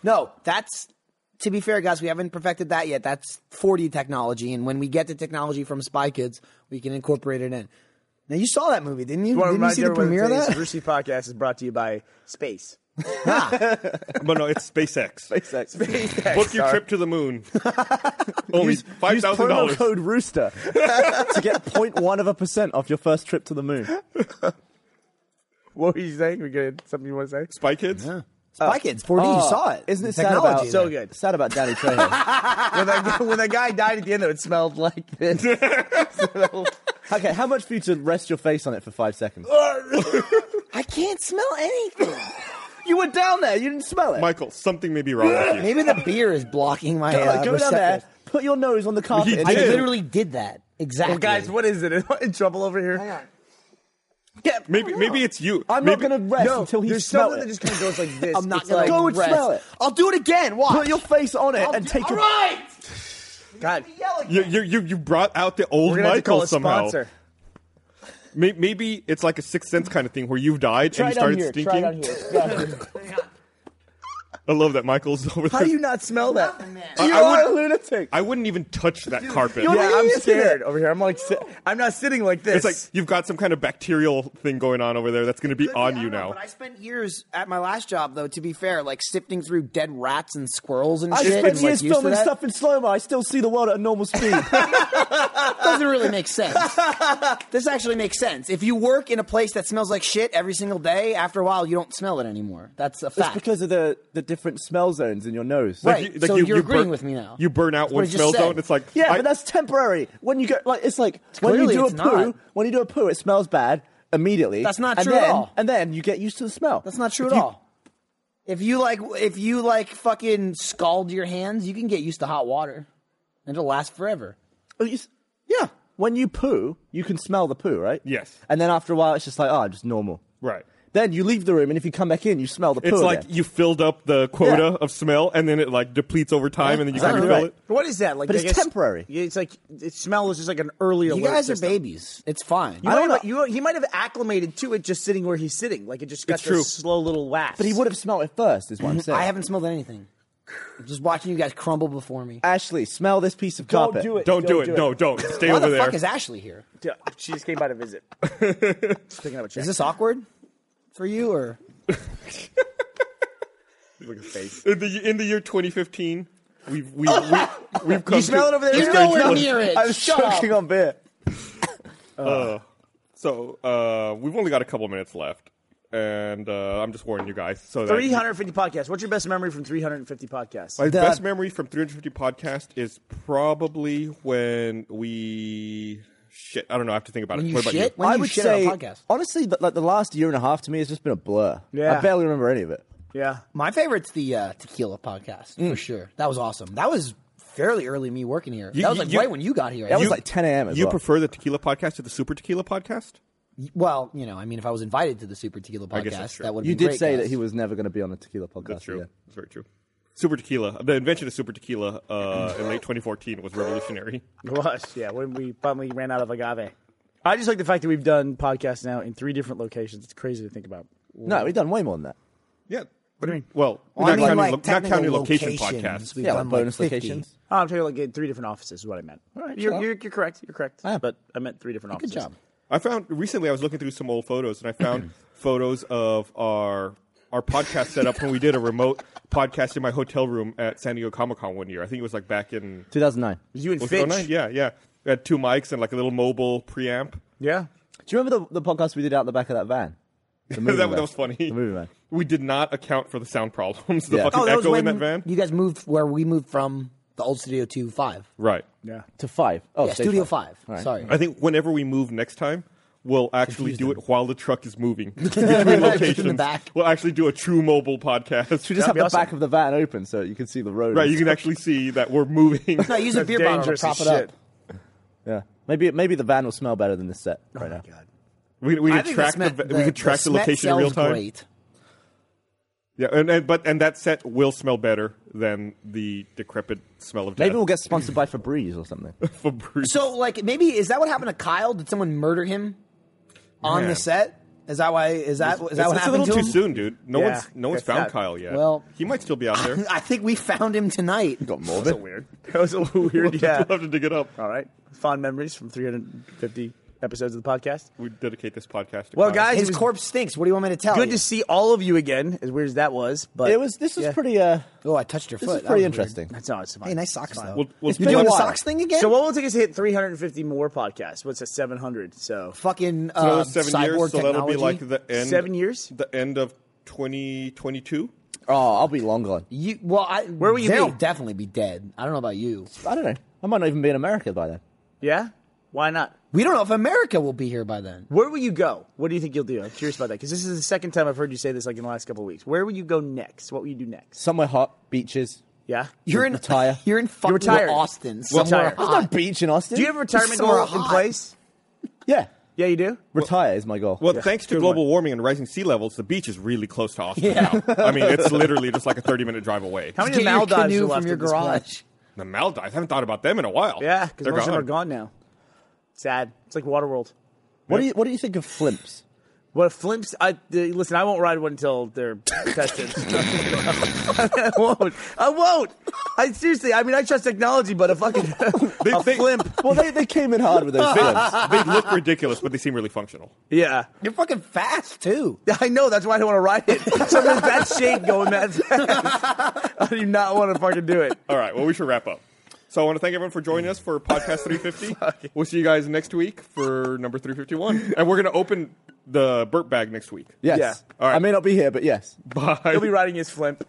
[SPEAKER 4] No, that's to be fair, guys. We haven't perfected that yet. That's 4D technology, and when we get the technology from Spy Kids, we can incorporate it in. Now you saw that movie, didn't you? Didn't you see the premiere of that?
[SPEAKER 2] Rusty podcast is brought to you by Space.
[SPEAKER 1] but no, it's SpaceX.
[SPEAKER 3] SpaceX.
[SPEAKER 1] Book your trip to the moon. Only five
[SPEAKER 3] Use
[SPEAKER 1] thousand
[SPEAKER 3] promo
[SPEAKER 1] dollars.
[SPEAKER 3] code Rooster to get 0.1 of a percent off your first trip to the moon.
[SPEAKER 2] What were you saying? We good? Something you want to say? Oh,
[SPEAKER 1] Spy Kids.
[SPEAKER 4] Spy Kids 4D. you saw it.
[SPEAKER 3] Ah, Isn't it sad
[SPEAKER 4] technology?
[SPEAKER 3] about
[SPEAKER 2] So
[SPEAKER 4] there.
[SPEAKER 2] good.
[SPEAKER 3] sad about Danny Trejo?
[SPEAKER 2] When that, when that guy died at the end, though, it smelled like this.
[SPEAKER 3] okay, how much for you to rest your face on it for five seconds?
[SPEAKER 4] I can't smell anything.
[SPEAKER 3] you were down there. You didn't smell it.
[SPEAKER 1] Michael, something may be wrong with you.
[SPEAKER 4] Maybe the beer is blocking my.
[SPEAKER 3] Like,
[SPEAKER 4] Uh,
[SPEAKER 3] go down there.
[SPEAKER 4] receptors.
[SPEAKER 3] Put your nose on the carpet.
[SPEAKER 1] He
[SPEAKER 3] and-
[SPEAKER 4] I
[SPEAKER 1] Dude.
[SPEAKER 4] literally did that exactly.
[SPEAKER 2] Well, guys, what is it? Am I in trouble over here?
[SPEAKER 4] Hang on.
[SPEAKER 3] Get-
[SPEAKER 1] Maybe maybe it's you.
[SPEAKER 3] I'm
[SPEAKER 1] maybe,
[SPEAKER 3] not going to rest
[SPEAKER 2] No,
[SPEAKER 3] until he
[SPEAKER 2] there's
[SPEAKER 3] smells
[SPEAKER 2] something
[SPEAKER 3] it.
[SPEAKER 2] that just kind of goes like this.
[SPEAKER 4] I'm not
[SPEAKER 2] It's
[SPEAKER 4] gonna
[SPEAKER 2] like,
[SPEAKER 3] Go and
[SPEAKER 4] rest.
[SPEAKER 3] smell it.
[SPEAKER 4] I'll do it again. Watch.
[SPEAKER 3] Put your face on it
[SPEAKER 4] I'll
[SPEAKER 3] and
[SPEAKER 4] do-
[SPEAKER 3] take
[SPEAKER 4] All
[SPEAKER 3] your.
[SPEAKER 4] right.
[SPEAKER 2] God,
[SPEAKER 1] You, you, you, you brought out the old
[SPEAKER 2] we're gonna have to
[SPEAKER 1] Michael
[SPEAKER 2] call a
[SPEAKER 1] somehow.
[SPEAKER 2] sponsor.
[SPEAKER 1] May- Maybe it's like a sixth sense kind of thing where you've died
[SPEAKER 3] Try
[SPEAKER 1] and
[SPEAKER 3] it
[SPEAKER 1] you
[SPEAKER 3] on
[SPEAKER 1] started
[SPEAKER 3] here. Try
[SPEAKER 1] stinking.
[SPEAKER 3] it on here. Yeah.
[SPEAKER 1] I love that Michael's over
[SPEAKER 2] How
[SPEAKER 1] there.
[SPEAKER 2] do you not smell that?
[SPEAKER 1] I-
[SPEAKER 3] you
[SPEAKER 1] I
[SPEAKER 3] are
[SPEAKER 1] would-
[SPEAKER 3] a lunatic.
[SPEAKER 1] I wouldn't even touch that carpet.
[SPEAKER 3] you're-
[SPEAKER 2] Yeah,
[SPEAKER 3] What
[SPEAKER 2] I'm
[SPEAKER 3] is it?
[SPEAKER 2] scared over here. I'm like, si- I'm not sitting like this.
[SPEAKER 1] It's like you've got some kind of bacterial thing going on over there that's going to be
[SPEAKER 4] I
[SPEAKER 1] on you
[SPEAKER 4] don't know,
[SPEAKER 1] now.
[SPEAKER 4] But I spent years at my last job, though. To be fair, like sifting through dead rats and squirrels and
[SPEAKER 3] I
[SPEAKER 4] shit.
[SPEAKER 3] spent
[SPEAKER 4] and, like,
[SPEAKER 3] years
[SPEAKER 4] used to
[SPEAKER 3] filming
[SPEAKER 4] that.
[SPEAKER 3] stuff in slow mo. I still see the world at a normal speed.
[SPEAKER 4] Doesn't really make sense. this actually makes sense. If you work in a place that smells like shit every single day, after a while, you don't smell it anymore. That's a
[SPEAKER 3] it's
[SPEAKER 4] fact.
[SPEAKER 3] because of the, the different smell zones in your nose.
[SPEAKER 4] Right. so you're agreeing with me now.
[SPEAKER 1] You burn out
[SPEAKER 4] what
[SPEAKER 1] one
[SPEAKER 4] I just
[SPEAKER 1] smell
[SPEAKER 4] said.
[SPEAKER 1] zone. It's like
[SPEAKER 3] Yeah,
[SPEAKER 1] I,
[SPEAKER 3] but that's temporary. When you go, like, it's like when you
[SPEAKER 4] clearly
[SPEAKER 3] do a
[SPEAKER 4] it's
[SPEAKER 3] poo.
[SPEAKER 4] not.
[SPEAKER 3] When you do a poo, it smells bad immediately.
[SPEAKER 4] That's not
[SPEAKER 3] and
[SPEAKER 4] true at
[SPEAKER 3] then-
[SPEAKER 4] all.
[SPEAKER 3] And then you get used to the smell.
[SPEAKER 4] That's not true
[SPEAKER 3] If
[SPEAKER 4] at
[SPEAKER 3] you-
[SPEAKER 4] all. If you like, if you like, fucking scald your hands, you can get used to hot water, and it'll last forever.
[SPEAKER 3] Oh, you s- yeah, when you poo, you can smell the poo, right?
[SPEAKER 1] Yes.
[SPEAKER 3] And then after a while, it's just like, oh, just normal.
[SPEAKER 1] right.
[SPEAKER 3] Then you leave the room, and if you come back in, you smell the poo.
[SPEAKER 1] It's like
[SPEAKER 3] again.
[SPEAKER 1] you filled up the quota
[SPEAKER 3] Yeah.
[SPEAKER 1] of smell, and then it like depletes over time, and then you
[SPEAKER 3] exactly
[SPEAKER 1] can refill
[SPEAKER 3] right.
[SPEAKER 1] it.
[SPEAKER 2] What is that like?
[SPEAKER 3] But
[SPEAKER 2] I
[SPEAKER 3] it's
[SPEAKER 2] guess-
[SPEAKER 3] temporary.
[SPEAKER 2] Yeah, It's like it smell is just like an early.
[SPEAKER 4] You
[SPEAKER 2] alert
[SPEAKER 4] guys are
[SPEAKER 2] system.
[SPEAKER 4] babies. It's fine.
[SPEAKER 2] You might have- you- he might have acclimated to it just sitting where he's sitting. Like it just got
[SPEAKER 1] It's
[SPEAKER 2] this
[SPEAKER 1] true.
[SPEAKER 2] slow little waft.
[SPEAKER 3] but he would have smelled it first, is what I'm saying.
[SPEAKER 4] Mm-hmm. I haven't smelled anything. I'm just watching you guys crumble before me.
[SPEAKER 3] Ashley, smell this piece of
[SPEAKER 2] Don't
[SPEAKER 3] carpet.
[SPEAKER 2] do it.
[SPEAKER 1] Don't, do it. No, don't. Stay
[SPEAKER 4] Why
[SPEAKER 1] over
[SPEAKER 4] the
[SPEAKER 1] there.
[SPEAKER 4] fuck is Ashley here?
[SPEAKER 2] Yeah, She just came by to visit. just picking up a check.
[SPEAKER 4] Is this awkward for you or?
[SPEAKER 2] Look at his face.
[SPEAKER 1] in, the, in the year 2015, we've we've we've, we've come.
[SPEAKER 2] You smell
[SPEAKER 1] to-
[SPEAKER 2] it over there.
[SPEAKER 4] You're
[SPEAKER 2] It's
[SPEAKER 4] nowhere
[SPEAKER 2] not-
[SPEAKER 4] near it.
[SPEAKER 3] I was
[SPEAKER 4] Shut up.
[SPEAKER 3] choking on beer.
[SPEAKER 1] So uh, we've only got a couple minutes left, and uh, I'm just warning you guys. So that
[SPEAKER 2] 350 podcasts. What's your best memory from 350 podcasts?
[SPEAKER 1] My
[SPEAKER 3] The-
[SPEAKER 1] best memory from 350 podcast is probably when we shit. I don't know. I have to think about
[SPEAKER 4] When
[SPEAKER 1] it.
[SPEAKER 4] you
[SPEAKER 1] what about you?
[SPEAKER 4] shit? When
[SPEAKER 3] I
[SPEAKER 4] you
[SPEAKER 3] would
[SPEAKER 4] shit
[SPEAKER 3] say,
[SPEAKER 4] on a podcast.
[SPEAKER 3] honestly, the, like the last year and a half to me has just been a blur.
[SPEAKER 2] Yeah.
[SPEAKER 3] I barely remember any of it.
[SPEAKER 2] yeah.
[SPEAKER 4] My favorite's the uh, tequila podcast for sure. That was awesome. That was fairly early me working here.
[SPEAKER 1] You-
[SPEAKER 4] that was
[SPEAKER 1] you-
[SPEAKER 4] like
[SPEAKER 1] you-
[SPEAKER 4] right when you got here. I
[SPEAKER 3] That was
[SPEAKER 4] think.
[SPEAKER 3] like 10 a.m. as
[SPEAKER 1] You
[SPEAKER 3] well.
[SPEAKER 1] prefer the tequila podcast to the super tequila podcast?
[SPEAKER 4] well, you know, I mean, if I was invited to the Super Tequila
[SPEAKER 1] guess that's
[SPEAKER 4] podcast,
[SPEAKER 1] true.
[SPEAKER 4] that would.
[SPEAKER 3] You did say that he was never going to be on a tequila podcast.
[SPEAKER 1] That's true.
[SPEAKER 3] yeah.
[SPEAKER 1] That's very true. Super tequila. The invention of super tequila uh, in late 2014 was revolutionary.
[SPEAKER 2] It was. Yeah. When we finally ran out of agave. I just like the fact that we've done podcasts now in three different locations. It's crazy to think about. Oh,
[SPEAKER 3] No, we've done way more than that.
[SPEAKER 1] Yeah. What do you mean? Well,
[SPEAKER 4] Well, I
[SPEAKER 1] not,
[SPEAKER 4] mean,
[SPEAKER 1] counting,
[SPEAKER 4] like,
[SPEAKER 1] lo- not
[SPEAKER 4] technical
[SPEAKER 1] counting location
[SPEAKER 4] locations,
[SPEAKER 1] podcasts.
[SPEAKER 4] we've
[SPEAKER 3] Yeah,
[SPEAKER 4] done
[SPEAKER 3] like bonus
[SPEAKER 4] like 50.
[SPEAKER 3] locations.
[SPEAKER 2] Oh, I'm talking like in three different offices is what I meant.
[SPEAKER 3] right,
[SPEAKER 2] you're,
[SPEAKER 3] shut up.
[SPEAKER 2] you're, you're correct. You're correct.
[SPEAKER 3] am.
[SPEAKER 2] But I meant three different
[SPEAKER 4] Ah. Good
[SPEAKER 2] offices.
[SPEAKER 4] job.
[SPEAKER 1] I found recently I was looking through some old photos and I found photos of our our podcast setup when we did a remote podcast in my hotel room at San Diego Comic Con one year. I think it was like back in
[SPEAKER 3] 2009.
[SPEAKER 2] It was you and
[SPEAKER 1] was it
[SPEAKER 2] Fitch.
[SPEAKER 1] 09? Yeah, yeah. We had two mics and like a little mobile preamp.
[SPEAKER 2] Yeah.
[SPEAKER 3] Do you remember the, the podcast we did out the back of that van? The movie
[SPEAKER 1] that,
[SPEAKER 3] van.
[SPEAKER 1] that was funny.
[SPEAKER 3] The movie van.
[SPEAKER 1] We did not account for the sound problems. The
[SPEAKER 3] Yeah.
[SPEAKER 1] fucking
[SPEAKER 4] Oh, that was
[SPEAKER 1] echo
[SPEAKER 4] when
[SPEAKER 1] in that van.
[SPEAKER 4] you guys moved where we moved from the old studio to five.
[SPEAKER 1] Right.
[SPEAKER 2] Yeah.
[SPEAKER 3] To five. Oh,
[SPEAKER 4] Yeah,
[SPEAKER 3] stage
[SPEAKER 4] Studio Five.
[SPEAKER 3] All right.
[SPEAKER 4] Sorry.
[SPEAKER 1] I think whenever we move next time, we'll actually
[SPEAKER 4] Confuse
[SPEAKER 1] do
[SPEAKER 4] them.
[SPEAKER 1] it while the truck is moving between
[SPEAKER 4] In the
[SPEAKER 1] locations.
[SPEAKER 4] back.
[SPEAKER 1] We'll actually do a true mobile podcast.
[SPEAKER 3] Should we just
[SPEAKER 2] That'd
[SPEAKER 3] have
[SPEAKER 2] be
[SPEAKER 3] the
[SPEAKER 2] awesome.
[SPEAKER 3] back of the van open so you can see the road?
[SPEAKER 1] right,
[SPEAKER 3] and
[SPEAKER 1] you can
[SPEAKER 3] stuff?
[SPEAKER 1] actually see that we're moving.
[SPEAKER 4] No, use a
[SPEAKER 2] That's
[SPEAKER 4] beer bottle to
[SPEAKER 2] dangerous as
[SPEAKER 4] prop it up.
[SPEAKER 2] shit.
[SPEAKER 3] Yeah. Maybe maybe the van will smell better than this set right now.
[SPEAKER 1] We, we
[SPEAKER 4] I
[SPEAKER 1] could
[SPEAKER 4] think
[SPEAKER 1] track
[SPEAKER 4] Smet-
[SPEAKER 1] the, we could track the,
[SPEAKER 4] Smet
[SPEAKER 1] location in
[SPEAKER 4] sells
[SPEAKER 1] real time.
[SPEAKER 4] Great.
[SPEAKER 1] Yeah, and, and but and that set will smell better than the decrepit smell of death.
[SPEAKER 3] Maybe we'll get sponsored by Febreze or something.
[SPEAKER 1] for Bruce.
[SPEAKER 4] So, like, maybe is that what happened to Kyle? Did someone murder him on
[SPEAKER 1] Man.
[SPEAKER 4] the set? Is that why? Is that is
[SPEAKER 1] it's,
[SPEAKER 4] that what
[SPEAKER 1] it's a
[SPEAKER 4] happened
[SPEAKER 1] little
[SPEAKER 4] to
[SPEAKER 1] too
[SPEAKER 4] him?
[SPEAKER 1] soon, dude. No
[SPEAKER 2] Yeah,
[SPEAKER 1] one's no one's
[SPEAKER 2] that's
[SPEAKER 1] found
[SPEAKER 2] not-
[SPEAKER 1] Kyle yet.
[SPEAKER 4] Well-
[SPEAKER 1] he might still be out there.
[SPEAKER 4] I think we found him tonight.
[SPEAKER 2] That
[SPEAKER 3] Got
[SPEAKER 2] was a
[SPEAKER 3] morbid.
[SPEAKER 2] weird. That was a little weird. yeah.
[SPEAKER 1] we'll have to dig it up.
[SPEAKER 2] All right. Fond memories from 350 episodes of the podcast.
[SPEAKER 1] We dedicate this podcast. To
[SPEAKER 2] Well,
[SPEAKER 1] Kyle.
[SPEAKER 2] guys,
[SPEAKER 4] His
[SPEAKER 2] it was
[SPEAKER 4] corpse stinks. What do you want me to tell
[SPEAKER 2] good
[SPEAKER 4] you?
[SPEAKER 2] to see all of you again. As weird as that was, but
[SPEAKER 3] It was. This was
[SPEAKER 2] Yeah.
[SPEAKER 3] pretty. Uh,
[SPEAKER 4] oh, I touched your
[SPEAKER 3] this
[SPEAKER 4] foot.
[SPEAKER 3] was
[SPEAKER 4] That
[SPEAKER 3] pretty
[SPEAKER 4] weird.
[SPEAKER 3] interesting.
[SPEAKER 2] That's not. It's fine.
[SPEAKER 4] Hey, nice socks
[SPEAKER 2] It's
[SPEAKER 4] though.
[SPEAKER 1] We'll- we'll
[SPEAKER 4] it's
[SPEAKER 1] do
[SPEAKER 4] been
[SPEAKER 1] it.
[SPEAKER 4] doing the
[SPEAKER 3] Why?
[SPEAKER 4] socks thing again.
[SPEAKER 2] So what will it take us to hit 350 more podcasts? What's a 700? So
[SPEAKER 4] fucking uh,
[SPEAKER 1] another seven
[SPEAKER 4] cyborg
[SPEAKER 1] years, so that'll
[SPEAKER 4] technology.
[SPEAKER 1] be like the end.
[SPEAKER 2] Seven years?
[SPEAKER 1] The end of 2022.
[SPEAKER 3] oh, I'll be long gone.
[SPEAKER 4] you, well, I,
[SPEAKER 2] Where will you
[SPEAKER 4] They'll
[SPEAKER 2] be?
[SPEAKER 4] definitely be dead. I don't know about you.
[SPEAKER 3] I don't know. I might not even be in America by then.
[SPEAKER 2] yeah, why not?
[SPEAKER 4] We don't know if America will be here by then.
[SPEAKER 2] Where will you go? What do you think you'll do? I'm curious about that because this is the second time I've heard you say this like in the last couple of weeks. Where will you go next? What will you do next?
[SPEAKER 3] Somewhere hot, beaches.
[SPEAKER 2] Yeah.
[SPEAKER 4] You're in
[SPEAKER 3] Retire.
[SPEAKER 4] You're in fucking
[SPEAKER 2] retired.
[SPEAKER 4] Austin.
[SPEAKER 2] We're
[SPEAKER 4] Somewhere
[SPEAKER 2] retired.
[SPEAKER 3] There's
[SPEAKER 4] hot.
[SPEAKER 3] no beach in Austin.
[SPEAKER 2] Do you have a retirement
[SPEAKER 4] Somewhere
[SPEAKER 2] goal in
[SPEAKER 4] hot.
[SPEAKER 2] place?
[SPEAKER 3] Yeah.
[SPEAKER 2] Yeah, you do.
[SPEAKER 3] Retire is my goal.
[SPEAKER 1] Well, thanks to
[SPEAKER 2] good
[SPEAKER 1] global
[SPEAKER 2] one.
[SPEAKER 1] warming and rising sea levels, the beach is really close to Austin
[SPEAKER 4] Yeah.
[SPEAKER 1] now. I mean, it's literally just like a 30 minute drive away.
[SPEAKER 2] How many
[SPEAKER 4] Get your
[SPEAKER 2] Maldives
[SPEAKER 4] canoe
[SPEAKER 2] are left
[SPEAKER 4] from your
[SPEAKER 2] at this point?
[SPEAKER 4] garage.
[SPEAKER 1] The Maldives. I haven't thought about them in a while.
[SPEAKER 2] Yeah, because
[SPEAKER 1] they're
[SPEAKER 2] most
[SPEAKER 1] gone.
[SPEAKER 2] of them are gone now. Sad. It's like Waterworld.
[SPEAKER 3] What do you What do you think of flimps?
[SPEAKER 2] What if Flimps? I the, listen. I won't ride one until they're tested. I won't. I won't. I seriously. I mean, I trust technology, but a fucking a
[SPEAKER 1] they-
[SPEAKER 2] Flimp.
[SPEAKER 3] Well, they, they came in hard with those flimps.
[SPEAKER 1] They look ridiculous, but they seem really functional.
[SPEAKER 2] Yeah,
[SPEAKER 4] You're fucking fast too.
[SPEAKER 2] I know. That's why I don't want to ride it. So there's that shape going that fast. I do not want to fucking do it.
[SPEAKER 1] All right, well, we should wrap up. So I want to thank everyone for joining us for Podcast 350. we'll see you guys next week for number 351. And we're going to open the burp bag next week.
[SPEAKER 3] Yes.
[SPEAKER 2] Yeah.
[SPEAKER 1] All right.
[SPEAKER 3] I may not be here, but yes.
[SPEAKER 1] Bye.
[SPEAKER 2] He'll be riding his Flimp.